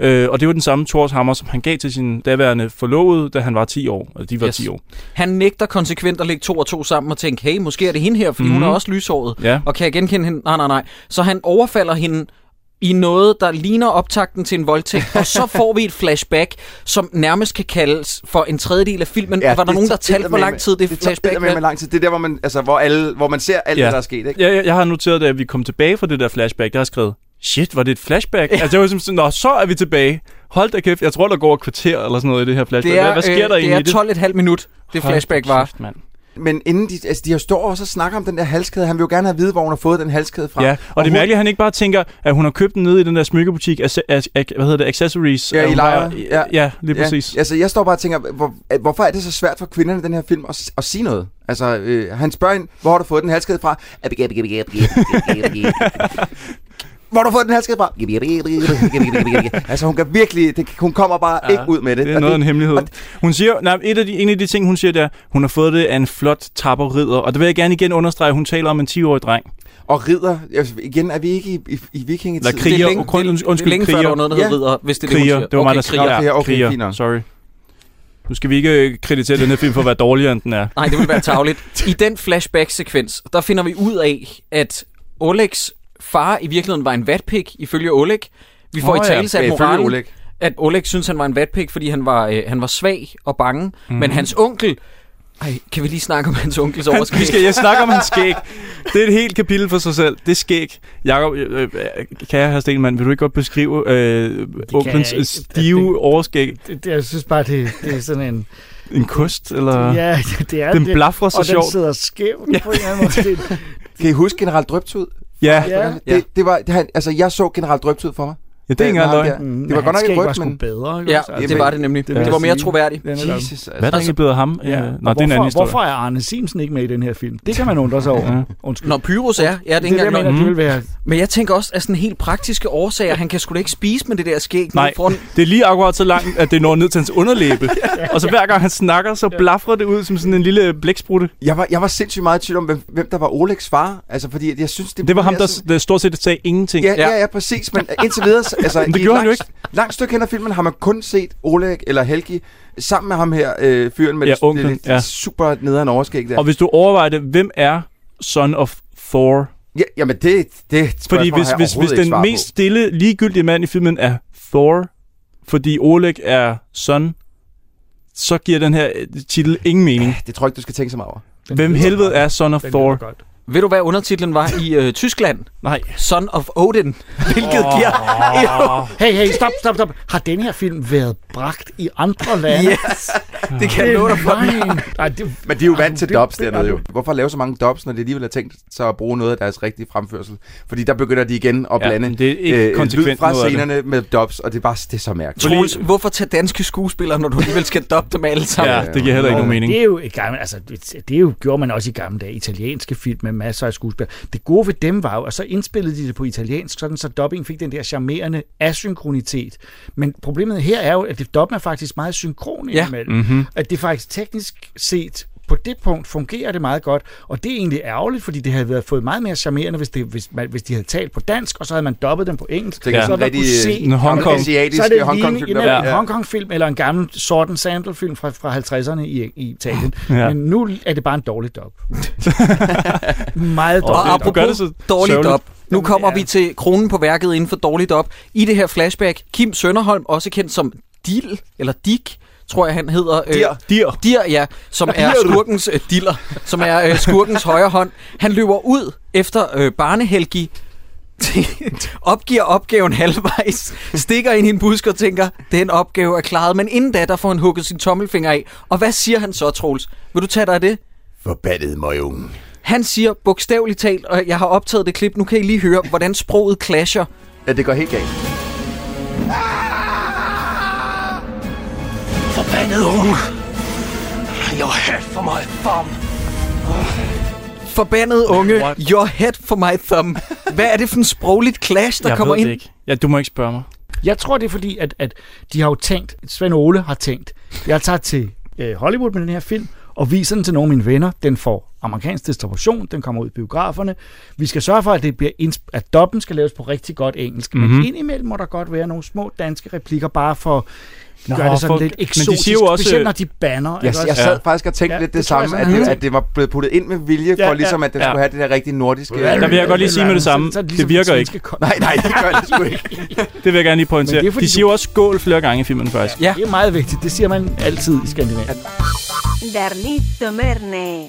øh, og det var den samme Thors hammer, som han gav til sin daværende forlovede, da han var 10 år. Eller de var
Yes.
yes. 10 år.
Han nægter konsekvent at lægge to og to sammen og tænke, hey, måske er det hende her, fordi mm. hun
Mhm.
er også lyshåret.
Ja.
Og kan jeg genkende hende? Nej, nej, nej. Så han overfalder hende i noget, der ligner optakten til en voldtægt. og så får vi et flashback, som nærmest kan kaldes for en tredjedel af filmen. Ja, var der
det-
nogen, der
det- det-
talte, hvor lang tid det,
det tager
flashback
eddermame
var?
lang tid. Det er der, hvor man, altså, hvor, alle, hvor man ser alt,
Ja.
hvad der er sket. Ikke?
Ja, jeg, jeg har noteret, da vi kom tilbage fra det der flashback, der har jeg skrevet, shit, var det et flashback? Ja. Altså, jeg var simpelthen sådan, nå, så er vi tilbage. Hold da kæft, jeg tror, der går et kvarter eller sådan noget i det her flashback.
Det er,
hvad, hvad sker
øh,
der
det
egentlig i
er 12 et halvt minut, det
Hold
flashback
da
var.
kæft, mand.
Men inden de, altså, de har står også og snakker om den der halskæde. Han vil jo gerne have at vide, hvor hun har fået den halskæde fra.
Ja, og, og det er
hun-
mærkeligt, at han ikke bare tænker, at hun har købt den nede i den der smykkebutik, af, af, af, hvad hedder det, accessories.
Ja,
at
i
hun
lejren.
bare-
Ja.
Ja, ja, lige præcis.
Ja, altså, jeg står bare og tænker, hvor, at hvorfor er det så svært for kvinderne i den her film at, s- at sige noget? Altså, øh, han spørger hende, hvor har du fået den halskæde fra? (laughs) Hvor har du fået den halskæde fra? (laughs) altså, hun kan virkelig, det, hun kommer bare ja, ikke ud med det.
Det er
Og
noget af en hemmelighed.
og
Hun siger, nej, et af de, en af de ting, hun siger, det er, hun har fået det af en flot tapper ridder. Og det vil jeg gerne igen understrege, hun taler om en 10-årig dreng.
Og ridder, altså, igen er vi ikke i, i, i vikingetid.
Eller kriger.
det er længe,
og grund-
det, det er
undskyld,
længe før,
kriger.
der var noget, der hed
Ja.
ridder, hvis det er
Kriger,
det,
det var mig, der
skrev.
skrev.
kriger.
Ja,
Okay, okay, fint
kriger,
nok.
sorry. Nu skal vi ikke øh, kreditere den her film for at være dårligere, end den er.
Nej, det ville være tavligt. I den flashback-sekvens, der finder vi ud af, at Olegs far i virkeligheden var en vatpik, ifølge Oleg. Vi får
Nå
oh, i
ja,
tale
ja,
ja.
ifølge
moralen,
Oleg.
at Oleg synes, han var en vatpik, fordi han var, øh, han var svag og bange. Mm. Men hans onkel... Ej, kan vi lige snakke om hans onkels
Mhm. Vi skal,
overskæg?
jeg snakker om hans skæg. Det er et helt kapitel for sig selv. Det er skæg. Jakob, øh, øh, kære herr Stelmann, vil du ikke godt beskrive øh, onklens
jeg ikke.
stive
Det-
overskæg?
Det, det, jeg synes bare, det, det er sådan en...
En kost, eller?
Ja, (laughs) det er
Øh. Den
det.
blafrer så
og
sjovt.
den sidder skævt på en eller anden måde. Det-
Kan I huske General Drøbtud?
Ja,
Ja.
Ja. Det, det var, det, han, altså, jeg så General Drøbtud for mig.
ja det er ikke engang
Med ham
løgn.
der.
Mm,
Det var
hans
godt nok
skæg
ikke
var
rødt,
sgu
men...
bedre. Ikke?
Ja,
også? Altså,
det var det nemlig.
vil
Det,
jeg
var mere
sige.
troværdigt.
Den er der-
Jesus, altså.
Hvad er der egentlig blevet af ham? Ja.
Ja.
Øh, nå,
og
det er en anden
hvorfor,
historie.
hvorfor er Arne Simsen ikke med i den her film? Det kan man undre sig over. Undskyld.
Altså, Når Pyrus er, ja, det er ikke
det, er det,
engang
jeg
løgn.
mener, det vil være...
Men jeg tænker også, at sådan helt praktiske årsager, han kan sgu da ikke spise med det der skæg.
Nej,
Foran,
det er lige akkurat så langt, at det når ned til hans underlæbe. Og så hver gang han snakker, så blafrer det ud som sådan en lille blæksprutte.
Jeg var, jeg var sindssygt meget i tvivl om, hvem, hvem der var Olegs far. Altså, fordi at jeg synes, det...
Det var ham,
jeg
der, s-
sådan-
der stort set sagde ingenting.
Ja, ja, ja, præcis. Men indtil videre... så- Altså,
(laughs) Men det
i
gjorde han jo
langt, Langt stykke hen ad filmen har man kun set Oleg eller Helgi sammen med ham her, øh, fyren med
Ja,
det-
onklen,
det, det,
ja.
super nederen overskæg der.
Og hvis du overvejer det, hvem er Son of Thor?
ja, jamen, det, det er
Fordi
et spørgsmål,
hvis,
har jeg
hvis, hvis
overhovedet ikke
den
svar
mest stille, ligegyldige mand i filmen er Thor, fordi Oleg er Son, så giver den her øh, titel ingen mening.
På. Det tror jeg ikke, du skal tænke så meget over.
Den
Hvem
lyder
helvede
godt.
er Son of
Den lyder
Thor?
godt.
ved du, hvad undertitlen var i øh, Tyskland?
Nej.
Son of Odin, (laughs) hvilket oh. giver... (laughs) Jo,
Hey, hey, stop, stop, stop. Har den her film været bragt i andre lande?
yes, det kan jeg love dig for.
Nej. Nej, det,
Men de er jo vant til
det-
dobs
det-
dernede jo. Hvorfor lave så mange dobs, når de alligevel har tænkt sig at bruge noget af deres rigtige fremførsel? Fordi der begynder de igen at
Ja,
blande øh,
men det er ikke
lyd
konsekvent
fra
noget af det.
scenerne med dobs, og det er bare det er så mærkeligt.
Troels, hvorfor tage danske skuespillere, når du alligevel skal dobbe dem alle sammen?
Ja, det giver heller ikke nogen mening.
Det er jo, et gammelt, altså, det er jo gjorde man også i gamle dage. Italienske film med masser af skuespillere. Det gode ved dem var jo, og så indspillede de det på italiensk, sådan så dubbing fik den der charmerende asynkronitet. Men problemet her er jo, at det dubben er faktisk meget synkron
Ja.
imellem. Mm-hmm. At det faktisk teknisk set på det punkt fungerer det meget godt, og det er egentlig ærgerligt, fordi det havde været fået meget mere charmerende, hvis, det, hvis, man, hvis de havde talt på dansk, og så havde man dobbet dem på engelsk.
Det er
så
sådan
man kunne
rigtig,
se,
øh, en Hongkong-
så er det
asiatisk, øh, Hongkong-film,
en,
der var-
en
ja.
Hongkong-film eller en gammel Sorten Sandal-film fra, fra 50'erne i, i Italien.
Ja.
Men nu er det bare en dårlig dub. meget dårlig
Og
dub.
apropos det dårligt
sørgeligt.
op. Nu kommer vi til kronen på værket inden for dårligt op. I det her flashback, Kim Sønderholm, også kendt som Dil, eller Dik, tror jeg han hedder. øh,
Dir. Dir.
Dir, ja. Som er
Dir, du.
skurkens øh, diller. Som er øh,
(laughs)
skurkens højre hånd. Han løber ud efter øh, barnehelgi. opgiver opgaven halvvejs, stikker ind i en busk og tænker, den opgave er klaret, men inden da, der får han hugget sin tommelfinger af. Og hvad siger han så, Troels? Vil du tage dig af det?
Forbandet møgung.
Han siger bogstaveligt talt, og jeg har optaget det klip, nu kan I lige høre, hvordan sproget clasher.
Ja, det går helt galt.
Forbandet unge! Your head for my thumb!
Forbandet unge, your head for my thumb. Hvad er det for en sprogligt clash, der
jeg
kommer
ved
ind?
det ikke. Ja, du må ikke spørge mig.
Jeg tror, det er fordi, at, at de har jo tænkt, Svend Ole har tænkt, jeg tager til øh, Hollywood med den her film, og viser den til nogle af mine venner. Den får amerikansk distribution, den kommer ud i biograferne. Vi skal sørge for, at, det bliver inds- at dubben skal laves på rigtig godt engelsk. Mm-hmm.
Mhm.
Men indimellem må der godt være nogle små danske replikker, bare for
Nå,
Nå, gør det sådan
for-
lidt
men de
eksotisk,
siger jo også-
specielt når de banner.
Jeg,
ikke også?
jeg sad faktisk og tænkte ja, lidt det,
tror jeg
samme, at
sådan, han
det,
har
at det var blevet puttet ind med vilje,
Ja,
for ligesom
ja,
at den
ja.
skulle have det der rigtig nordiske...
Der vil jeg godt lige sige med det samme.
Så er det
Det
ligesom
virker
den
ikke.
svenske kon-
(laughs) Nej, nej, det gør det sgu ikke.
Det vil jeg gerne lige pointere.
Men det er,
Det
fordi
de siger jo også skål flere gange i filmen, faktisk.
Ja.
Det er meget vigtigt. Det siger man altid i Skandinavien.
Darlito Merne.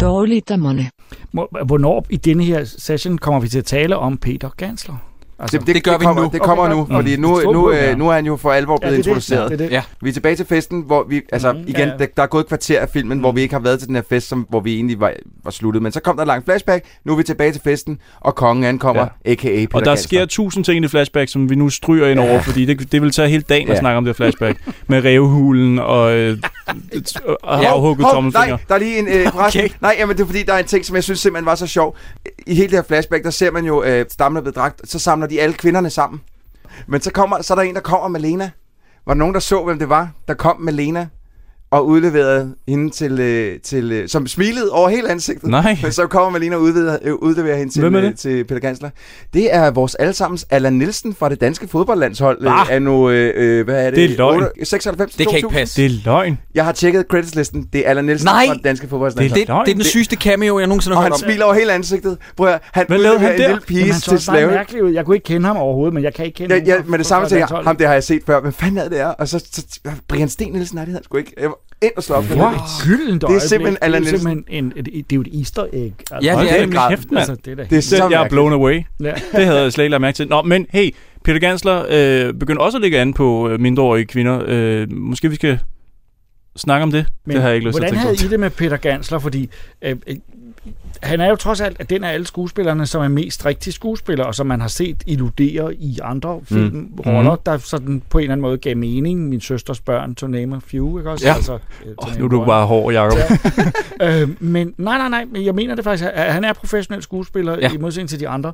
Dårligt ammerne.
Må- Hvornår i denne her session kommer vi til at tale om Peter Gansler?
Det, det, det gør vi kommer, nu. Det kommer
Okay,
nu,
godt.
fordi
Mm.
nu,
Det tror
nu,
jeg, ja.
øh, nu er han jo for alvor
Ja,
blevet
det er det.
introduceret.
Ja, det er det.
Ja.
Vi er tilbage til festen, hvor vi, altså
Mhm.
igen,
Ja, ja.
der, der er gået et kvarter af filmen, hvor vi ikke har været til den her fest, som, hvor vi egentlig var, var sluttet. Men så kom der en lang flashback, nu er vi tilbage til festen, og kongen ankommer, a.k.a. Peter
Og der
Gansler.
sker tusind ting i det flashback, som vi nu stryger ind over, fordi det, det vil tage hele dagen at
Ja.
snakke om det flashback.
(laughs)
Med revhulen og, øh, t- og afhugget
hov,
tommelfinger.
Nej, der er
(laughs)
lige en... Øh, okay. Nej, jamen, det er fordi, der er en ting, som jeg synes simpelthen var så sjov. I hele det her flashback, der ser man jo øh, stammen er blevet dragt, så samler de alle kvinderne sammen. Men så, kommer, så er der en, der kommer med Lena. Var der nogen, der så, hvem det var, der kom med Lena? og udleverede hende til, øh, til øh, som smilede over hele ansigtet.
Nej.
Men så kommer Malina og udleverer, øh, udleverer hende til,
Hvem er
øh,
det?
til Peter Gansler. Det er vores allesammens Allan Nielsen fra det danske fodboldlandshold.
Ah.
Ah. Anno, øh, øh, hvad er det?
Det er løgn.
8, 96,
Det kan ikke
2000.
passe.
Det er løgn.
Jeg har tjekket creditslisten. Det er Allan Nielsen
Nej!
fra det danske
Det,
fodboldlandshold.
det, det er den
Det-
sygeste cameo, jeg nogensinde har
Og
hørt
han
om.
smiler over hele ansigtet. Prøv at, høre, han
Hvad lavede
udleverer
han
en
der?
lille
Jamen,
pige
han så
til
også bare
slave.
mærkelig ud. Jeg kunne ikke kende ham overhovedet, men jeg kan ikke kende
Ja,
ham.
ja, med det samme tænker jeg, ham
det
det har jeg set før, men fanden er det er? Og så, så Brian Sten Nielsen, nej, det havde han sgu ikke. Jeg var ind og slå op. for
Wow.
det.
Gyldent
Det er simpelthen Allan
Allan
Nielsen.
Nielsen. En, et, det er jo et easter egg.
Ja,
Hold
det
da
er nemlig.
kæft, mand.
Altså, det er da
Det er
Det,
så
jeg er blown away.
Ja.
Det havde jeg slet ikke lagt mærke til. Nå, men hey, Peter Gansler øh, begynder også at lægge an på øh, mindreårige kvinder. Øh, måske vi skal snakke om det.
Men
det har jeg ikke lyst til at
hvordan
tænke
havde
på.
I det med Peter Gansler? Fordi øh, øh, han er jo trods alt at den af alle skuespillerne, som er mest rigtig skuespiller, og som man har set illudere i andre filmroller,
Mhm.
der sådan på en eller anden måde gav mening. Min søsters børn, to name a few, ikke også?
Ja.
øh, to
Åh,
name
nu er du
one.
bare hård, Jacob.
øh, men nej, nej, nej, men jeg mener det faktisk, at han er professionel skuespiller
Ja.
ja. i modsætning til de andre.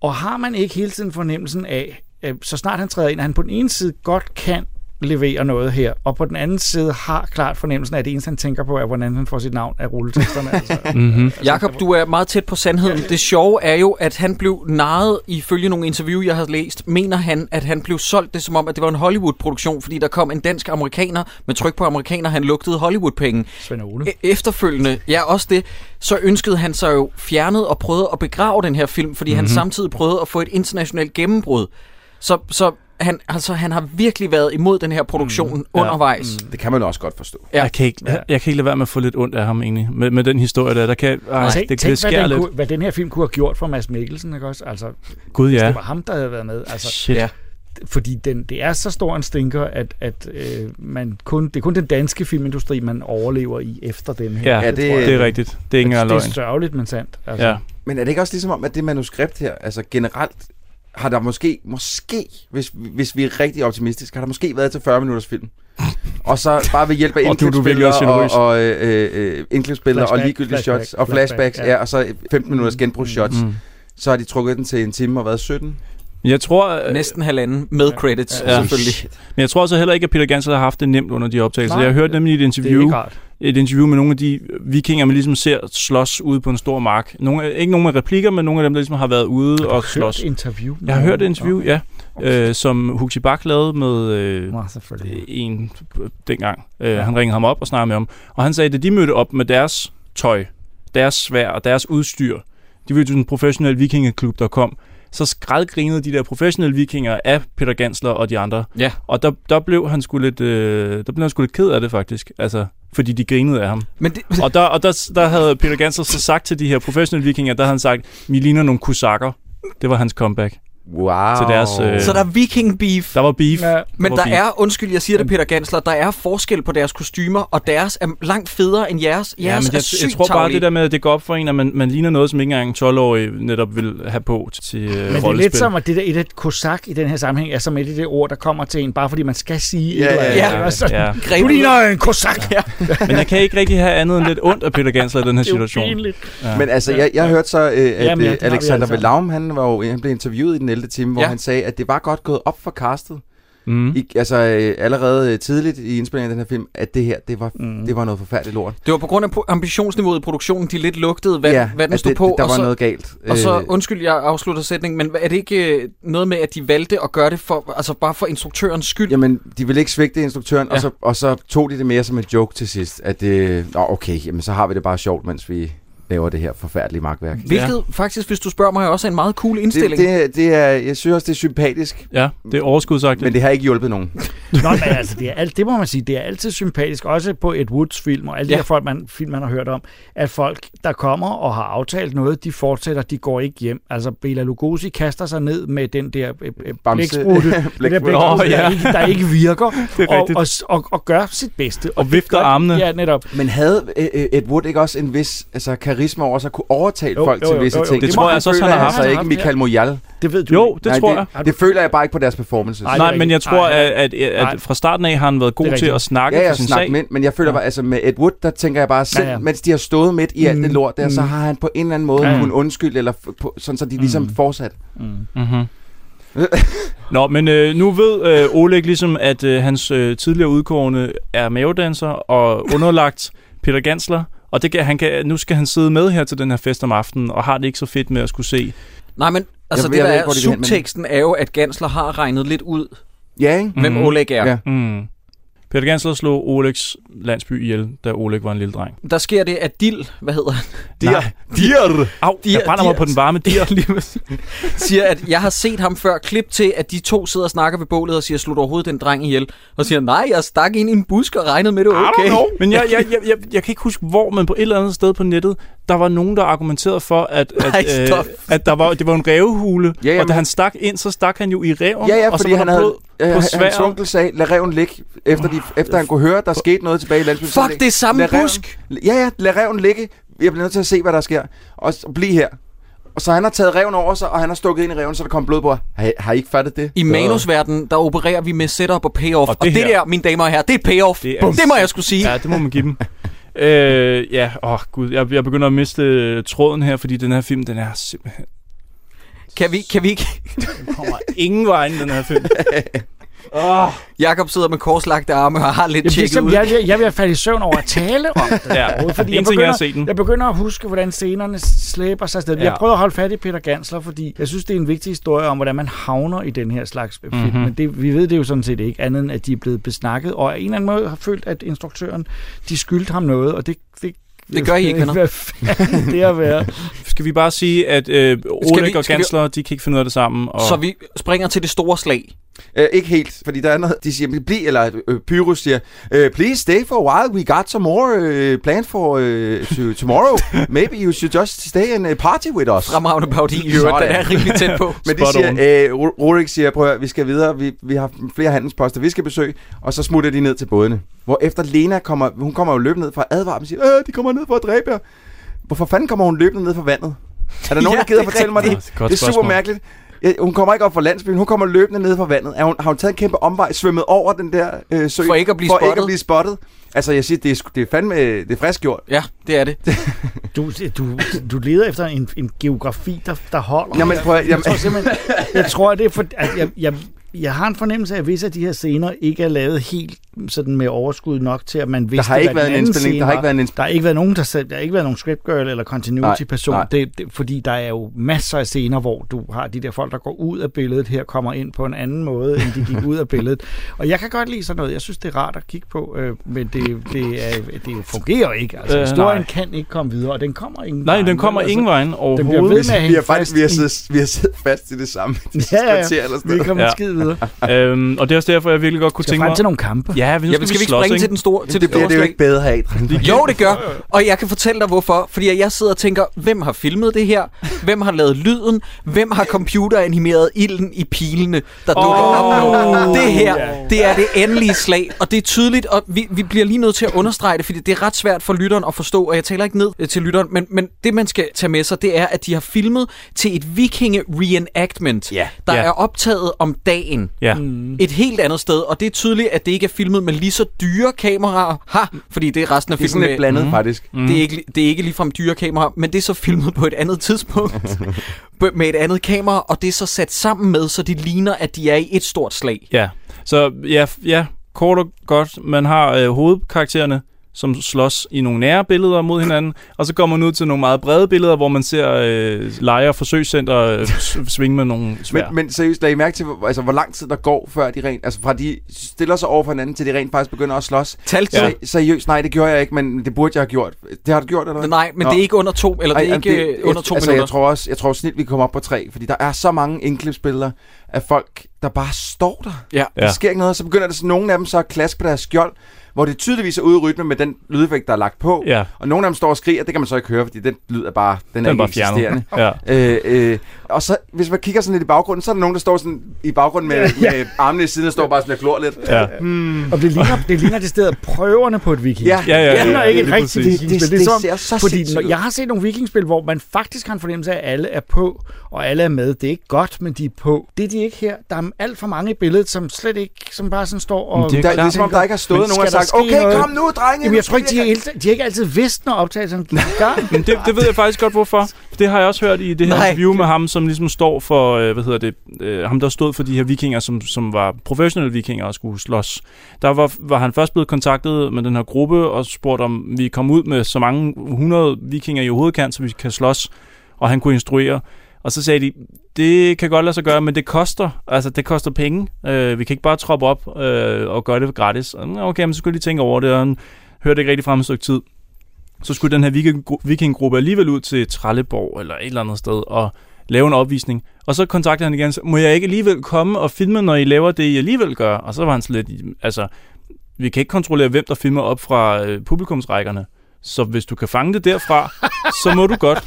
Og har man ikke hele tiden fornemmelsen af, øh, så snart han træder ind, at han på den ene side godt kan levere noget her, og på den anden side har klart fornemmelsen af, at det eneste, han tænker på, er, hvordan han får sit navn af
(laughs)
rulleteksterne. altså.
Mm-hmm.
Jakob, du er meget tæt på sandheden. Det sjove er jo, at han blev narret ifølge nogle interview, jeg har læst. Mener han, at han blev solgt det som om, at det var en Hollywood-produktion, fordi der kom en dansk amerikaner med tryk på amerikaner, han lugtede Hollywood-penge.
Svend Ole.
E- Efterfølgende, ja også det, så ønskede han sig jo fjernet og prøvede at begrave den her film, fordi mm-hmm. han samtidig prøvede at få et internationalt gennembrud. Så, så han, altså, han har virkelig været imod den her produktion mm. undervejs. Mm.
Det kan man også godt forstå.
Ja.
(laughs) Jeg, kan ikke, jeg, jeg kan ikke lade være med at få lidt ondt af ham egentlig. Med, med den historie der, der kan... Ej,
Altså, tænk,
det,
tænk
det
hvad,
skærer
den
lidt.
kunne, hvad den her film kunne have gjort for Mads Mikkelsen, ikke også? Altså,
Gud
ja.
ja.
det var ham, der havde været med. Altså,
Shit.
Ja.
fordi den, det er så stor en stinker, at, at øh, man kun, det er kun den danske filmindustri, man overlever i efter den her.
Ja,
Ja,
det,
det-
det er rigtigt. Det er ikke
Øh,
engang
det, det
løgn.
er sørgeligt, men sandt. Altså.
Ja.
Men er det ikke også ligesom om, at det manuskript her, altså generelt, har der måske, måske, hvis, hvis vi er rigtig optimistiske, har der måske været til 40 minutters film. Og så bare ved hjælp af
(laughs) Og du- du er virkelig
indklipsbilleder
også
og,
generøs.
og, øh, øh, indklipsbilleder og
Flashback,
ligegyldige
flashback,
shots og
flashback,
flashbacks,
ja.
ja. og så 15 minutters genbrugsshots.
Mm.
Så har de trukket den til en time og været 17.
Men Jeg tror... øh,
Næsten halvanden med credits, Mm. ja, selvfølgelig.
Men jeg tror så heller ikke, at Peter Gansel har haft det nemt under de optagelser.
Nej,
jeg hørte nemlig et interview,
ikke rart.
et interview med nogle af de vikinger, man ligesom ser slås ude på en stor mark. Nogle, ikke nogen med replikker, men nogle af dem, der ligesom har været ude og slås.
interview?
Jeg har hørt et interview, ja, øh, som Huxi Bak lavede med øh, en øh, dengang. Øh,
Ja.
Han ringede ham op og snakkede med ham. Og han sagde, at da de mødte op med deres tøj, deres svær og deres udstyr, de var jo sådan en professionel vikingeklub, der kom, så skrædgrinede de der professionelle vikinger af Peter Gansler og de andre.
Ja.
Og der, der, blev han sgu lidt, øh, der blev han sgu lidt ked af det faktisk, altså, fordi de grinede af ham.
Men det...
Og, der, og der, der havde Peter Gansler så sagt til de her professionelle vikinger, der havde han sagt, vi ligner nogle kusakker. Det var hans comeback.
Wow.
Til deres, øh,
Så der er viking beef.
Der var beef.
øh,
Ja.
Men
var
der
beef.
er, undskyld, jeg siger det, Peter Gansler, der er forskel på deres kostymer, og deres er langt federe end jeres. Jeres
Ja, men
er
jeg,
sygt
jeg tror bare,
tarvelige.
det der med, at det går op for en, at man, man ligner noget, som ikke engang en 12-årig netop vil have på til øh,
Men det er
rollespil.
lidt som, at det der et af kosak i den her sammenhæng er som et af det ord, der kommer til en, bare fordi man skal sige et
Ja,
eller
ja,
andet.
ja,
Det er
ja.
(laughs) sådan,
Ja.
Du ligner en kosak! Ja.
Men jeg kan ikke rigtig have andet end lidt ondt af Peter Gansler i den her
Det er jo
situation.
pinligt.
Ja. Men altså, jeg, jeg hørte så, øh, at
Jamen, ja,
Jamen,
det har
ja,
vi
Alexander
altså.
Velaum, han, var jo, han blev interviewet i den 11. time, hvor
Ja.
ja. han sagde, at det var godt gået op for castet.
Mm.
I, altså øh, allerede øh, tidligt i indspillingen af den her film, at det her, det var, mm. det var noget forfærdeligt lort.
Det var på grund af po- ambitionsniveauet i produktionen, de lidt lugtede, hvad, ja,
Ja,
hvad den
at
stod
det-
på.
der
og
var
så,
noget galt.
Og så,
Øh.
undskyld, jeg afslutter sætningen, men er det ikke øh, noget med, at de valgte at gøre det for, altså bare for instruktørens skyld?
Jamen, de ville ikke svigte instruktøren, ja.
Ja.
og, så, og så tog de det mere som en joke til sidst, at øh, nå, okay, jamen, så har vi det bare sjovt, mens vi laver det her forfærdelige magtværk.
Hvilket ja. faktisk, hvis du spørger mig, også er en meget cool indstilling.
Det, det, det er, jeg synes også, det er sympatisk.
Ja, det er overskudsagtigt.
Men det har ikke hjulpet nogen.
Nå, men altså, det, er alt, det må man sige, det er altid sympatisk, også på et Woods-film og alle ja.
Ja.
de her folk, man, film, man har hørt om, at folk, der kommer og har aftalt noget, de fortsætter, de går ikke hjem. Altså, Bela Lugosi kaster sig ned med den der øh, øh,
Bamse.
(laughs)
blæksprutte, den der,
Blæksprutte.
blæksprutte
Nå, ja.
der, ikke, der ikke virker,
(laughs) Det er
og, og,
rigtigt.
og, og gør sit bedste.
Og vifter armene.
Ja, netop.
Men havde øh, øh, Ed Wood ikke også en vis altså, karisma over sig at kunne overtale
Jo,
folk
jo,
til
jo,
visse
jo, jo.
ting?
Det
Det
tror
må-
jeg
han
så,
føler
han har
han
haft.
sig
Han
ikke
har haft,
Michael
ja.
Moyal.
Det ved du
Jo, ikke. det tror jeg.
Det, det føler jeg bare ikke på deres performances.
Nej, det er
Nej, men jeg
rigtigt.
tror,
Nej, det
at,
er
at, at
Nej.
fra starten af har han været god
Det er
til
rigtigt.
at snakke
Ja,
for
jeg
sin
snakker
sag.
med, men jeg føler bare, altså med Ed Wood, der tænker jeg bare selv,
Ja,
ja,
ja.
ja. mens de har stået midt i alt
Mm.
det lort der, så
Mm.
har han på en eller anden måde
Ja, ja.
ja. kunnet undskylde, eller f- på, sådan så de ligesom
Mm.
fortsat.
Mm.
Mm-hmm. Nå, men øh, nu ved øh, Oleg ligesom, at øh, hans øh, tidligere udkårende er mavedanser og underlagt Peter Gansler. Og det kan, han kan, nu skal han sidde med her til den her fest om aftenen, og har det ikke så fedt med at skulle se.
Nej, men altså,
Jeg-
det
jeg
der er,
ved ikke, hvor de vil hen, men-
subteksten er jo, at Gansler har regnet lidt ud,
Ja, ikke?
hvem
Mhm.
Oleg er.
Ja.
Mm. Peter Gansler slog Olegs landsby ihjel, da Oleg var en lille dreng.
Der sker det, at Dil, hvad hedder han?
Nej.
Dir!
Au,
Dir-
jeg brænder mig
dir-
på den varme dir.
Lige præcis. siger, at jeg har set ham før. Klip til, at de to sidder og snakker ved bålet og siger, slut overhovedet den dreng ihjel. Og siger, nej, jeg stak ind i en busk og regnede med det, var okay.
Men jeg, jeg, jeg, jeg, jeg kan ikke huske, hvor, men på et eller andet sted på nettet, der var nogen, der argumenterede for, at, at, øh,
Nej, stop.
at der var, det var en rævehule,
Ja, ja,
og da
men-
han stak ind, så stak han jo i ræven,
Ja, ja,
og så
fordi
var
han
der
havde,
blod
øh,
på
hans
sværet.
onkel sagde, lad reven ligge, efter, de, efter han kunne høre, der skete noget tilbage i landsbyen.
Fuck, det er samme
lad
busk.
Reven, ja, ja, lad reven ligge. Jeg bliver nødt til at se, hvad der sker. Og s- bliv her. Og så han har taget reven over sig, og han har stukket ind i reven, så der kom blod på. Har, I- har I ikke fattet det?
I manusverdenen, der opererer vi med setup og payoff. Og det, og det
her-
der, mine damer og herrer, det er payoff. Det,
Det
er
er-
Bum, det må jeg skulle sige.
Ja, det må man give dem. (laughs) øh, ja, åh oh, gud, jeg, jeg begynder at miste øh, tråden her, fordi den her film, den er simpelthen...
Kan vi, kan vi ikke...
Den kommer ingen vej ind, den her film. Åh, oh,
Jakob sidder med korslagte arme og har lidt
Jamen, det er
tjekket
som,
ud.
jeg, jeg, jeg vil falde i søvn over at tale om det.
ja.
Fordi jeg
en ting er
begynder,
at se den.
jeg begynder at huske, hvordan scenerne slæber sig afsted. Ja. Jeg
Ja.
prøver at holde fat i Peter Gansler, fordi jeg synes, det er en vigtig historie om, hvordan man havner i den her slags film.
Mhm.
Mm-hmm. Men det, vi ved det jo sådan set ikke, andet end at de er blevet besnakket, og af en eller anden måde har følt, at instruktøren, de skyldte ham noget, og det... det
Det gør I ikke, venner.
Hvad fanden det at være?
Skal vi bare sige, at øh, Oleg
vi-
og
skal vi-
Gansler, de kan ikke finde ud af det sammen. Og...
Så vi springer til det store slag.
Øh, ikke helt, fordi der er noget, de siger, bliv, eller øh, Pyrus siger, øh, please stay for a while, we got some more øh, planned for øh, to, tomorrow. Maybe you should just stay and øh, party with us.
Fremragende parodi, i øvrigt.
Sådan.
Den er rimelig tæt på.
Men de
Spot on.
siger, øh, Ru- Rurik siger, prøv at høre, vi skal videre, vi, vi har flere handelsposter, vi skal besøge, og så smutter de ned til bådene. Hvor efter Lena kommer, hun kommer jo løbende ned fra advarmen og siger, øh, de kommer ned for at dræbe jer. Hvorfor fanden kommer hun løbende ned fra vandet? Er der nogen,
Ja,
der gider
det er
fortælle mig
rigtigt.
det?
Godt
det er super
spørgsmål.
mærkeligt. Ja, hun kommer ikke op fra landsbyen, hun kommer løbende ned fra vandet. Er hun, har hun taget en kæmpe omvej, svømmet over den der øh, sø?
For ikke at blive
for Ikke
spottet.
at blive spottet. Altså, jeg siger, det er, sgu- det er fandme det er frisk gjort.
Ja, det er det.
Du, du, du leder efter en, en geografi, der, der holder.
Jamen, prøv at-
jeg, jeg, tror
jamen-
simpelthen, jeg tror, det er for, at jeg, jeg, jeg har en fornemmelse af, at visse af de her scener ikke er lavet helt sådan med overskud nok til, at man vidste,
har
hvad
ikke
den
været en
anden
indspilning,
scene
der har
var.
ikke været en
Der har ikke været nogen, der selv, der har ikke været nogen script girl eller continuity person,
nej.
det, det, fordi der er jo masser af scener, hvor du har de der folk, der går ud af billedet her, kommer ind på en anden måde, end de gik ud af billedet. Og jeg kan godt lide sådan noget. Jeg synes, det er rart at kigge på, øh, men det, det, er, det fungerer ikke. Altså,
Øh,
øh, historien
nej.
kan ikke komme videre, og den kommer ingen
Nej,
vegne,
den kommer
vel?
ingen vejen
Altså, Den bliver ved
overhovedet.
med at
Vi har
hænge
faktisk
fast
vi har
i-
siddet, vi har siddet fast i det samme. Det
Ja, ja.
kvarter eller sådan
Vi
noget.
kommer ja. skide videre. (laughs)
øhm, og det er også derfor, jeg virkelig godt kunne
Skal
tænke
frem
mig...
til nogle kampe.
Ja, men nu
Ja, men skal vi ikke
slås,
springe til den store, til
Det
det,
bliver
store
det jo
slag?
ikke bedre af, drenge.
Jo, det gør. Og jeg kan fortælle dig hvorfor. Fordi jeg sidder og tænker, hvem har filmet det her? Hvem har lavet lyden? Hvem har computeranimeret ilden i pilene, der dukker
Åh,
op? Det
ja.
her, det er det endelige slag. Og det er tydeligt, og vi, vi bliver lige nødt til at understrege det, fordi det er ret svært for lytteren at forstå, og jeg taler ikke ned øh, til lytteren, men, men det, man skal tage med sig, det er, at de har filmet til et vikinge-reenactment, ja. der
Ja.
er optaget om dagen
Ja.
et helt andet sted, og det er tydeligt, at det ikke er filmet med lige så dyre kameraer. Ha! Fordi det er resten af
Det er
filmen.
sådan lidt
med-
blandet, faktisk.
Mm. Det, er ikke, det er ikke ligefrem dyre kameraer, men det er så filmet på et andet tidspunkt b- med et andet kamera, og det er så sat sammen med, så det ligner, at de er i et stort slag.
Ja, så ja, f- ja, kort og godt, man har øh, hovedkaraktererne, som slås i nogle nære billeder mod hinanden, og så kommer man ud til nogle meget brede billeder, hvor man ser øh, lejer og forsøgscenter øh, s- svinge med nogle
Men,
svær.
ja. men seriøst, lad I mærke til, hvor, altså, hvor lang tid der går, før de rent, altså fra de stiller sig over for hinanden, til de rent faktisk begynder at slås.
Tal
Ja.
ja.
Seriøst, nej, det gjorde jeg ikke, men det burde jeg have gjort. Det har du gjort, eller hvad?
Nej, men
Nå.
Nå. det er ikke under to, eller det er
Ej,
ikke
jamen,
det, under to
altså,
minutter.
Jeg tror også, jeg tror snit, vi kommer op på tre, fordi der er så mange indklipsbilleder af folk, der bare står der.
Ja.
Der
Ja.
sker ikke noget, og så begynder der så, nogle af dem så at klaske på deres skjold, hvor det tydeligvis er ude i rytme med den lydeffekt, der er lagt på.
Ja.
Og nogle af dem står og skriger, det kan man så ikke høre, fordi den lyd er bare, den er,
Den er
ikke
bare fjernet.
eksisterende.
Ja.
Øh, øh, og så, hvis man kigger sådan lidt i baggrunden, så er der nogen, der står sådan i baggrunden med, ja. med armene i siden og står bare sådan og glor lidt.
Ja.
Hmm.
Og det ligner, det ligner det sted prøverne på et viking.
Ja.
Ja, ja,
det ligner
ja,
ikke
lige
et rigtigt
præcis.
vikingspil.
Det- det
som om-
ser så
fordi
sindssygt
når,
ud.
jeg har set nogle vikingspil, hvor man faktisk har en fornemmelse af, at alle er på, og alle er med. Det er ikke godt, men de er på. Det er de ikke her. Der er alt for mange i billedet, som slet ikke, som bare sådan står og...
Men det er
Der, det er som om, der ikke har stået
Men
nogen og
skal der
sagt,
ske
okay,
noget?
kom nu, drenge.
Jamen,
nu
jeg tror
skal
ikke,
vi
de, er,
have-
helt- de er ikke altid vidst, når optagelserne gik i gang.
Men det, det ved jeg faktisk godt, hvorfor. Det har jeg også hørt i det her
Nej.
interview med ham, som ligesom står for, øh, hvad hedder det, øh, ham der stod for de her vikinger, som, som var professionelle vikinger og skulle slås. Der var, var han først blevet kontaktet med den her gruppe og spurgt, om vi kom ud med så mange 100 vikinger i overhovedet kan, så vi kan slås, og han kunne instruere. Og så sagde de, det kan godt lade sig gøre, men det koster, altså det koster penge. Øh, vi kan ikke bare troppe op øh, og gøre det gratis. Og, "Nå, Okay, men så skulle jeg lige tænke over det, og han hørte ikke rigtig frem et stykke tid så skulle den her viking- vikinggruppe alligevel ud til Trelleborg eller et eller andet sted og lave en opvisning. Og så kontaktede han igen, så, må jeg ikke alligevel komme og filme, når I laver det, I alligevel gør? Og så var han sådan lidt, altså, vi kan ikke kontrollere, hvem der filmer op fra øh, publikumsrækkerne. Så hvis du kan fange det derfra, så må du
(laughs)
godt.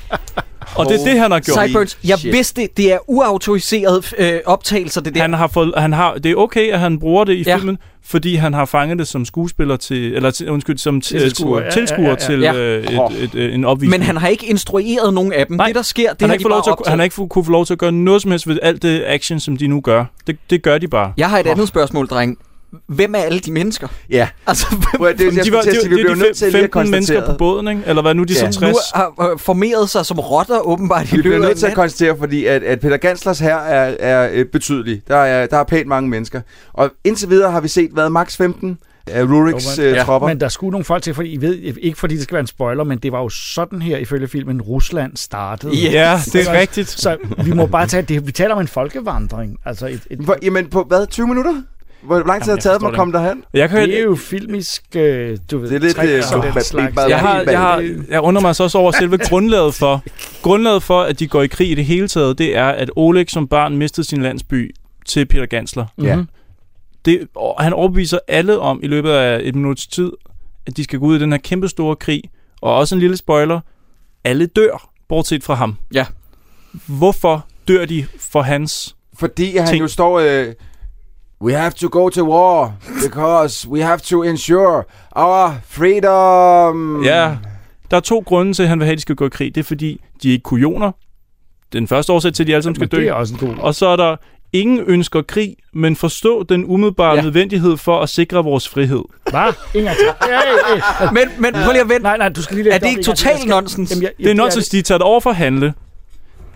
Og det er det, han har gjort.
Sideburns, jeg
Shit.
vidste, det. det er uautoriserede øh, optagelser, det der.
Han har fået, han har, det er okay, at han bruger det i
Ja.
filmen, fordi han har fanget det som skuespiller til, eller til, undskyld, som til-
Tilskuer, ja,
tilskuer
ja, ja, ja.
til
Ja.
øh, et, et, øh, en opvisning.
men han har ikke instrueret nogen af dem.
Nej,
det, der sker, det
han, har
har
ikke
de
fået lov til
bare
at, han har ikke fu- kunne få lov til at gøre noget som helst ved alt det action, som de nu gør. Det, det gør de bare.
Jeg har et andet spørgsmål, dreng. Hvem er alle de mennesker?
Ja.
Altså, hvem
Prøv at- Det, er- jeg
de
skulle til at sige, vi
det er
bliver nødt til
de
lige at
15 mennesker
konstatere.
på båden, ikke? eller hvad nu, de
Ja.
ja. så 60.
nu har øh, formeret sig som rotter åbenbart i
Vi
løbet
bliver
af
nødt til at
natten.
konstatere, fordi at, at Peter Ganslers her er, er øh, betydelig. Der er, der er pænt mange mennesker. Og indtil videre har vi set, hvad, max 15 af Ruriks
Jo, men-
øh, tropper.
Men der skulle nogle folk til, fordi I ved, ikke fordi det skal være en spoiler, men det var jo sådan her, ifølge filmen, Rusland startede.
Ja, det
Altså,
er rigtigt.
Så vi må bare tage det. Vi taler om en folkevandring. Altså et, et,
Hvor, jamen på hvad, 20 minutter? Hvor lang tid har
jeg
det taget dem
forstår
at komme derhen?
Jeg, kan,
det er
jeg,
jo filmisk, øh, du ved,
Det er lidt,
trick
øh,
og
ba-
den
ba-
slags.
ba-
jeg, har,
Helt bag-
jeg, har, jeg undrer mig så også over selve grundlaget for, grundlaget for, at de går i krig i det hele taget, det er, at Oleg som barn mistede sin landsby til Peter Gansler.
Mhm.
Ja.
Det, og han overbeviser alle om i løbet af et minuts tid, at de skal gå ud i den her kæmpe store krig. Og også en lille spoiler, alle dør, bortset fra ham.
Ja.
Hvorfor dør de for hans...
Fordi han
Tænk-
jo står... Øh, We have to go to war, because we have to ensure our freedom.
Mm.
Ja. Der er to grunde til, at han vil have, at de skal gå i krig. Det er fordi, de er ikke kujoner. den første årsag til, at de alle sammen skal
Men
dø.
det er også en god-
Og så er der, ingen ønsker krig, men forstå den umiddelbare ja. nødvendighed for at sikre vores frihed.
Hvad? Ingen
Men, men prøv lige at vente.
Nej, nej, du skal lige læse
Er det
op
ikke
en gang.
totalt
Jeg skal-
nonsens?
Jamen, jeg-
Det er
jeg-
nonsens, de tager det over for handle.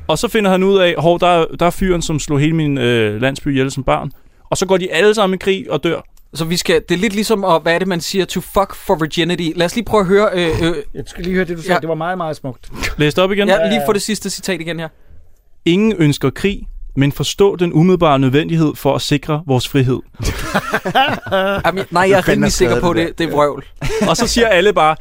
Og så finder han ud af, hov, der, er- der er fyren, som slog hele min øh, landsby ihjel som barn. Og så går de alle sammen i krig og dør.
Så vi skal, det er lidt ligesom, at, hvad er det, man siger, to fuck for virginity. Lad os lige prøve at høre... Øh, øh,
Jeg skal lige høre det, du sagde. Det var meget, meget smukt.
Læs det op igen.
ja, lige få det sidste citat igen her.
Ingen ønsker krig, men forstå den umiddelbare nødvendighed for at sikre vores frihed.
Jamen, nej, jeg er rimelig sikker på det. Det er vrøvl.
og så siger alle bare,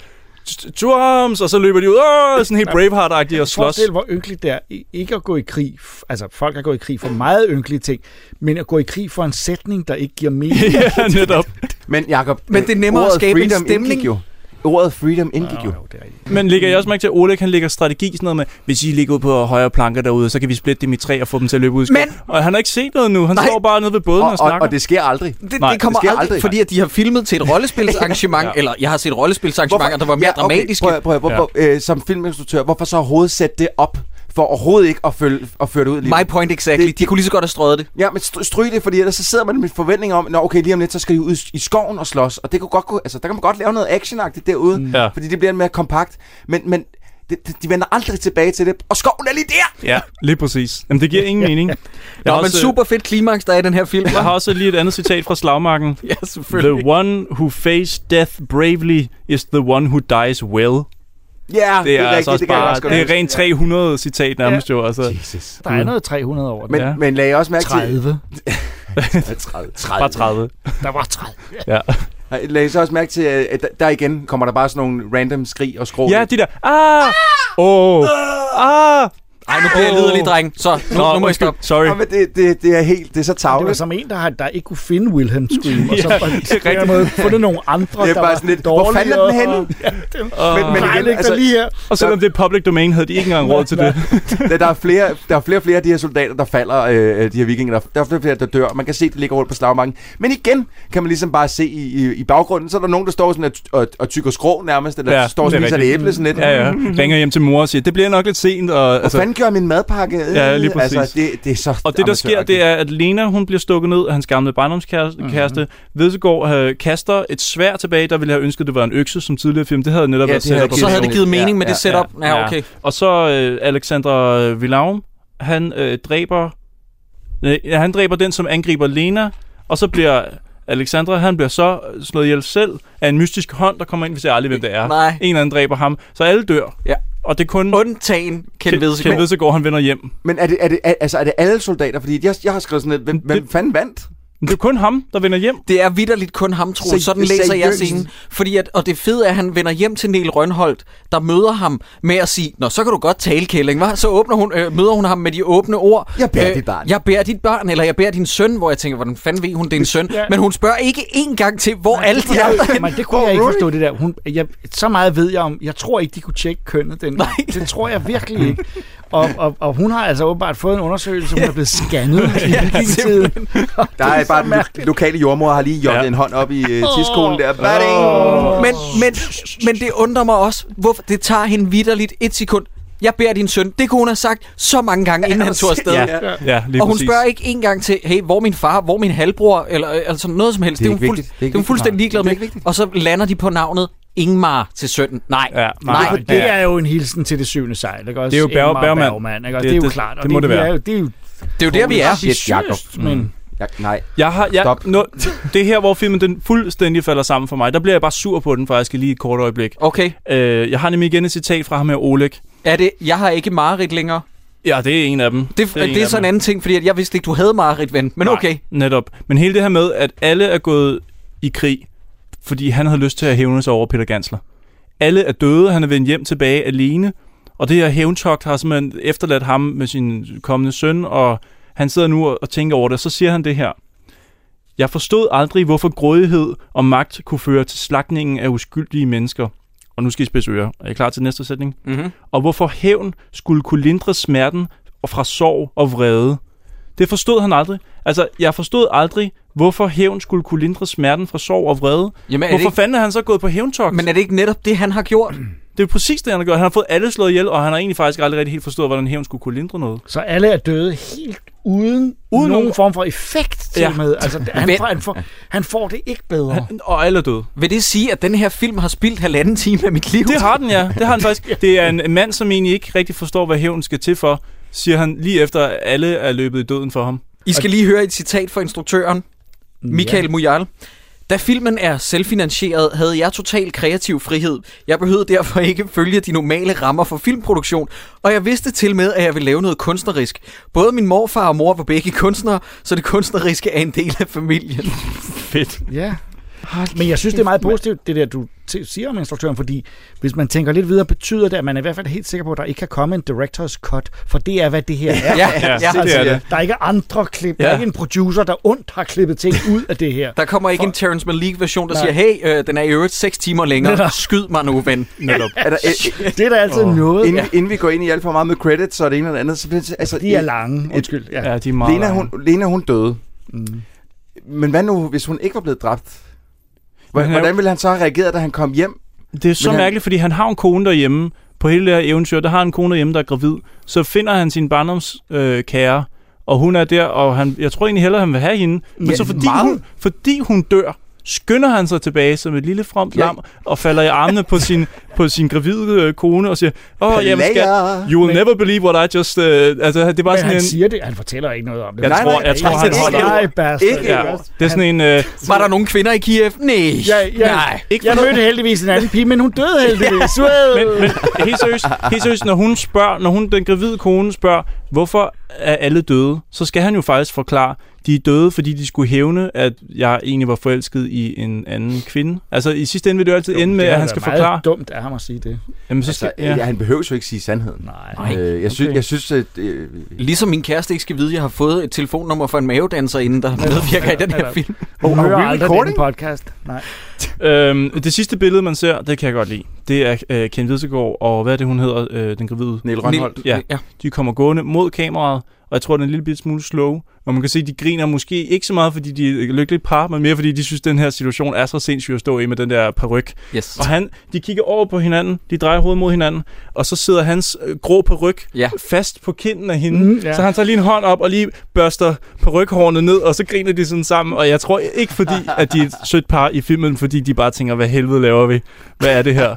Drums, og så løber de ud, Åh, sådan helt Braveheart-agtigt og slås.
Forestil, hvor ynkeligt det er i- ikke at gå i krig. F- Altså, folk er gået i krig for meget ynkelige ting, men at gå i krig for en sætning, der ikke giver mening.
(laughs) ja, netop.
Men Jacob,
Men det er nemmere at
ordet
skabe en
freedom
stemning.
Indgik jo. Ordet freedom indgik jo.
Men ligger jeg også mærke til, at Oleg han lægger strategi sådan noget med, hvis I ligger ud på højre planker derude, så kan vi splitte dem i tre og få dem til at løbe ud i skoven.
Men-
Og han har ikke set noget nu. Han Nej. står bare nede ved båden og, og snakker.
sker aldrig.
Det, det kommer det aldrig, aldrig, fordi at de har filmet til et rollespilsarrangement, ja. eller jeg har set rollespilsarrangementer, der var mere
okay,
dramatiske.
Prøv, at- prøv, at- prøv, prøv, øh, som filminstruktør, hvorfor så overhovedet sætte det op? For overhovedet ikke at, følge, at føre det ud lige
My point exactly. Det, de kunne lige så godt have strøget det.
Ja, men stry- stryg det, fordi ellers så sidder man med forventning om, nå okay, lige om lidt, så skal de ud i- i skoven og slås. Og det kunne godt, kunne- altså, der kan man godt lave noget actionagtigt derude, mm.
Ja.
fordi det bliver mere kompakt. Men, men det, det, de vender aldrig tilbage til det. Og skoven er lige der!
Ja, lige præcis. Jamen, det giver ingen mening. Jeg
Nå,
har
men
også- øh,
super fedt klimaks, der er i den her film.
Jeg har også lige et andet citat fra slagmarken.
(laughs) Ja,
The one who faced death bravely is the one who dies well.
Ja, det er,
det er altså
rigtigt,
også
det kan jeg
bare,
også godt
det er
huske.
rent 300 citat nærmest jo. Altså.
Der er noget 300 over det.
Men,
Ja.
ja. men lagde jeg også mærke til...
30.
(laughs) 30.
Bare 30.
Der var 30.
Ja.
Jeg lagde så også mærke til, at der- der igen kommer der bare sådan nogle random skrig og skrål.
Ja, de der, ah, åh, ah.
Ej, nu bliver jeg liderlig, dreng. Så, nu, nu
Nå,
må jeg
undskyld.
stoppe.
Sorry.
Nå, men det, det, det er helt, det er så
Det var
tavlet.
som en, der, har, der ikke kunne finde Wilhelm Scream, og så
Ja,
på en
det er
eller anden
rigtigt.
måde fundet nogle andre,
Det
der
er bare
var
sådan lidt, hvor
dårligere.
fanden er den henne?
(laughs) Og, men, men, nej, igen, altså, lige her.
Og selvom det er public domain, havde de ikke engang råd til det.
Der, der, er flere, der er flere og flere af de her soldater, der falder, øh, de her vikinger. Der, der er flere og flere, der dør. Man kan se, at de ligger rundt på slagmarken. Men igen kan man ligesom bare se i, i, i baggrunden, så er der nogen, der står sådan og, og, og tykker skrå nærmest, eller
Ja,
ja, står og
det er
spiser et
rigtigt.
æble sådan lidt.
Ja, ja. Ringer hjem til mor og siger, det bliver nok lidt sent. Og,
Altså,
altså,
fanden gør min madpakke? Øh,
Ja, lige præcis.
Altså, det, det er så
og det, der sker, det
amatøragtigt.
er, at Lena, hun bliver stukket ned af hans gamle
Mhm.
barndomskæreste. Mm-hmm. Vedtegård øh, kaster et svær tilbage, der ville have ønsket, det var en økse, som tidligere film. Det havde netop
Ja,
været
det havde
setup
givet
og
Så havde
show.
det givet mening
Ja,
med det
ja,
setup. Ja, okay.
Og så øh, Alexandra øh, Villaum, han øh, dræber øh, ja, han dræber den, som angriber Lena, og så bliver Alexandra, han bliver så øh, slået ihjel selv af en mystisk hånd, der kommer ind, hvis jeg aldrig ved, hvem det er.
Nej.
En eller anden dræber ham, så alle dør.
Ja.
Og det er kun
Undtagen Ken
Ken
Vedsegaard.
Vedsegaard, han vender hjem.
Men er det, er, det, er, altså, er det alle soldater? Fordi jeg, jeg har skrevet sådan lidt, hvem, hvem fanden vandt?
Men det er kun ham, der vender hjem.
Det er vidderligt kun ham, tror
Seri-
Sådan læser jeg
seriøst?
scenen. Fordi at, og det fede er, at han vender hjem til Niel Rønholdt, der møder ham med at sige, Nå, så kan du godt tale, Kælling, hva? Så åbner hun, øh, møder hun ham med de åbne ord. Øh,
Jeg bærer dit barn.
Jeg bærer dit barn, eller jeg bærer din søn, hvor jeg tænker, hvordan fanden ved hun, det er en søn.
Ja.
Men hun spørger ikke én gang til, hvor alle de andre...
Men det kunne jeg ikke forstå, det der. Hun, jeg, så meget ved jeg om, jeg tror ikke, de kunne tjekke kønnet den gang. Det tror jeg virkelig ikke. Og, og, og hun har altså åbenbart fået en undersøgelse, hun er blevet scannet i vikingetiden.
Der er, bare den lokale jordmor har lige jottet ja. en hånd op i øh, tidskolen der. Oh.
Men, men, men det undrer mig også, hvorfor det tager hende vidderligt et sekund. Jeg bærer din søn. Det kunne hun have sagt så mange gange, inden han tog
altså,
afsted.
Ja, ja, ja lige
og hun
præcis.
spørger ikke engang til, hey, hvor er min far, hvor er min halvbror, eller øh, altså noget som helst.
Det er
hun
ikke
fuld-
vigtigt. Det er
det er
ikke
hun fuldstændig ligeglad med.
vigtigt. Nej, det er ikke vigtigt.
Og så lander de på navnet Ingmar til sønnen. Nej,
Ja, nej,
nej.
det
Det er jo en hilsen til det syvende sejl, ikke også?
Det er jo Berg-
Ingmar
Bergman.
Bergman, ikke også? Det, det er jo
det-
klart. og
det må det
vi
være.
Er jo, det er jo
Det er jo der, vi er.
Shit, Jacob.
men
Ja, nej.
Mm. Jeg har, jeg,
Stop.
no, det er her, hvor filmen den fuldstændig falder sammen for mig. Der bliver jeg bare sur på den faktisk i lige et kort øjeblik.
Okay,
Øh, jeg har nemlig igen et citat fra ham her, Oleg.
er det, jeg har ikke mareridt længere.
Ja, det er en af dem.
Det, det,
en
det er
af
sådan en
dem.
anden ting, fordi at jeg vidste ikke, du havde mareridt, ven. Men
Nej,
okay.
Netop. Men hele det her med, at alle er gået i krig, fordi han havde lyst til at hævne sig over Peter Gansler. Alle er døde, han er vendt hjem tilbage alene, og det her hævntogt har simpelthen efterladt ham med sin kommende søn, og han sidder nu og og tænker over det, og så siger han det her. Jeg forstod aldrig, hvorfor grådighed og magt kunne føre til slagtningen af uskyldige mennesker. Og nu skal I spidse ører. Er I klar til næste sætning?
Mhm.
Og hvorfor hævn skulle kunne lindre smerten og fra sorg og vrede. Det forstod han aldrig. Altså, jeg forstod aldrig, hvorfor hævn skulle kunne lindre smerten fra sorg og vrede.
Jamen, er det
hvorfor
ikke-
fanden er han så gået på hævntogt?
Men er det ikke netop det, han har gjort?
Det er præcis det, han har gjort. Han har fået alle slået ihjel, og han har egentlig faktisk aldrig rigtig helt forstået, hvordan hævn skulle kunne lindre noget.
Så alle er døde helt uden, uden nogen form for effekt til ja.
Ja.
med. Altså, han,
Men-
får, han, får, han får det ikke bedre.
Han- Og alle er døde.
Vil det sige, at den her film har spildt halvanden time af mit liv?
Det har den, ja. Det har den faktisk. Det er en en mand, som egentlig ikke rigtig forstår, hvad hævn skal til for, siger han lige efter, at alle er løbet i døden for ham.
I skal lige høre et citat fra instruktøren, Michael
Ja.
Mujal. Da filmen er selvfinansieret, havde jeg total kreativ frihed. Jeg behøvede derfor ikke følge de normale rammer for filmproduktion, og jeg vidste til med, at jeg ville lave noget kunstnerisk. Både min morfar og mor var begge kunstnere, så det kunstneriske er en del af familien.
Fedt.
Ja. Men jeg synes, det er meget positivt, det der, du t- siger om instruktøren, fordi hvis man tænker lidt videre, betyder det, at man er i hvert fald helt sikker på, at der ikke kan komme en director's cut, for det er, hvad det her er. Altså,
Ja, ja, altså, ja, det er det.
Der er ikke andre klip, ja. der er
Ja.
ikke en producer, der ondt har klippet ting ud af
(laughs)
det her.
Der kommer ikke en Terrence Malick-version, der
Nej.
siger, hey, øh, den er i øvrigt 6 timer
Netop.
længere. Skyd mig nu, ven.
Netop.
Er der, øh,
det er der altid oh. noget.
Inden, ja. inden vi går ind i alt for meget med credits og det ene og det andet, så bliver det, altså,
De er lange. Undskyld. Ja.
Ja, de er meget
Lena,
lange.
hun, Lena, hun døde. Mm. Men hvad nu, hvis hun ikke var blevet dræbt?
Men
Hvordan,
han er jo-
hvordan ville han så have reageret, da han kom hjem?
Det er så
Men han-
mærkeligt, fordi han har en kone derhjemme. På hele det her eventyr, der har en kone derhjemme, der er gravid. Så finder han sin barndomskære, øh, kære, og hun er der, og han, jeg tror egentlig hellere, han vil have hende. Men
Ja,
så fordi
meget.
hun, fordi hun dør, skynder han sig tilbage som et lille fromt lam, og falder i armene på sin, (laughs) på sin gravide øh, kone og siger, Åh, oh, jamen skat,
Palea."
you will never believe what I just... Øh, altså, det var
Men
sådan
han
en...
siger det, han fortæller ikke noget om det.
Jeg tror, jeg tror, han holder.
Nej, bastard.
ja, det er sådan en... Øh,
Var der nogen kvinder i Kiev? Nej.
Ja, ja.
Nej.
Ikke jeg mødte heldigvis en anden pige, men hun
(laughs)
døde heldigvis.
men, men helt seriøst, helt seriøst, når hun spørger, når hun, den gravide kone spørger, hvorfor er alle døde, så skal han jo faktisk forklare, de er døde, fordi de skulle hævne, at jeg egentlig var forelsket i en anden kvinde. Altså, i sidste ende vil det jo altid jo, ende med, at han skal
Det er da
forklare.
meget dumt af ham at sige det.
Jamen, så
Altså,
skal, ja.
ja. Han behøver jo ikke sige sandheden.
Nej.
Øh, jeg, synes,
Okay.
jeg synes, at... Øh,
Ligesom min kæreste ikke skal vide, at jeg har fået et telefonnummer fra en mavedanser, inden der medvirker i den her film.
Hun
are
hører
we
aldrig
recording?
den podcast. Nej.
Øhm, det sidste billede, man ser, det kan jeg godt lide. Det er øh, Ken Vidsegaard og hvad er det, hun hedder, øh, den gravide?
Niel Rønholdt.
Ja.
ja.
ja. De kommer gående mod kameraet, og jeg tror, den er en lille bit smule slow. Og man kan se, de griner måske ikke så meget, fordi de er et lykkeligt par, men mere fordi de synes, den her situation er så sindssyg at stå i med den der peruk.
Yes.
Og han, de kigger over på hinanden, de drejer hovedet mod hinanden, og så sidder hans øh, grå peruk
Ja.
fast på kinden af hende.
Mm,
Mm,
ja.
ja. Så han tager lige en hånd op og lige børster perukhårene ned, og så griner de sådan sammen. Og jeg tror ikke, fordi at de er et sødt par i filmen, fordi de bare tænker, hvad helvede laver vi? Hvad er det her?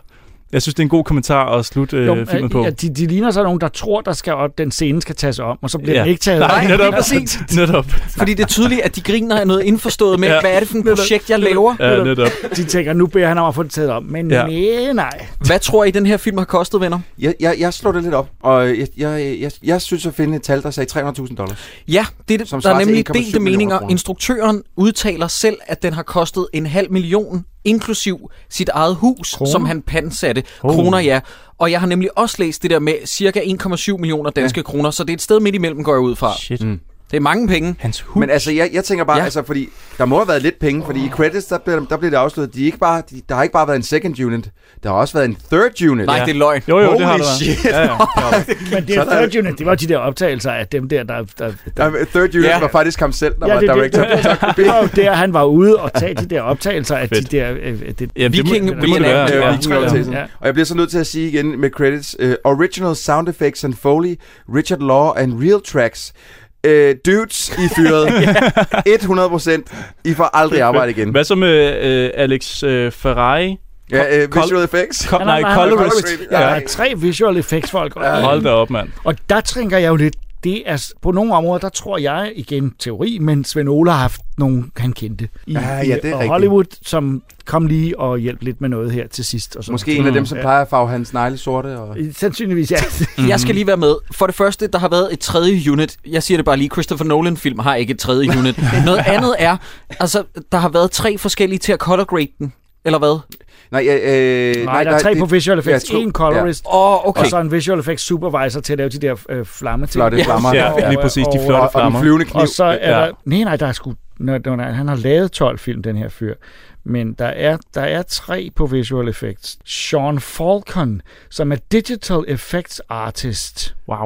Jeg synes, det er en god kommentar at slutte øh,
Jo,
filmen på.
Ja, de, de ligner så nogen, der tror, der skal op, den scene skal tages om, og så bliver ja.
Ja.
den ikke taget
Nej,
om.
netop.
Præcis.
(laughs) Netop.
Fordi det er tydeligt, at de griner af noget indforstået med, ja.
Ja.
hvad er det for et projekt, jeg laver?
Ja, netop.
De tænker, nu beder han om at få det taget om, men ja.
Ja.
nej, nej.
Hvad tror I, den her film har kostet, venner?
jeg, jeg, jeg slår det lidt op, og jeg, jeg, jeg, jeg synes at finde et tal, der sagde 300.000 dollars.
Ja, det, er-
Som
der er
svarer til
nemlig
1,7
delte
millioner
meninger.
kroner.
Instruktøren udtaler selv, at den har kostet en halv million, inklusiv sit eget hus, kroner? som han pansatte. Oh. Kroner, ja. Og jeg har nemlig også læst det der med cirka 1,7 millioner danske ja. kroner, så det er et sted midt imellem, går jeg ud fra. Mm.
Shit.
Det er mange penge.
Hans hus.
Men altså, jeg, jeg tænker bare,
Ja.
ja. altså, fordi der må have været lidt penge, fordi i credits, der bliver, der bliver det afsløret, de er ikke bare, de, der har ikke bare været en second unit, der har også været en third unit.
Nej, det er løgn.
Jo, jo,
Holy
det har du været.
shit.
Ja, ja.
Men det
Så
er
er der-
third unit, det var de der optagelser af dem der, der... der, der.
Nej, men Third unit
Ja.
var faktisk ham selv, der
Ja,
var
det er det.
director.
(laughs) Det var jo der, han var ude og tage de der optagelser af de der... Øh, det,
Ja, det må,
Viking-
det må det
Vietnam-
være.
Øh,
Ja.
Viking Optagelsen.
Ja.
Og jeg bliver så nødt til at sige igen med credits. Uh, original sound effects and foley, Richard Law and real tracks. Uh, dudes, I fyrede 100 procent. I får aldrig arbejde igen.
Hvad så med øh, Alex øh, Ferrari?
Ja, uh,
Kol-
visual effects.
Kom, nej,
han-
colorist.
colorist.
Ja, der
Ja.
er tre visual effects folk. Og,
Hold da op, mand.
og der tænker jeg jo lidt, det er, s- på nogle områder, der tror jeg, igen teori, men Sven Ole har haft nogen, han kendte i,
Ja, ja, det
i-
er
og
rigtigt.
Hollywood, som kom lige og hjalp lidt med noget her til sidst. Og sådan.
Måske en af dem, som Øh, plejer at farve hans negle sorte. Og...
Sandsynligvis,
(laughs)
ja.
Mm-hmm. Jeg skal lige være med. For det første, der har været et tredje unit. Jeg siger det bare lige, Christopher Nolan-film har ikke et (laughs) tredje unit. Noget andet er, altså, der har været tre forskellige til at color grade den. Eller hvad?
Nej, øh, nej,
Nej, der er tre
det-
på visual effects,
to-
en colorist,
Åh, oh, okay.
og så en visual effects supervisor til at lave de der øh, flamme til.
Flotte flammer.
Ja, lige præcis. De flotte
Og, og den
flammer.
flyvende kniv. øh,
Og så er
Ja.
der... Nej, nej, der er sgu... Nå, nå, nej, han har lavet 12 film, den her fyr. Men der er, der er tre på visual effects. Sean Falcon, som er digital effects artist.
Wow.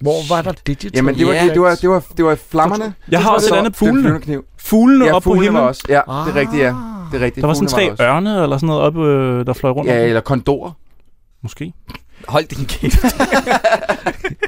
Hvor var der digital
Jamen, det var,
Ja.
det, det, var, det, var, det var flammerne.
Jeg har også et andet
Den
fuglene.
flyvende kniv.
Fuglene
Ja,
op på
fuglene var
himlen.
også. Ja, det er rigtigt, ja. Det er rigtigt.
Der var sådan
Fuglene
tre
også.
ørne eller sådan noget op, øh, der fløj rundt.
Ja,
om.
eller kondorer.
Måske.
Hold din kæft.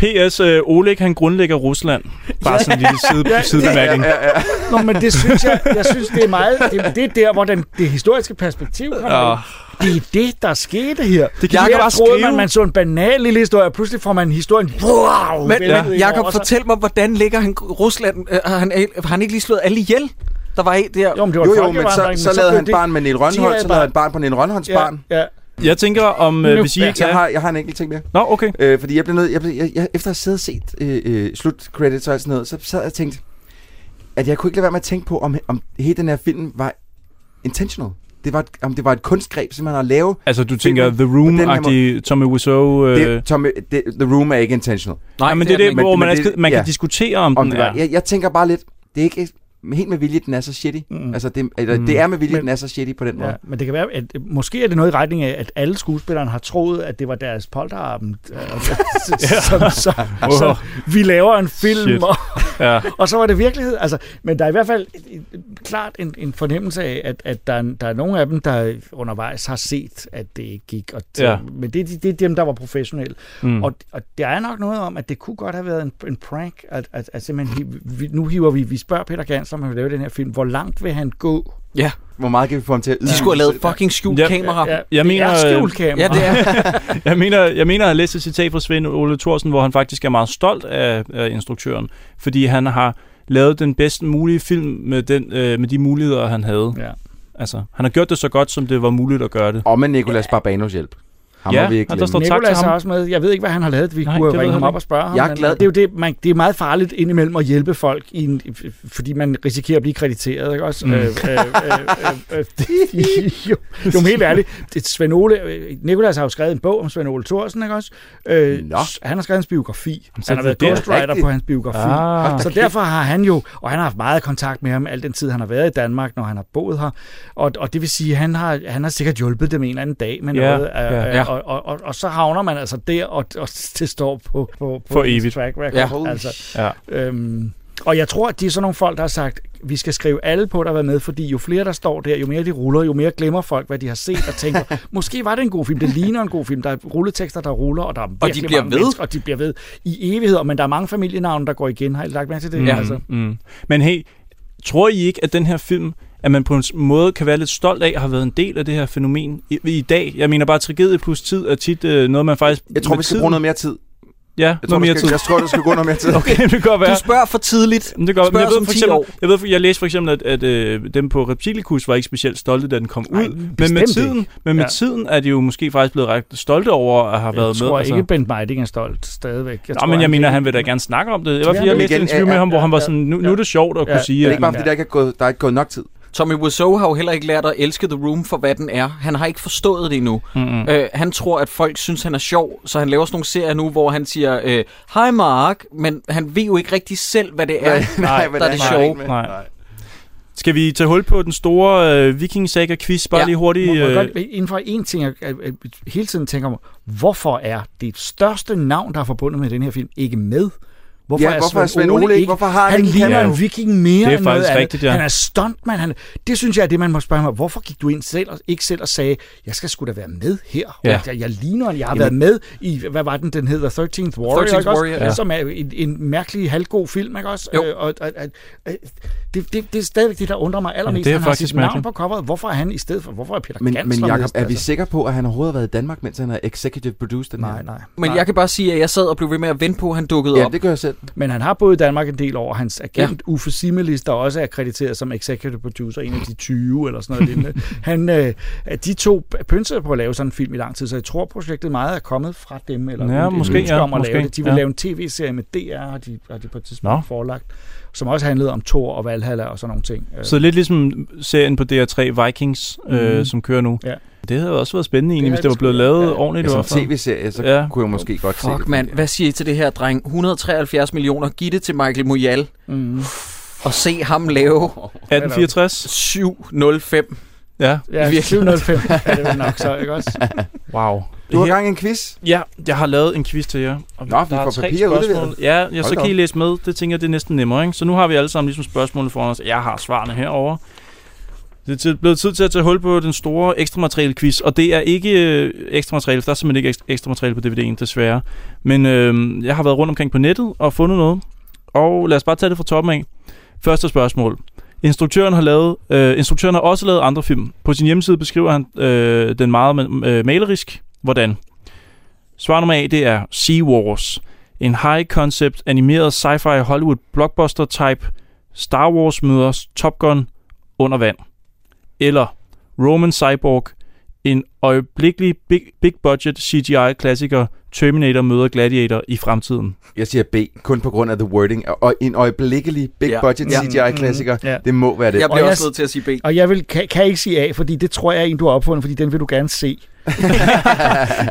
P.S. Øh, Oleg, han grundlægger Rusland. Bare sådan en lille side, (laughs) ja, sidebemærkning.
Ja, ja, ja. Nå, men det synes jeg, jeg synes, det er meget, det, det er der, hvor den, det historiske perspektiv kommer
Ah.
Åh.
oh. Det er det, der skete her.
Det kan
jeg
Jacob bare
troede,
skrive.
man, man så en banal lille historie, og pludselig får man historien. Wow,
Men
væltet
ja.
ind over
Jakob,
sig.
fortæl mig, hvordan ligger han Rusland? Øh, har, han, har han ikke lige slået alle ihjel? Der var en der. Jo,
men det
Jo, jo, men så, så lavede han et barn med Niel
de havde
Rønholdt, så lavede
bare-
han et barn på Niel Rønholds
Ja,
barn.
Ja.
Jeg tænker, om øh, hvis I ikke
jeg,
er-
har, jeg har en enkelt ting mere.
Nå, okay.
Øh, fordi jeg blev nødt... Jeg, blev, jeg, jeg, efter at have siddet og set øh, øh, slutcredits og sådan noget, så sad jeg og tænkte, at jeg kunne ikke lade være med at tænke på, om, om hele den her film var intentional. Det var, et- om det var et kunstgreb, simpelthen at lave...
Altså, du tænker The
filmen på den her måde.
Room-agtig Tommy Wiseau... Øh,
Det, Tommy, det, The Room er ikke intentional.
Nej, men det er det, hvor man altid- man kan diskutere, om den
det var-
er.
Jeg, jeg tænker bare lidt, det er ikke helt med vilje, den er så shitty. Mm. Altså, det, eller, mm. det er med vilje,
Men-
den er så shitty på den måde.
Ja, men det kan være, at måske er det noget i retning af, at alle skuespillerne har troet, at det var deres polterarben.
(laughs)
øh, som, som, som, som, vi laver en film,
Shit.
og,
Ja.
og så var det virkelighed. Altså, men der er i hvert fald et- et- klart en, en fornemmelse af, at, at der, er, der er nogle af dem, der undervejs har set, at det ikke gik. Og t-
Ja.
Men det, er de- det er dem, der var professionelle.
Mm.
Mm. Og, og der er nok noget om, at det kunne godt have været en, en prank, at, at, at simpelthen, hi- vi, nu hiver vi, vi spørger Peter Gans, om han vil lave den her film, hvor langt vil han gå?
Ja.
Hvor meget kan vi få ham til at
De skulle have lavet fucking skjult
Ja.
kamera.
Ja,
Jeg mener, øh,
Ja, det er.
jeg mener, jeg mener, at jeg læste et citat fra Svend Ole Thorsen, hvor han faktisk er meget stolt af, af instruktøren, fordi han har lavet den bedst mulige film med, den, øh, med de muligheder, han havde.
Ja.
Altså, han har gjort det så godt, som det var muligt at gøre det.
Og med Nicolas Barbanos hjælp. Ham
Ja,
må vi ikke
og der
glemme.
står tak
Nicolas
til ham.
er også med. Jeg ved ikke, hvad han har lavet. Vi
Nej,
Nej,
det ved
kunne ringe
han
ham op
ikke.
og spørge ham.
Jeg er
men øh,
glad.
Det er jo det, man, det er meget farligt indimellem at hjælpe folk, i en, fordi man risikerer at blive krediteret. Ikke også?
Mm.
Mm. Øh, øh,
(laughs)
øh, øh, øh, (laughs) jo, jo, men helt ærligt. Det er Sven Ole, øh, Nicolas har jo skrevet en bog om Sven Ole Thorsen, ikke også? Øh,
Nå.
s- han har skrevet hans biografi.
så
Han
er
har
det
været
det.
ghostwriter
Rigtigt.
på hans biografi.
Ah.
Ah. Så derfor har han jo, og han har haft meget kontakt med ham al den tid, han har været i Danmark, når han har boet her. Og, og det vil sige, at han har, han har sikkert hjulpet dem en eller anden dag med
Ja,
noget. øh,
ja.
øh,
Ja.
og, og, og, og så havner man altså der, og, og det står på, på, på
For
ens
evigt.
track record.
Ja.
Altså,
Ja.
øhm, og jeg tror, at de er sådan nogle folk, der har sagt, vi skal skrive alle på, der har været med, fordi jo flere der står der, jo mere de ruller, jo mere glemmer folk, hvad de har set og tænker,
(laughs)
måske var det en god film, det ligner en god film, der er rulletekster, der ruller, og der er
Og de
virkelig
bliver
mange
ved.
mennesker, og de bliver ved i evigheder, men der er mange familienavne, der går igen, har I lagt mærke til det? Altså,
Mm,
altså.
mm. Men hey, tror I ikke, at den her film, at man på en måde kan være lidt stolt af, har været en del af det her fænomen i, i dag? Jeg mener bare, tragedie plus tid er tit øh, noget, man faktisk...
Jeg tror, vi skal bruge noget mere tid.
Ja,
Jeg tror,
noget
der
mere
skal, (laughs)
tid.
jeg tror, der skal gå noget mere tid.
(laughs) Okay, det kan godt være.
Du spørger for tidligt.
Men Det gør, men
Spørg
jeg
os
ved
om
for
10
eksempel,
år.
jeg, ved, for- jeg læste for eksempel, at, at øh, dem på Reptilicus var ikke specielt stolte, da den kom ud.
Nej,
men
bestemt
med
ikke.
tiden, men med
Ja.
tiden er de jo måske faktisk blevet ret stolte over at have
Jeg
været
tror
med. altså.
ikke, Bent Meiding er stolt stadigvæk. Jeg
Nå,
tror,
men jeg
han-
mener, han vil da gerne snakke om det. Det var,
Ja,
fordi jeg
men
læste et
igen,
interview
ja,
med
ja,
ham, hvor
ja,
han var
ja.
sådan, nu, nu er det sjovt at
Ja.
kunne
Det
sige,
er
at
ikke bare, fordi der ikke er gået, der er ikke gået nok tid.
Tommy Wiseau har jo heller ikke lært at elske The Room for, hvad den er. Han har ikke forstået det endnu.
Mm.
Mm-hmm. Øh, han tror, at folk synes, han er sjov, så han laver sådan nogle serier nu, hvor han siger, øh, hej Mark, men han ved jo ikke rigtig selv, hvad det er,
men
der er det
nej,
sjove.
men-
Nej. Skal vi tage hul på den store øh, viking-saga-quiz, bare
Ja,
lige
Må,
hurtigt?
må jeg
Øh,
godt, inden for en ting, jeg, jeg, jeg hele tiden tænker mig, hvorfor er det største navn, der er forbundet med den her film, ikke med? Hvorfor,
Ja, hvorfor er Sven Ole ikke- hvorfor har han
han
ikke-
ligner
Ja.
en viking mere
Det er
end noget
faktisk
andet.
rigtigt, ja.
Han er stuntman. Han, det synes jeg er det, man må spørge mig. Hvorfor gik du ind selv og, ikke selv og sagde, jeg skal sgu da være med her?
Ja.
Jeg, jeg ligner en, jeg har Jamen. været med i, hvad var den, den hedder? 13th Warrior,
13th
ikke også?
Warrior, ja.
Som er en, en mærkelig halvgod film, ikke også?
Jo.
Øh, og, og, og, øh, det, det, det er stadigvæk det, der undrer mig allermest.
det er
han har
faktisk
sit navn
mærkeligt.
på coveret. Hvorfor er han i stedet for? Hvorfor er Peter
Men,
Gansler
men
med i
Jacob, er
stedet?
vi sikre på, at han overhovedet har været i Danmark, mens han har executive produced den
Nej,
her?
nej.
Men jeg kan bare sige, at jeg sad og blev ved med at vente på, at han dukkede
Ja,
op.
det gør jeg selv.
Men han har boet i Danmark en del år. Hans agent ja. Uffe Simelis, der også er krediteret som executive producer, en af de 20 eller sådan noget.
(laughs)
lignende. Han, øh, de to pynsede på at lave sådan en film i lang tid, så jeg tror, projektet meget er kommet fra dem, eller
Ja,
et
måske,
ønske
ja,
om at
måske,
lave det. De vil
ja.
lave en tv-serie med DR, har de, har de på et tidspunkt
Nå.
Nå. forlagt, som også handlede om Thor og Valhalla og sådan nogle ting. Øh,
Så lidt ligesom serien på DR3 Vikings, øh,
Mhm.
som kører nu.
Ja.
Det havde også været spændende egentlig,
Det
hvis
havde
det var
det
blevet
sgu, ja.
lavet
Ja, Altså, ja.
ordentligt. i
Som
hvert fald.
Altså, tv-serie, så
Ja.
kunne jeg måske godt se
Fuck
det.
mand, hvad siger I til det her, dreng? 173 millioner, giv det til Michael Moyal.
(laughs)
Mm.
Og se ham lave
1864.
705.
Ja.
Ja,
virkelig.
705 er det vel nok så, ikke også?
(laughs) Wow.
Du har gang i en quiz.
Ja, jeg har lavet en quiz til jer. Og
Nå, vi får papir udleveret.
Ja, ja så
Hold da
kan I
op.
læse med. Det tænker jeg, det er næsten nemmere. Ikke? Så nu har vi alle sammen ligesom spørgsmålene foran os. Jeg har svarene herover. Det er tid- blevet tid til at tage hul på den store ekstra materiale quiz, og det er ikke øh, ekstra materiale, for der er simpelthen ikke ekstra- ekstra materiale på DVD'en, desværre. Men øh, jeg har været rundt omkring på nettet og fundet noget, og lad os bare tage det fra toppen af. Første spørgsmål. Instruktøren har, lavet, øh, instruktøren har også lavet andre film. På sin hjemmeside beskriver han øh, den meget ma- øh, malerisk. Hvordan? Svar nummer A, det er Sea Wars. En high-concept animeret sci-fi Hollywood blockbuster-type Star Wars møder Top Gun under vand. Eller Roman Cyborg. En øjeblikkelig big, big budget CGI-klassiker Terminator møder Gladiator i fremtiden.
(laughs) Jeg siger B, kun på grund af the wording. Og- Og en øjeblikkelig big
Ja.
budget
Ja.
CGI-klassiker,
Mm, ja.
det må være det.
Jeg bliver
Og
også
jeg-
nødt til at sige B.
Og jeg vil, kan, kan ikke sige A, fordi det tror jeg en, du har opfundet, fordi den vil du gerne se.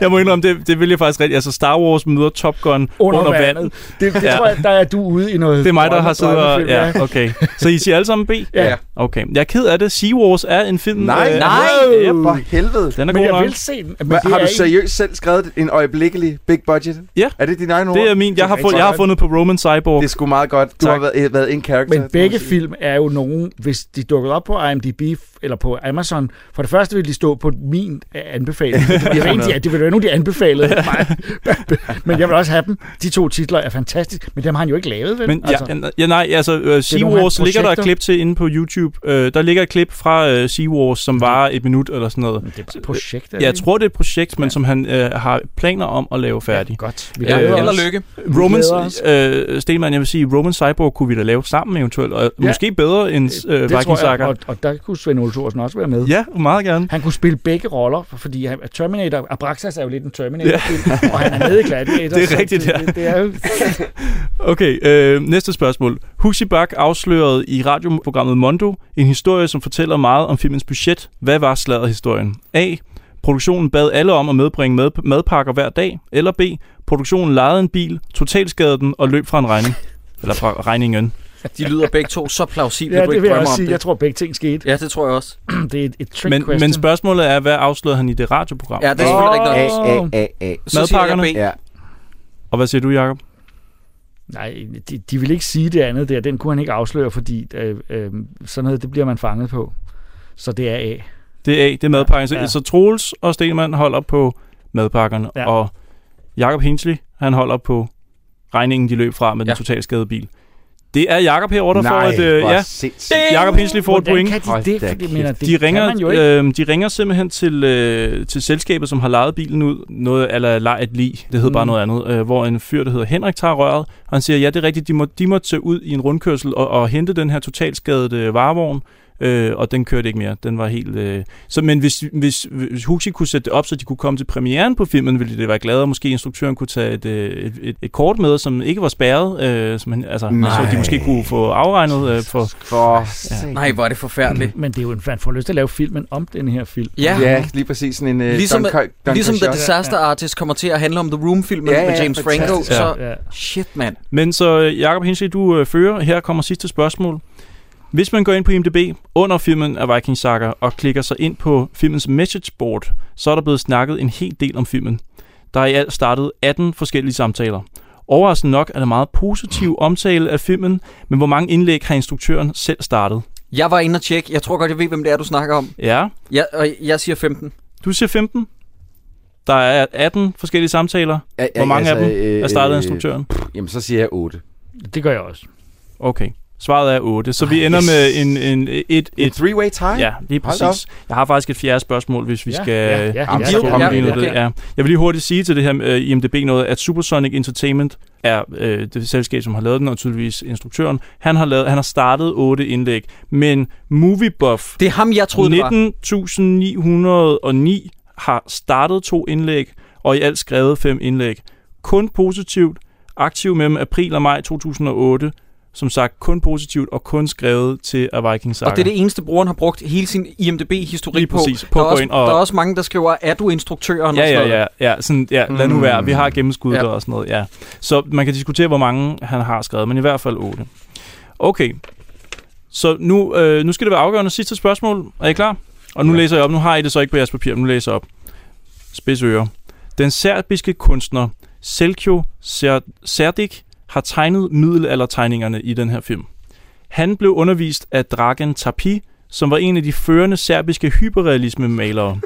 Jeg må indrømme, det, det vil jeg faktisk rigtigt. Altså Star Wars møder Top Gun under, under vandet.
Det, det tror jeg, der er du ude i noget.
Det er mig, der har siddet og...
drømmefilm,
Ja, okay. Så I siger alle sammen B?
Ja.
Okay. Jeg er ked af det. Sea Wars er en film...
Nej,
øh,
nej,
ja,
for helvede.
Den
Men
er god
jeg
nok.
vil se den. Men
Hva,
det
har
er
du
en-
seriøst selv skrevet en øjeblikkelig big budget?
Ja.
Er det din egen ord?
Det er min. Jeg har, fund, jeg har fundet på Roman Cyborg.
Det er sgu meget godt. Du
Tak.
har været, øh, været en character.
Men begge film er jo nogen, hvis de dukkede op på IMDb f- eller på Amazon, for det første ville de stå på min øh,
(laughs)
anbefaling. Det ville være en, de- det ville være nogen, de anbefalede mig. (laughs) Men jeg vil også have dem. De to titler er fantastiske, men dem har han jo ikke lavet, vel?
Men ja, altså, ja, nej, altså uh, Sea
nogle af
Wars
hans
ligger der et
projekter.
klip til inde på YouTube. Uh, der ligger et klip fra uh, Sea Wars, som varer et minut eller sådan noget.
Mhm. Det er bare et projekt, er
Jeg
det
tror, det er et projekt, men som han øh, har planer om at lave færdig.
godt. Vi
Ja,
Øh,
glæder
held og
os.
lykke.
glæder
Romans, øh, Stenemann, jeg vil sige, Roman Cyborg kunne vi da lave sammen eventuelt, og ja.
Ja.
måske bedre end øh,
det
Viking
tror jeg,
Saga.
og, og der kunne Svend Ole Thorsen også være med.
Ja, meget gerne.
Han kunne spille begge roller, fordi han, Terminator, Abraxas er jo lidt en Terminator,
Ja.
ja. og han er nede i Gladiator.
(laughs) Det er
så
rigtigt, ja.
Det, det er jo,
Okay, øh, næste spørgsmål. Huxi Bak afslørede i radioprogrammet Mondo en historie, som fortæller meget om filmens budget. Hvad var sladderhistorien? A. Produktionen bad alle om at medbringe mad- madpakker hver dag. Eller B. Produktionen lejede en bil, totalskadede den og løb fra en
(laughs)
regning. Eller fra regningen.
De lyder begge to så plausible,
ja,
du
det
ikke
vil jeg
drømmer
også
om
sige.
det.
Jeg tror, begge ting skete. (clears throat)
Ja, det tror jeg også.
Det er et, et trick
Men,
question.
men spørgsmålet er, hvad afslørede han i det radioprogram?
Ja, det er selvfølgelig
Åh.
rigtigt nok.
A, A, A.
Så siger jeg
Madpakkerne?
B.
Ja.
Og hvad siger du, Jacob?
Nej, de, de vil ikke sige det andet der. Den kunne han ikke afsløre, fordi øh, øh, sådan noget, det bliver man fanget på. Så det er A.
Det er A, det er madpakken. Så, ja.
Ja.
så Troels og Stenemann holder på madpakkerne, ja.
Ja.
og Jakob Hensley, han holder på regningen, de løb fra med ja.
Ja.
den totalskadede bil. Det er Jakob herovre, der får
Nej,
et... Øh,
hvor
ja,
sindssygt.
Jakob Hensley får et
Hvordan
point.
kan
Hold
de det?
da
Fordi, jeg
kæft.
mener, det
De
kan
ringer,
man jo ikke.
øh, de ringer simpelthen til, øh, til selskabet, som har lejet bilen ud. Noget eller lejet lig, det hedder mm. bare
Mm.
noget andet. Øh, hvor en fyr, der hedder Henrik, tager røret, og han siger, ja, det er rigtigt, de må, de må tage ud i en rundkørsel og, og hente den her totalskadede øh, varevogn. Øh, og den kørte ikke mere. Den var helt... Øh... Så, men hvis, hvis, hvis Huxi kunne sætte det op, så de kunne komme til premieren på filmen, ville det være glade, og måske instruktøren kunne tage et, øh, et, et, et kort med, som ikke var spærret, øh, som han, altså,
Nej.
så de måske kunne få afregnet øh, for...
For ja.
Nej, hvor er det forfærdeligt.
Men det er jo en, man får lyst til at lave filmen om den her film.
Ja,
Ja, lige præcis sådan en uh,
ligesom,
Don, Don, Don
ligesom The
Quixote.
Disaster Artist kommer til at handle om The Room-filmen
Ja,
med
ja,
James Franco,
fantastisk.
så
Ja.
shit, mand.
Men så øh, Jakob Hinsley, du øh, fører. Her kommer sidste spørgsmål. Hvis man går ind på IMDb under filmen af Viking Saga og klikker sig ind på filmens message board, så er der blevet snakket en hel del om filmen. Der er i alt startet 18 forskellige samtaler. Overraskende nok er der meget positiv omtale af filmen, men hvor mange indlæg har instruktøren selv startet?
Jeg var inde og tjekke. Jeg tror godt, jeg ved, hvem det er, du snakker om.
Ja,
Ja, og jeg siger 15.
du siger 15. Der er 18 forskellige samtaler.
Ja, ja,
Hvor mange af
altså,
dem
øh,
er startet af
øh,
instruktøren?
Jamen, så siger jeg 8.
Det gør jeg også.
Okay. Svaret er 8, så vi ender med en, en, et,
En
et,
three-way tie?
Ja, lige
Hold da
præcis. Jeg har faktisk et fjerde spørgsmål, hvis vi
Ja,
skal
ja, ja,
øh,
ja,
skal
ja,
komme
ja,
ind i
ja,
det.
ja.
Ja. Jeg vil lige hurtigt sige til det her med IMDB noget, at Supersonic Entertainment er øh, det selskab, som har lavet den, og tydeligvis instruktøren. Han har, lavet, han har startet otte indlæg, men MovieBuff
Det er ham, jeg troede, det var.
19.909 har startet to indlæg, og i alt skrevet fem indlæg. Kun positivt, aktiv mellem april og maj 2008, som sagt kun positivt og kun skrevet til A Viking Saga.
Og det er det eneste, brugeren har brugt hele sin IMDB-historik
Lige
på.
præcis, på
der, er
at gå
også,
ind og-
der er også mange, der skriver, er du instruktøren? og
Ja,
sådan
ja,
noget.
ja, ja, sådan, ja lad nu være. Vi har gennemskud
Ja.
ja. og sådan noget, ja. Så man kan diskutere, hvor mange han har skrevet, men i hvert fald otte. Okay, så nu, øh, nu skal det være afgørende sidste spørgsmål. Er I klar? Og nu ja. læser jeg op. Nu har I det så ikke på jeres papir, men nu læser jeg op. Spidsører. Den serbiske kunstner Seljo Ser- Serdic har tegnet middelaldertegningerne i den her film. Han blev undervist af Dragan Tapi, som var en af de førende serbiske hyperrealisme-malere.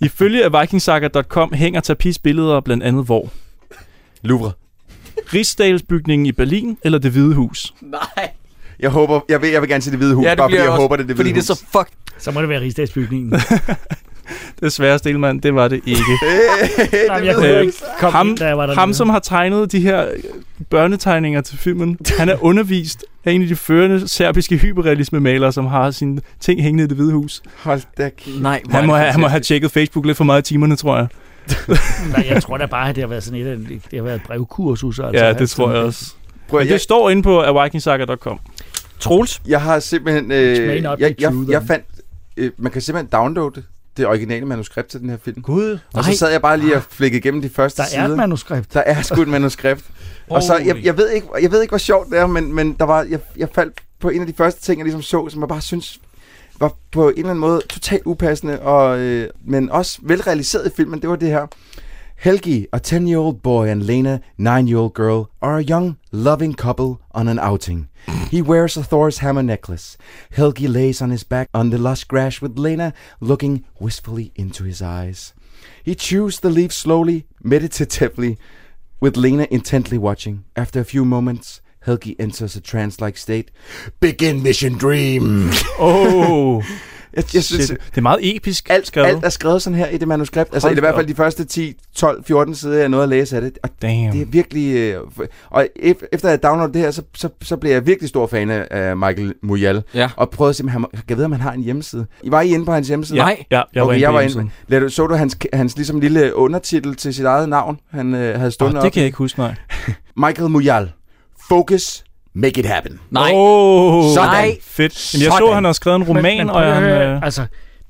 Ifølge af vikingsaga.com hænger Tapis billeder blandt andet hvor?
Louvre.
Rigsdalsbygningen i Berlin eller det Hvide Hus?
Nej. Jeg håber, jeg vil, jeg vil gerne se det hvide hus,
Ja,
ja,
det
bare fordi
bliver
jeg
også-
håber, det er det
fordi
hvide
det er så
fuck.
Så må det være
(laughs)
rigsdagsbygningen.
Desværre, Stelman, det var det ikke.
Jamen, jeg kunne ikke komme
Øh, ham,
ind, da jeg var dernede.
ham, som har tegnet de her øh, børnetegninger til filmen, han er undervist af en af de førende serbiske hyperrealisme-malere, som har sine ting hængende i det hvide hus.
Hold da kæft.
Nej,
Han må, have, han må have tjekket Facebook lidt for meget i timerne, tror jeg.
Nej, jeg tror da bare, at det har været sådan et, af- det har været et brevkursus. Altså,
ja, det tror jeg også.
Prøv at-
Men det
jeg-
står inde på awakingsaga.com.
Troels?
Jeg har simpelthen...
It may
Øh,
not
jeg,
be
jeg, jeg,
true,
jeg
then.
fandt... Øh, man kan simpelthen downloade det originale manuskript til den her film.
Gud. Ah.
Og
Nej.
så sad jeg bare lige og flikkede igennem de første
Der
sider.
er et manuskript.
Der er sgu et manuskript. og så, jeg, jeg, ved ikke, jeg ved ikke, hvor sjovt det er, men, men der var, jeg, jeg faldt på en af de første ting, jeg ligesom så, som jeg bare synes var på en eller anden måde totalt upassende, og, øh, men også velrealiseret i filmen, det var det her. Helgi, a 10-year-old boy, and Lena, 9-year-old girl, are a young, loving couple on an outing. He wears a Thor's hammer necklace. Helgi lays on his back on the lush grass with Lena, looking wistfully into his eyes. He chews the leaf slowly, meditatively, with Lena intently watching. After a few moments, Helgi enters a trance-like state. Begin mission
(laughs)
dream!
Oh,
jeg, jeg synes,
Shit. Det er meget episk
alt,
skrevet.
Alt er skrevet sådan her i det manuskript. Altså
Hold
i hvert fald
op.
de første 10, 12, 14 sider, jeg nåede at læse af det. Og
Damn.
det er virkelig... Øh, f- og ef- efter jeg downloadede det her, så, så, så blev jeg virkelig stor fan af- af Michael Mujal.
Ja.
Og prøvede simpelthen... Jeg ved, om han har en hjemmeside. I var I inde på hans hjemmeside?
Ja. Nej. Ja, jeg var inde på hjemmesiden.
Lad du, så du hans, hans ligesom lille undertitel til sit eget navn, han øh, havde
Åh,
stående
det
op?
kan jeg ikke huske, nej.
Michael Mujal. Focus. Make it happen.
Nej.
Oh,
Sådan.
Fedt. Jamen, jeg så,
Sådan.
han har skrevet en roman,
men
og
prøv at
han...
høre,
Øh,
altså,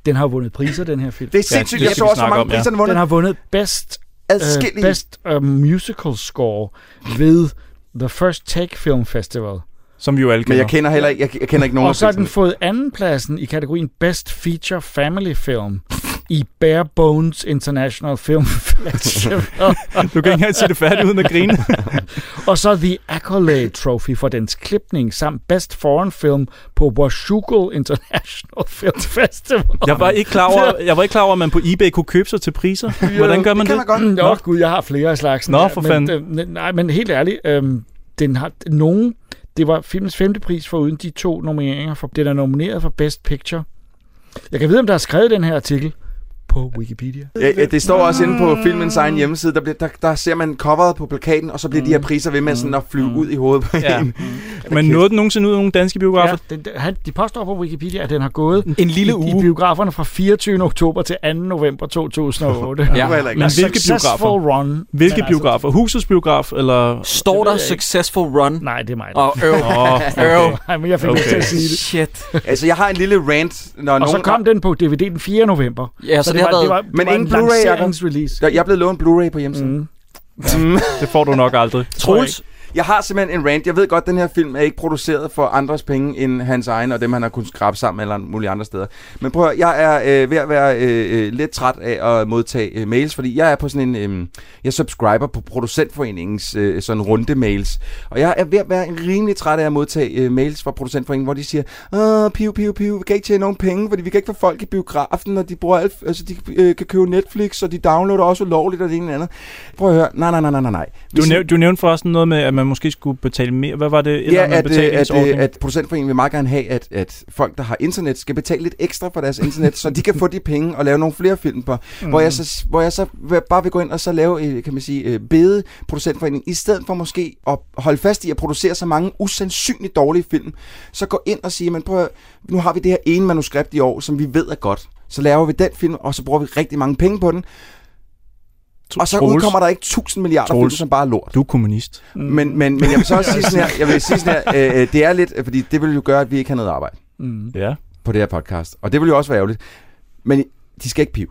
den har vundet priser, den her film.
Det er sindssygt.
det
jeg
skal
så
vi
også, hvor
snakke
mange
om, ja.
priser den
Den
vundet.
har vundet Best, uh,
Adskillige.
best uh, Musical Score ved The First Take Film Festival.
øh, som vi jo alle
Men
kender.
jeg kender heller ikke, jeg, jeg kender ikke nogen
og så har
af
den
priserne.
fået andenpladsen i kategorien Best Feature Family Film i Bare Bones International Film (laughs) Festival.
Du kan ikke engang sige det færdigt uden at grine.
og så The Accolade Trophy for dens klipning samt Best Foreign Film på Washugal International (laughs) Film Festival.
Jeg var ikke klar over, jeg var ikke klar over at man på eBay kunne købe sig til priser. Hvordan gør man det?
kan man
(clears throat)
godt.
Nå, Nå, gud, jeg har flere af slagsen.
Nå,
Ja,
for
men, øh, nej, men helt ærligt, øhm, den har nogen... Det var filmens femte pris for uden de to nomineringer. For, den er nomineret for Best Picture. Jeg kan vide, om der er skrevet den her artikel på Wikipedia.
Ja, ja, det står også inde på filmens egen hjemmeside. Der, bliver, der, der ser man coveret på plakaten, og så bliver de her priser ved med sådan at flyve ud i hovedet på
Ja.
ja. en.
Men nåede den nogensinde ud af nogle danske biografer?
Ja, den, den- han, de påstår på Wikipedia, at den har gået
En lille
(laughs)
i, i
uge.
biograferne fra 24. oktober til 2. november 2008.
Det var heller ikke.
Men hvilke
Successful run.
Hvilke
Men
biografer? Husets biograf, eller...
Står der successful run?
Altså, nej, det er mig.
(laughs)
der-
Og øv.
Åh,
øv.
Nej, men jeg fik okay.
Okay.
til at sige det.
Shit.
Altså, jeg har en lille rant, når
Og
nogen...
så kom den på DVD den 4. november.
Ja, så det har
var,
været-
det var, det
Men
var
ingen
en
Blu-ray, Jacob.
lanceringsrelease.
Jeg, jeg er blevet lovet en Blu-ray på hjemmesiden. Mm.
det får du nok aldrig.
Troels?
Jeg har simpelthen en rant. Jeg ved godt, at den her film er ikke produceret for andres penge end hans egen, og dem han har kunnet skrabe sammen eller mulige andre steder. Men prøv at, høre, jeg er øh, ved at være øh, øh, lidt træt af at modtage øh, mails, fordi jeg er på sådan en... Øh, jeg subscriber på producentforeningens øh, sådan runde mails. Og jeg er ved at være rimelig træt af at modtage øh, mails fra producentforeningen, hvor de siger, Åh, piv, piv, piv, vi kan ikke tjene nogen penge, fordi vi kan ikke få folk i biografen, og de, bruger alt, altså, de øh, kan købe Netflix, og de downloader også ulovligt og det ene eller andet. Prøv at høre, nej, nej, nej, nej, nej, nej.
Du,
Hvis-
næv- du nævnte forresten noget med, at man måske skulle betale mere. Hvad var det? Et eller
Ja,
andet
at, øh, at,
betalingsordning?
øh, at producentforeningen vil meget gerne have, at, at folk, der har internet, skal betale lidt ekstra for deres internet, så de kan få de penge og lave nogle flere film på. Mm. Hvor, jeg så, hvor jeg så vil- bare vil gå ind og så lave, øh, kan man sige, øh, bede producentforeningen, i stedet for måske at holde fast i at producere så mange usandsynligt dårlige film, så gå ind og sige, men prøv at, høre, nu har vi det her ene manuskript i år, som vi ved er godt. Så laver vi den film, og så bruger vi rigtig mange penge på den. Og så
Troels,
udkommer der ikke 1000 milliarder film,
Troels.
som bare er lort.
Du er kommunist.
Men, men, men jeg vil så også sige sådan her, jeg vil sige sådan her øh, øh, det er lidt, øh, fordi det vil jo gøre, at vi ikke har noget arbejde
Mm.
Ja.
på det her podcast. Og det vil jo også være ærgerligt. Men de skal ikke pive.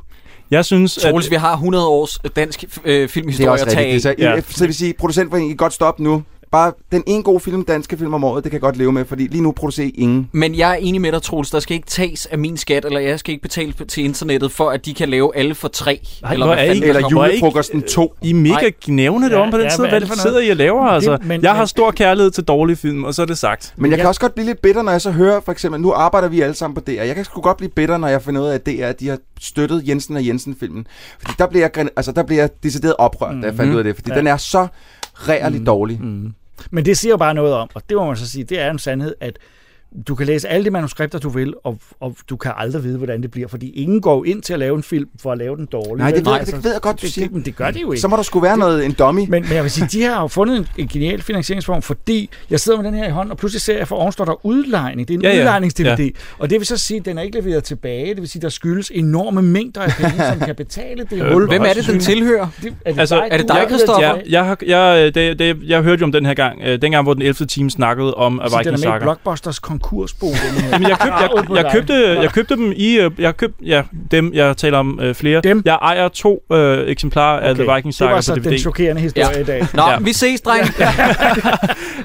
Jeg synes,
Troels,
at...
vi har 100 års dansk øh,
Det er
filmhistorie
også
at tage
rigtigt. Det er
af.
Så,
Ja.
ja. så vil sige, producentforeningen kan godt stoppe nu. Bare den ene gode film, danske film om året, det kan jeg godt leve med, fordi lige nu producerer I ingen.
Men jeg er enig med dig, Troels. Der skal ikke tages af min skat, eller jeg skal ikke betale p- til internettet, for at de kan lave alle for tre.
Nej,
eller
hvor
hvad
er I-
fanden der
eller
kommer.
julefrokosten 2.
I er mega gnævne det om på den
ja,
side.
hvad
Hvad
er det for noget?
sidder I og laver?
Det-
Altså?
men-
jeg har
men-
stor kærlighed til dårlige film, og så er det sagt.
Men jeg kan også godt blive lidt bitter, når jeg så hører, for eksempel, nu arbejder vi alle sammen på DR. Jeg kan sgu godt blive bitter, når jeg finder ud af, at DR at de har støttet Jensen og Jensen-filmen. Fordi der bliver jeg, grin- altså, der bliver jeg decideret oprørt, mm. da jeg fandt ud af det. Fordi
Ja.
ja. den er så rærligt mm. dårlig.
Mm. (laughs) Men det siger jo bare noget om, og det må man så sige, det er en sandhed, at du kan læse alle de manuskripter, du vil, og, og du kan aldrig vide, hvordan det bliver, fordi ingen går jo ind til at lave en film for at lave den dårlig.
Nej, det
vel?
ved, jeg,
Altså,
det ved jeg godt, du
det,
siger.
Det, men det gør det jo ikke.
Så må der sgu være
Det-
noget, en dummy.
Men, men jeg vil sige, de har jo fundet en, en genial finansieringsform, fordi jeg sidder med den her i hånden, og pludselig ser jeg for ovenstår der udlejning. Det er en
Ja,
ja,
ja.
ja. udlejnings-DVD.
Ja.
Ja. Og det vil så sige, at den er ikke leveret tilbage. Det vil sige, at der skyldes enorme mængder af penge, som kan betale det
Øh,
hul.
Hvem er det, den
tilhører?
Det, er det altså, dig, du
jeg-
Christoffer?
Jeg, jeg, har- jeg, øh, det, det, jeg hørte jo om den her gang, øh, dengang, hvor den 11. time snakkede om
Så Altså, den
Viking
er med i
Saga.
Blockbusters konkursbo. den her.
Jamen, jeg, køb, jeg,
Ravet på
jeg,
dig.
købte, jeg købte dem i... øh, Jeg køb, ja, dem, jeg taler om øh, flere. Dem? Jeg ejer to øh, eksemplarer okay. af The Viking Saga
Det var
på
så
DVD.
den chokerende historie ja. i dag.
Nå, vi ses,
(laughs)
dreng.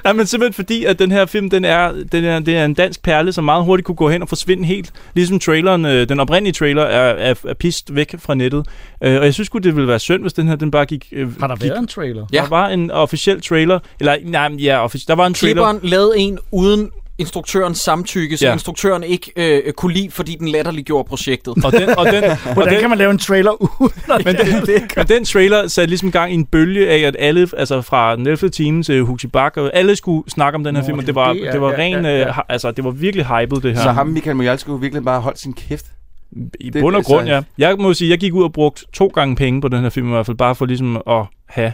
Nej, men simpelthen fordi, at den her film, den er, den er, det er en dansk perle, som meget hurtigt kunne gå hen og forsvinde helt. Ligesom traileren, øh, den oprindelige trailer er, er, er pist væk fra nettet. Øh, og jeg synes godt det ville være synd, hvis den her den bare gik... Øh,
Har der
gik,
været en trailer?
Ja. Der var en officiel trailer. Eller, nej, men ja, offici- der var en trailer.
Klipperen lavede en uden instruktørens samtykke, så
Ja.
ja. instruktøren ikke øh, kunne lide, fordi den latterliggjorde projektet.
Og den, og den, og
Hvordan
den,
kan man lave en trailer uden at
men, den, men den trailer satte ligesom gang i en bølge af, at alle, altså fra den 11. time til Huxi Bak, og alle skulle snakke om den her
Nå,
film, og
det
det
var
var,
det, ja,
det var
ja,
ren,
ja, ja.
øh, ha- altså det var virkelig hypet det her.
Så ham, Michael Mojal, skulle virkelig bare holde sin kæft.
I
Det-
bund og
det-
grund,
så-
ja. Jeg må sige, jeg gik ud og brugte to gange penge på den her film, i hvert fald bare for ligesom at have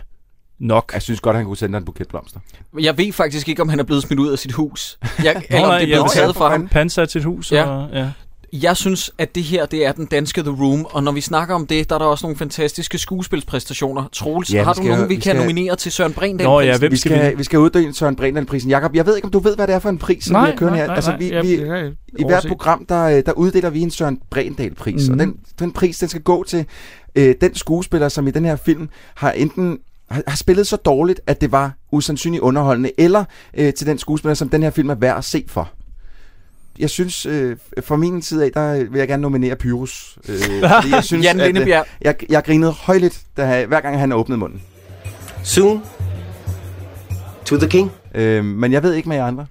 nok.
Jeg synes godt, han kunne sende dig en buket blomster.
Jeg ved faktisk ikke, om han er blevet smidt ud af sit hus. Jeg,
(laughs) Nå,
eller om
nej,
det er
ja,
blevet
hvis
taget
jeg-
fra ham.
Pansat sit hus.
Ja.
Og, ja.
Jeg synes, at det her, det er den danske The Room, og når vi snakker om det, der er der også nogle fantastiske skuespilspræstationer. Troels,
Ja, vi
ja, har du
skal-
nogen, vi,
vi
kan
skal-
nominere til Søren Brindahl?
Nå ja, hvem
vi
skal
skal, vi skal uddele Søren Brindahl-prisen. Jakob, jeg ved ikke, om du ved, hvad det er for en pris, som
Nej,
vi har kørt
nej,
her.
nej,
altså,
nej.
vi,
Jamen,
vi,
det har jeg
I hvert
overset.
program, der, øh, der uddeler vi en Søren Brindahl-pris. Mm. Og
Mhm.
den, den pris, den skal gå til øh, den skuespiller, som i den her film har enten har, har spillet så dårligt, at det var usandsynligt underholdende, eller øh, til den skuespiller, som den her film er værd at se for. Jeg synes, øh, fra min side af, der vil jeg gerne nominere Pyrus. Øh, fordi jeg synes,
Jan
at, øh,
Lindebjerg.
jeg, jeg grinede højligt, da, han- hver gang han åbnede munden.
Soon to the king.
Øh, men jeg ved ikke med jer andre.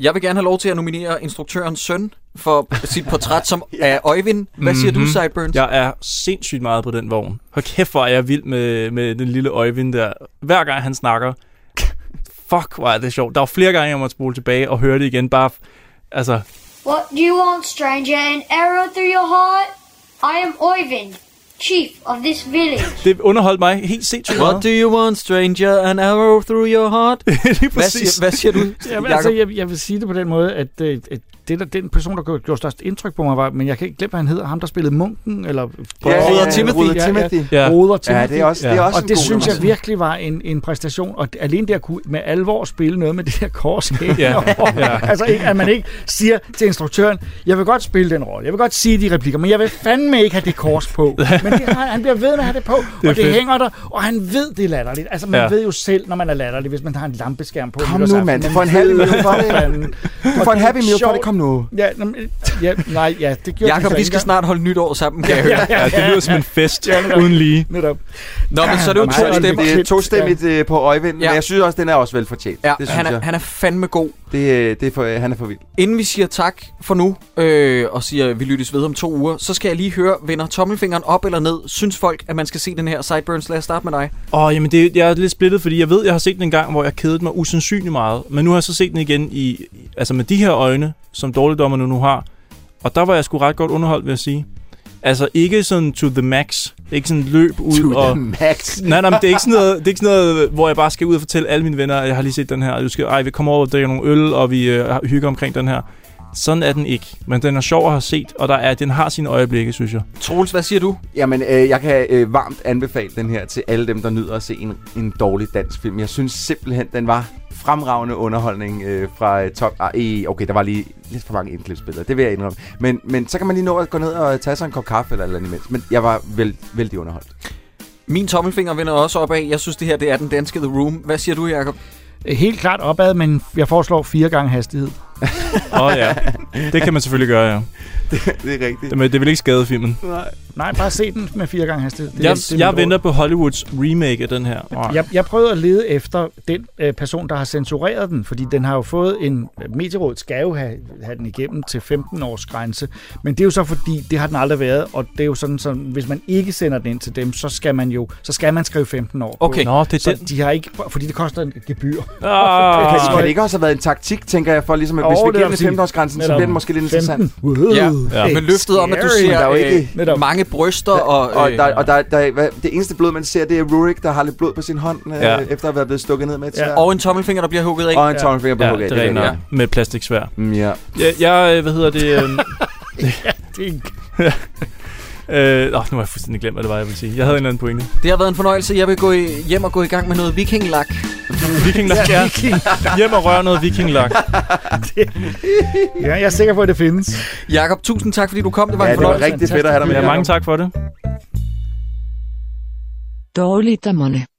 Jeg vil gerne have lov til at nominere instruktørens søn for sit portræt som af Øjvind. Hvad siger du,
Mhm.
Sideburns?
Jeg er sindssygt meget på den vogn. Hold kæft, hvor er jeg vild med, med den lille Øjvind der. Hver gang han snakker, fuck, hvor er det sjovt. Der var flere gange, jeg måtte spole tilbage og høre det igen. Bare, f- altså,
What do you want, stranger? An arrow through your heart? I am Oivind, chief of this village.
det underholdt mig helt sindssygt
What
meget. (laughs)
do you want, stranger? An arrow through your heart?
Lige
Hvad
præcis.
siger, hvad siger du,
(laughs) Jamen, altså,
Jacob?
jeg, jeg vil sige det på den måde, at, øh, at det, der, den person, der gjorde, gjorde størst indtryk på mig, var, men jeg kan ikke glemme, hvad han hedder, ham der spillede munken, eller...
ja,
Ruder
ja,
Timothy.
Ruder
Ja, ja.
Timothy.
Ja.
Roder Timothy.
Ja, det er også, det er
Ja.
også
og
en
det
god
synes jeg
nomination.
virkelig var en, en præstation, og d- alene det at kunne med alvor spille noget med det her
(laughs)
korskæg.
Ja, ja.
altså, ikke, at man ikke siger til instruktøren, jeg vil godt spille den rolle, jeg vil godt sige de replikker, men jeg vil fandme ikke have det kors på.
(laughs)
Men det har, han bliver ved med at have det på,
Det er
og det
fedt.
hænger der, og han ved, det er latterligt. Altså, man
Ja.
ja. ved jo selv, når man er latterlig, hvis man har en lampeskærm på.
Kom nu,
nytårsaften.
mand. Du
Man
får en happy
ved
meal
jo
for det.
fanden.
Du
Og
får en
det er
happy meal for
sjovt.
det. Kom nu.
Ja, nå, men- ja, nej, ja, det gjorde
Jakob,
de så
vi
ikke
skal
engang.
snart holde nytår sammen, kan jeg høre.
Ja, det lyder som en fest uden lige.
Netop.
Nå, men så er det jo
Mig og
to
Lille
stemmer.
Det er
Shit,
tostemmigt ja. på øjevinden, ja.
Ja.
men jeg synes også, den er også velfortjent.
Ja,
det synes
han er,
jeg.
han er fandme god.
Det, øh, det er for, øh, han er for vild.
Inden vi siger tak for nu, øh, og siger, at vi lyttes ved om to uger, så skal jeg lige høre, vender tommelfingeren op eller ned? Synes folk, at man skal se den her Sideburns? Lad os starte med dig.
Åh, jamen det, jeg er lidt splittet, fordi jeg ved, jeg har set den en gang, hvor jeg kedede mig usandsynligt meget. Men nu har jeg så set den igen i, altså med de her øjne, som dårligdommerne nu har. Og der var jeg sgu ret godt underholdt, vil jeg sige. Altså ikke sådan to the max. Ikke sådan løb ud
To
og...
the max.
(laughs) Nej, nej, men det er, ikke sådan noget, det er ikke sådan noget, hvor jeg bare skal ud og fortælle alle mine venner, at jeg har lige set den her, og du skal, ej, vi kommer over og drikker nogle øl, og vi øh, hygger omkring den her. Sådan er den ikke, men den er sjov at have set, og der er, den har sine øjeblikke, synes jeg.
Troels, hvad siger du?
Jamen, øh, jeg kan øh, varmt anbefale den her til alle dem, der nyder at se en, en dårlig dansk film. Jeg synes simpelthen, den var fremragende underholdning øh, fra øh, top... Ah, øh, okay, der var lige lidt for mange indklipsbilleder, det vil jeg indrømme. Men, men så kan man lige nå at gå ned og tage sig en kop kaffe eller et eller andet imens. Men jeg var vel, vældig underholdt.
Min tommelfinger vender også opad. Jeg synes, det her det er den danske The Room. Hvad siger du, Jacob?
Helt klart opad, men jeg foreslår fire gange hastighed.
Åh oh, ja, det kan man selvfølgelig gøre, ja.
Det, det er rigtigt.
Det, men det vil ikke skade filmen.
Nej. Nej, bare se den med fire gange hastighed.
Det, jeg
det er
det jeg
mit
venter på Hollywoods remake af den her.
råd. Jeg, jeg prøvede at lede efter den øh, person, der har censureret den, fordi den har jo fået en... øh, Medierådet skal jo have, have den igennem til 15 års grænse, men det er jo så fordi, det har den aldrig været, og det er jo sådan, så hvis man ikke sender den ind til dem, så skal man jo så skal man skrive 15 år. på.
Okay. Nå, det er
så
den.
de har ikke... Fordi det koster en gebyr.
Ah. Kan, kan det ikke også have været en taktik, tænker jeg, for ligesom, at hvis
Åh, det
vi
er
giver den
præcis.
15 årsgrænsen, så
Netop.
bliver den måske lidt
15.
interessant.
Ja.
Ja, men løftet om, at du ser,
Men der er jo
øh,
ikke-
netop. mange bryster og,
og,
øh,
der, og der, der, hvad, det eneste blod, man ser, det er Rurik, der har lidt blod på sin hånd, øh,
Ja.
ja. efter at have været blevet stukket ned med et sværd.
Og en tommelfinger, der bliver hugget af.
Og en tommelfinger på
ja,
hugget.
det er rigtigt. nok. Med plastiksvær.
Mm, ja.
Jeg, jeg, øh, hvad hedder det... øhm,
Det er
(laughs) øh, åh, nu har jeg fuldstændig glemt, hvad det var, jeg ville sige. Jeg havde en eller anden pointe.
Det har været en fornøjelse. Jeg vil gå i, hjem og gå i gang med noget vikinglak.
Vikinglak, ja. Hjem og røre noget vikinglak.
Ja, jeg er sikker på, at det findes.
Jakob, tusind tak, fordi du kom. Det var
Ja,
en
det var
fornøjelse.
rigtig fedt at have dig med,
Ja, mange
Jacob.
tak for det.
Dårligt af money.